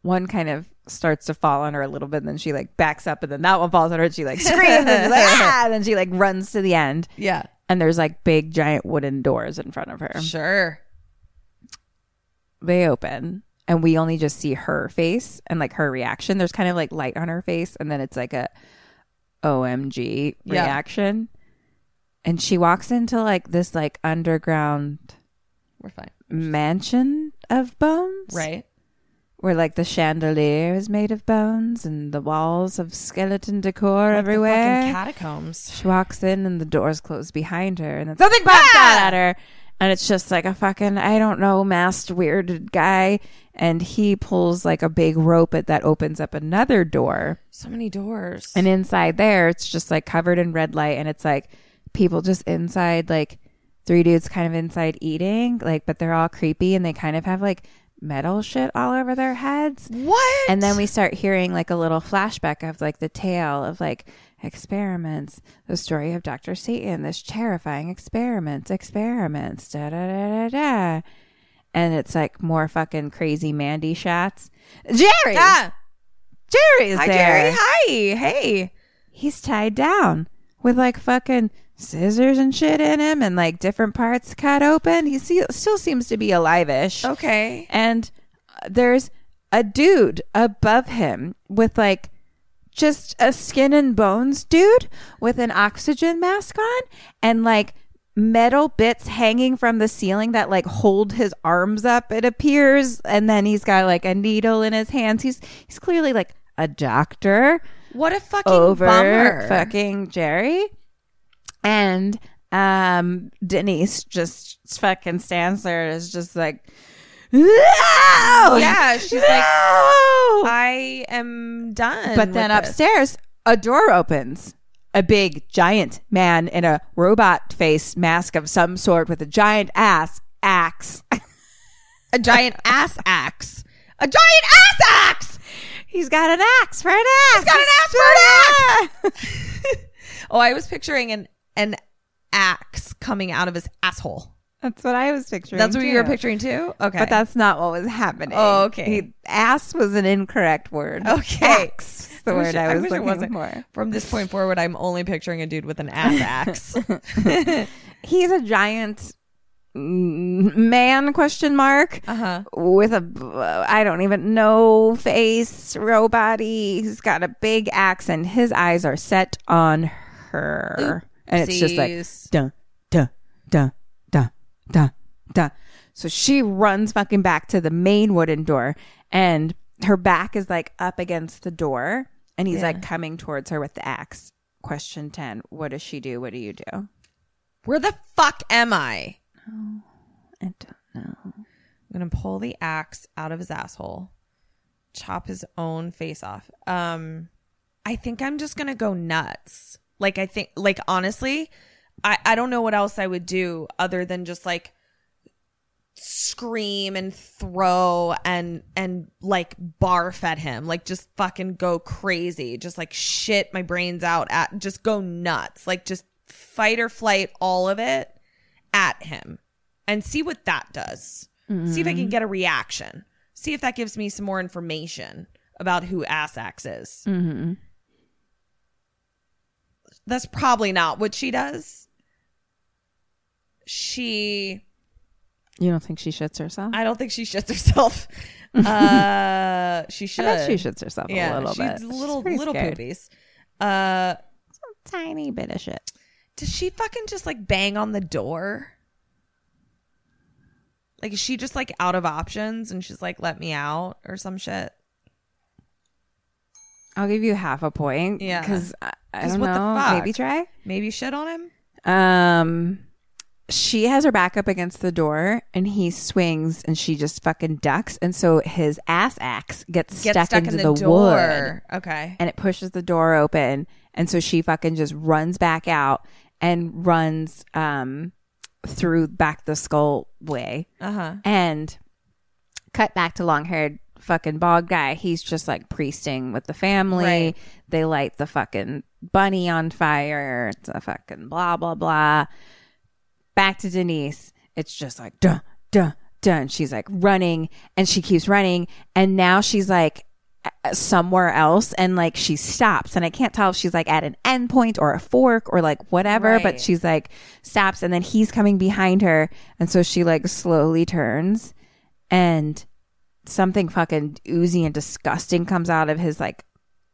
one kind of starts to fall on her a little bit, and then she like backs up, and then that one falls on her, and she like screams, and, she's like, ah! and then she like runs to the end,
Yeah.
and there's like big giant wooden doors in front of her.
Sure.
They open, and we only just see her face and like her reaction. There's kind of like light on her face, and then it's like a OMG
Yeah.
reaction, and she walks into like this like underground
We're fine.
mansion of bones,
Right?
where like the chandelier is made of bones and the walls of skeleton decor
Fucking
everywhere.
catacombs.
she walks in and the doors close behind her, and then something pops out at her, and it's just like a fucking I don't know masked weird guy, and he pulls like a big rope at that opens up another door,
So many doors.
and inside there it's just like covered in red light, and it's like people just inside like three dudes kind of inside eating like but they're all creepy and they kind of have like metal shit all over their heads
what?
and then we start hearing like a little flashback of like the tale of like experiments, the story of Dr. Satan, this terrifying experiments, experiments, da da da da da. And it's like more fucking crazy Mandy shots. Jerry!
Ah!
Jerry is
Hi,
there.
Jerry. Hi. Hey.
He's tied down with like fucking scissors and shit in him and like different parts cut open. He see- still seems to be alive ish
Oh. Okay.
and uh, there's a dude above him with like just a skin and bones dude with an oxygen mask on and like metal bits hanging from the ceiling that like hold his arms up it appears and then he's got like a needle in his hands he's he's clearly like a doctor
What a fucking
over
bummer.
fucking Jerry. And um Denise just fucking stands there and is just like no!
Yeah, she's like,
"No!"
I am done.
But then
with this.
upstairs, a door opens. A big giant man in a robot face mask of some sort with a giant ass axe.
a giant ass axe. A giant ass axe.
He's got an axe for an axe. He's
got an axe for an Oh, I was picturing an an axe coming out of his asshole.
That's what I was picturing.
That's what you were
too.
picturing too. Okay.
But that's not what was happening.
Oh, okay.
He, ass was an incorrect word.
Okay.
Axe is the
wish
word
it-
I was
wish it
looking
wasn't.
for.
From this point forward, I'm only picturing a dude with an ass axe.
He's a giant mm, man question mark
Uh-huh.
with a uh, I don't even know face robot. He's got a big axe and his eyes are set on her. And it's just like dun dun dun dun dun dun. So she runs fucking back to the main wooden door and her back is like up against the door and he's like coming towards her with the axe. Question ten. What does she do? What do you do?
Where the fuck am I?
I don't know.
I'm gonna pull the axe out of his asshole, chop his own face off. Um, I think I'm just gonna go nuts. Like I think, like honestly, I I don't know what else I would do other than just like scream and throw and and like barf at him, like just fucking go crazy, just like shit my brains out at, just go nuts, like just fight or flight all of it at him, and see what that does see if I
Mm-hmm.
can get a reaction. See if that gives me some more information about who Assax is. Mm-hmm. That's probably not what she does. She,
You don't think she shits herself?
I don't think she shits herself. uh, she should.
I bet she shits herself a
yeah,
little
she's
bit.
little
pretty
little
scared.
poopies. Uh,
Tiny bit of shit.
does she fucking just like bang on the door? Like, is she just like out of options and she's like, "Let me out" or some shit?
I'll give you half a point.
Yeah.
Because I, I
'Cause
don't
what the
know.
fuck?
Maybe try.
Maybe shit on him.
Um, she has her back up against the door, and he swings, and she just fucking ducks, and so his ass axe gets,
Get
stuck,
stuck,
into
in the,
the,
door.
wood,
Okay.
and it pushes the door open, and so she fucking just runs back out and runs um through back the skull way, uh-huh. and cut back to long haired fucking bald guy. He's just like priesting with the family.
Right.
They light the fucking bunny on fire. It's a fucking blah blah blah. Back to Denise. It's just like dun dun dun. She's like running and she keeps running and now she's like uh, somewhere else and like she stops and I can't tell if she's like at an endpoint or a fork or like whatever, but she's like stops and then he's coming behind her and so she like slowly turns and something fucking oozy and disgusting comes out of his like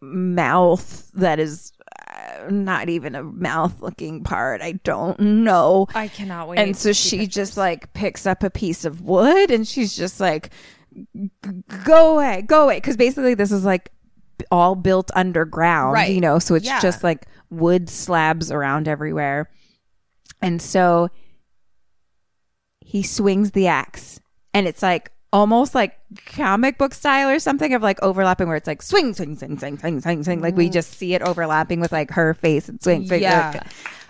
mouth that is uh, not even a mouth looking part. I don't know.
I cannot wait.
and so she just like picks up a piece of wood and she's just like, "G- go away, go away. Cause basically this is like b- all built underground,
Right.
you know? So it's
Yeah.
just like wood slabs around everywhere. And so he swings the axe and it's like almost like comic book style or something of like overlapping where it's like swing swing swing swing swing swing swing like we just see it overlapping with like her face and swing swing
Mm. Yeah.
like,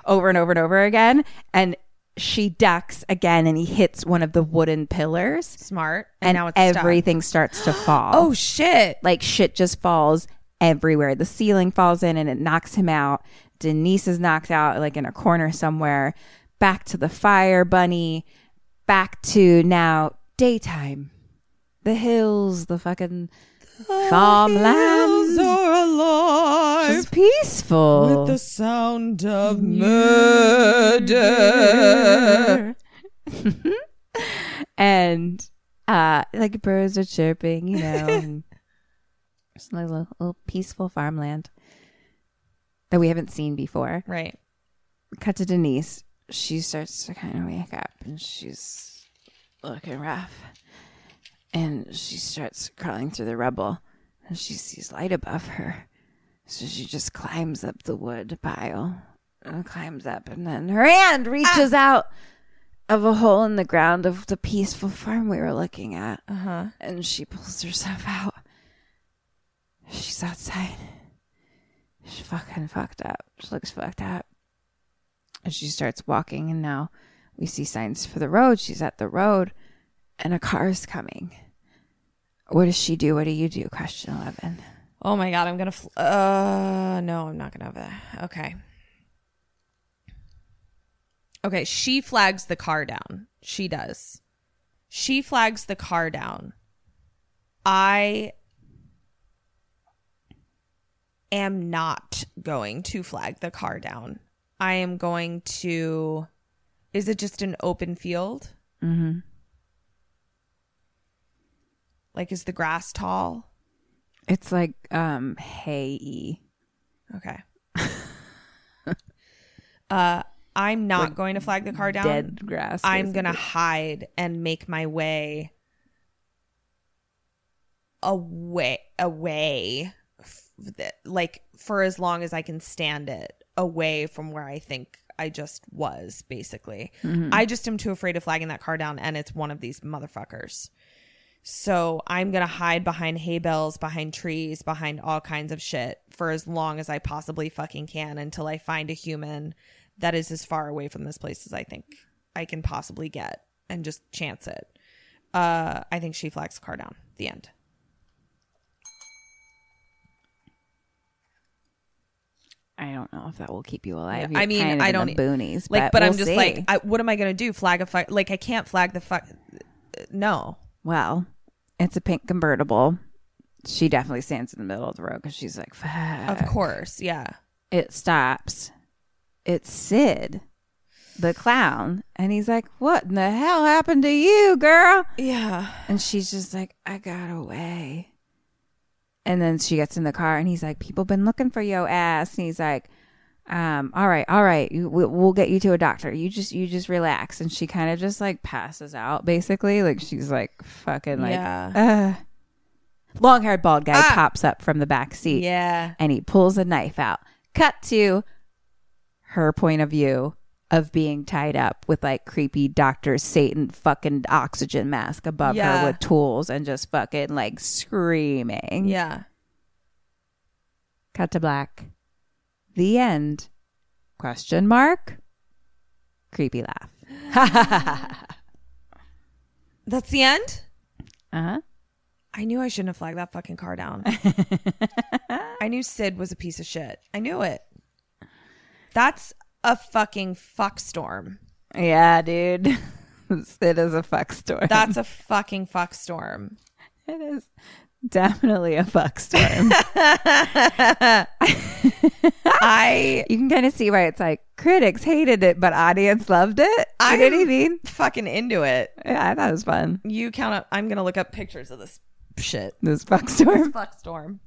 over and over and over again and she ducks again and he hits one of the wooden pillars
smart and,
and,
now it's stuck.
everything starts to fall
oh shit
like shit just falls everywhere. The ceiling falls in and it knocks him out. Denise is knocked out like in a corner somewhere. Back to the fire bunny. Back to now daytime. The hills, the fucking farmland.
are alive
It's peaceful.
sound of
Mm-hmm.
murder.
and uh like birds are chirping, you know. and it's like a little, little peaceful farmland that we haven't seen before.
right
cut to Denise. She starts to kind of wake up and she's looking rough. And she starts crawling through the rubble and she sees light above her. So she just climbs up the wood pile and climbs up. And then her hand reaches out of a hole in the ground of the peaceful farm we were looking at. Uh-huh. And she pulls herself out. She's outside. She's fucking fucked up. She looks fucked up. And she starts walking, and now we see signs for the road. She's at the road, and a car is coming. What does she do? What do you do? Question 11.
oh my god i'm gonna fl- uh no i'm not gonna have that okay okay she flags the car down she does she flags the car down i am not going to flag the car down i am going to is it just an open field Like, is the grass tall?
E. It's like, um, hey,
Okay. Uh, I'm not going to flag the car down.
dead grass,
I'm going to hide and make my way away, away, f- th- like for as long as I can stand it, away from where I think I just was, basically.
Mm-hmm.
I just am too afraid of flagging that car down, and it's one of these motherfuckers. So I'm going to hide behind hay bales, behind trees, behind all kinds of shit for as long as I possibly fucking can until I find a human that is as far away from this place as I think I can possibly get and just chance it. Uh, I think she flags the car down. The end.
I don't know if that will keep you alive.
I
You're
mean,
kind of
I
in
don't e-,
the boonies,
like, but,
we'll
I'm just
see.
like, I, what am I gonna do? Flag a fuck? Like, I can't flag the fuck. No,
well, it's a pink convertible. She definitely stands in the middle of the road because she's like, fuck.
of course, yeah.
It stops. It's Sid, the clown, and he's like, "What in the hell happened to you, girl?"
Yeah.
And she's just like, I got away. And then she gets in the car and he's like, People been looking for your ass. And he's like, um, all right, all right, you, we, we'll get you to a doctor. You just, you just relax. And she kind of just like passes out basically. Like she's like fucking like, uh, long haired bald guy pops up from the back seat.
Yeah.
And he pulls a knife out. Cut to her point of view of being tied up with like creepy Dr. Satan fucking oxygen mask above
Yeah.
her with tools and just fucking like screaming.
Yeah.
Cut to black. The end. Question mark? Creepy laugh.
That's the end.
Uh huh.
I knew I shouldn't have flagged that fucking car down. I knew Sid was a piece of shit. I knew it. That's a fucking fuck storm.
Yeah, dude. it is a fuck story.
That's a fucking fuck storm.
It is definitely a fuck storm.
I
you can kind of see why it's like critics hated it, but audience loved it. You
I'm
know what I mean?
fucking into it.
Yeah, I thought it was fun.
You count up. I'm gonna look up pictures of this shit.
This fuck storm.
Fuck storm.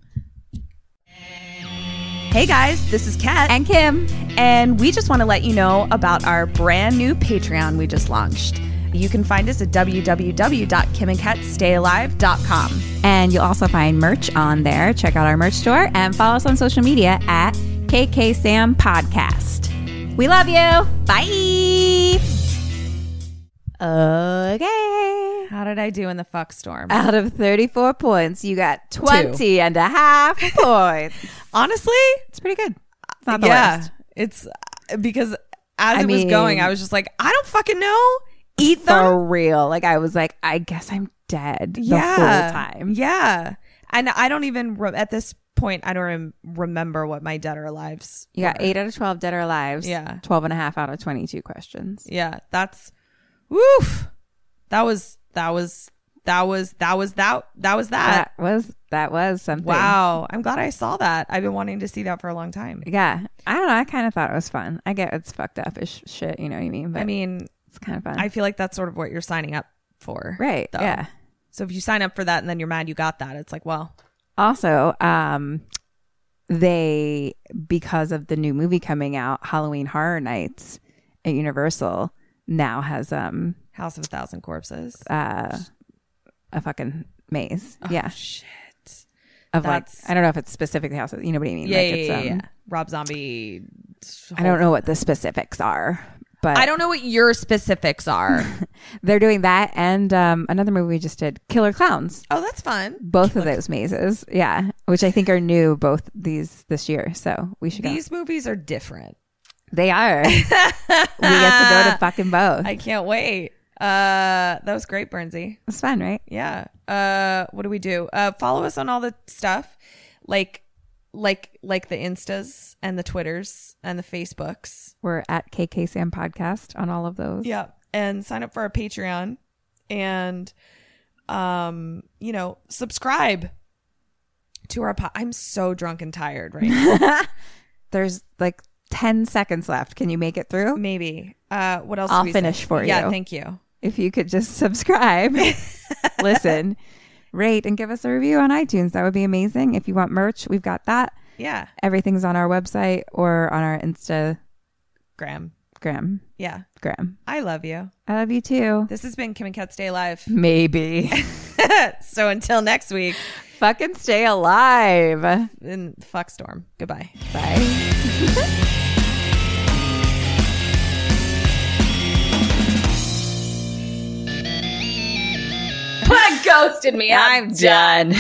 Hey guys, this is Kat.
And Kim.
And we just want to let you know about our brand new Patreon we just launched. You can find us at www.kimandkatstayalive.com.
And you'll also find merch on there. Check out our merch store and follow us on social media at KK Sam Podcast. We love you. Bye. Okay.
How did I do in the fuck storm?
Out of 34 points, you got 20 and a half points.
Honestly,
It's pretty good. It's not the
yeah,
worst.
it's because as
I
it was going,
mean-
I was just like, I don't fucking know. Eat them.
For real. Like, I was like, I guess I'm dead
yeah.
the whole time.
Yeah, and I don't even re- at this point I don't rem- remember what my dead or alive's.
You got 8 out of 12 dead or alive.
Yeah.
12 and a half out of 22 questions.
Yeah, that's woof. That was that was that was that was that that was that.
That was, that was something.
Wow, I'm glad I saw that. I've been wanting to see that for a long time.
Yeah, I don't know. I kind of thought it was fun. I get it's fucked up as sh- shit. You know what I mean? But
I mean,
it's kind of fun,
I feel like that's sort of what you're signing up for.
right?
though.
Yeah.
So if you sign up for that and then you're mad you got that, it's like, well,
Also, um, they because of the new movie coming out, Halloween Horror Nights at Universal now has um
House of a Thousand Corpses. Ah,
uh a fucking maze. yeah.
shit.
Of
that's-
like, I don't know if it's specifically house. You know what I mean?
Yeah,
like
yeah,
it's,
yeah, yeah. Rob Zombie.
I don't know what the specifics are, but
I don't know what your specifics are.
they're doing that and um another movie we just did, Killer Clowns.
oh, that's fun.
both of those mazes yeah which i think are new both these this year so we should
These movies are different.
go they are we get to go to fucking both
I can't wait. Uh, that was great, Bernsey.
it's fun right
yeah uh what do we do uh follow us on all the stuff like like like the instas and the twitters and the facebooks
we're at kk sam podcast on all of those
yeah and sign up for our patreon and um you know subscribe to our po- i'm so drunk and tired right now
there's like 10 seconds left can you make it through
maybe uh what else
I'll
did we say?
finish for
yeah
you.
thank you
if you could just subscribe listen rate and give us a review on itunes that would be amazing if you want merch we've got that
yeah
everything's on our website or on our insta
Graham.
Graham.
Yeah.
Graham.
I love you.
I love you too.
This has been Kim and Kat Stay Alive.
Maybe.
so until next week,
Fucking stay alive.
in fuck storm. Goodbye.
Bye.
Ghosted me. I'm done.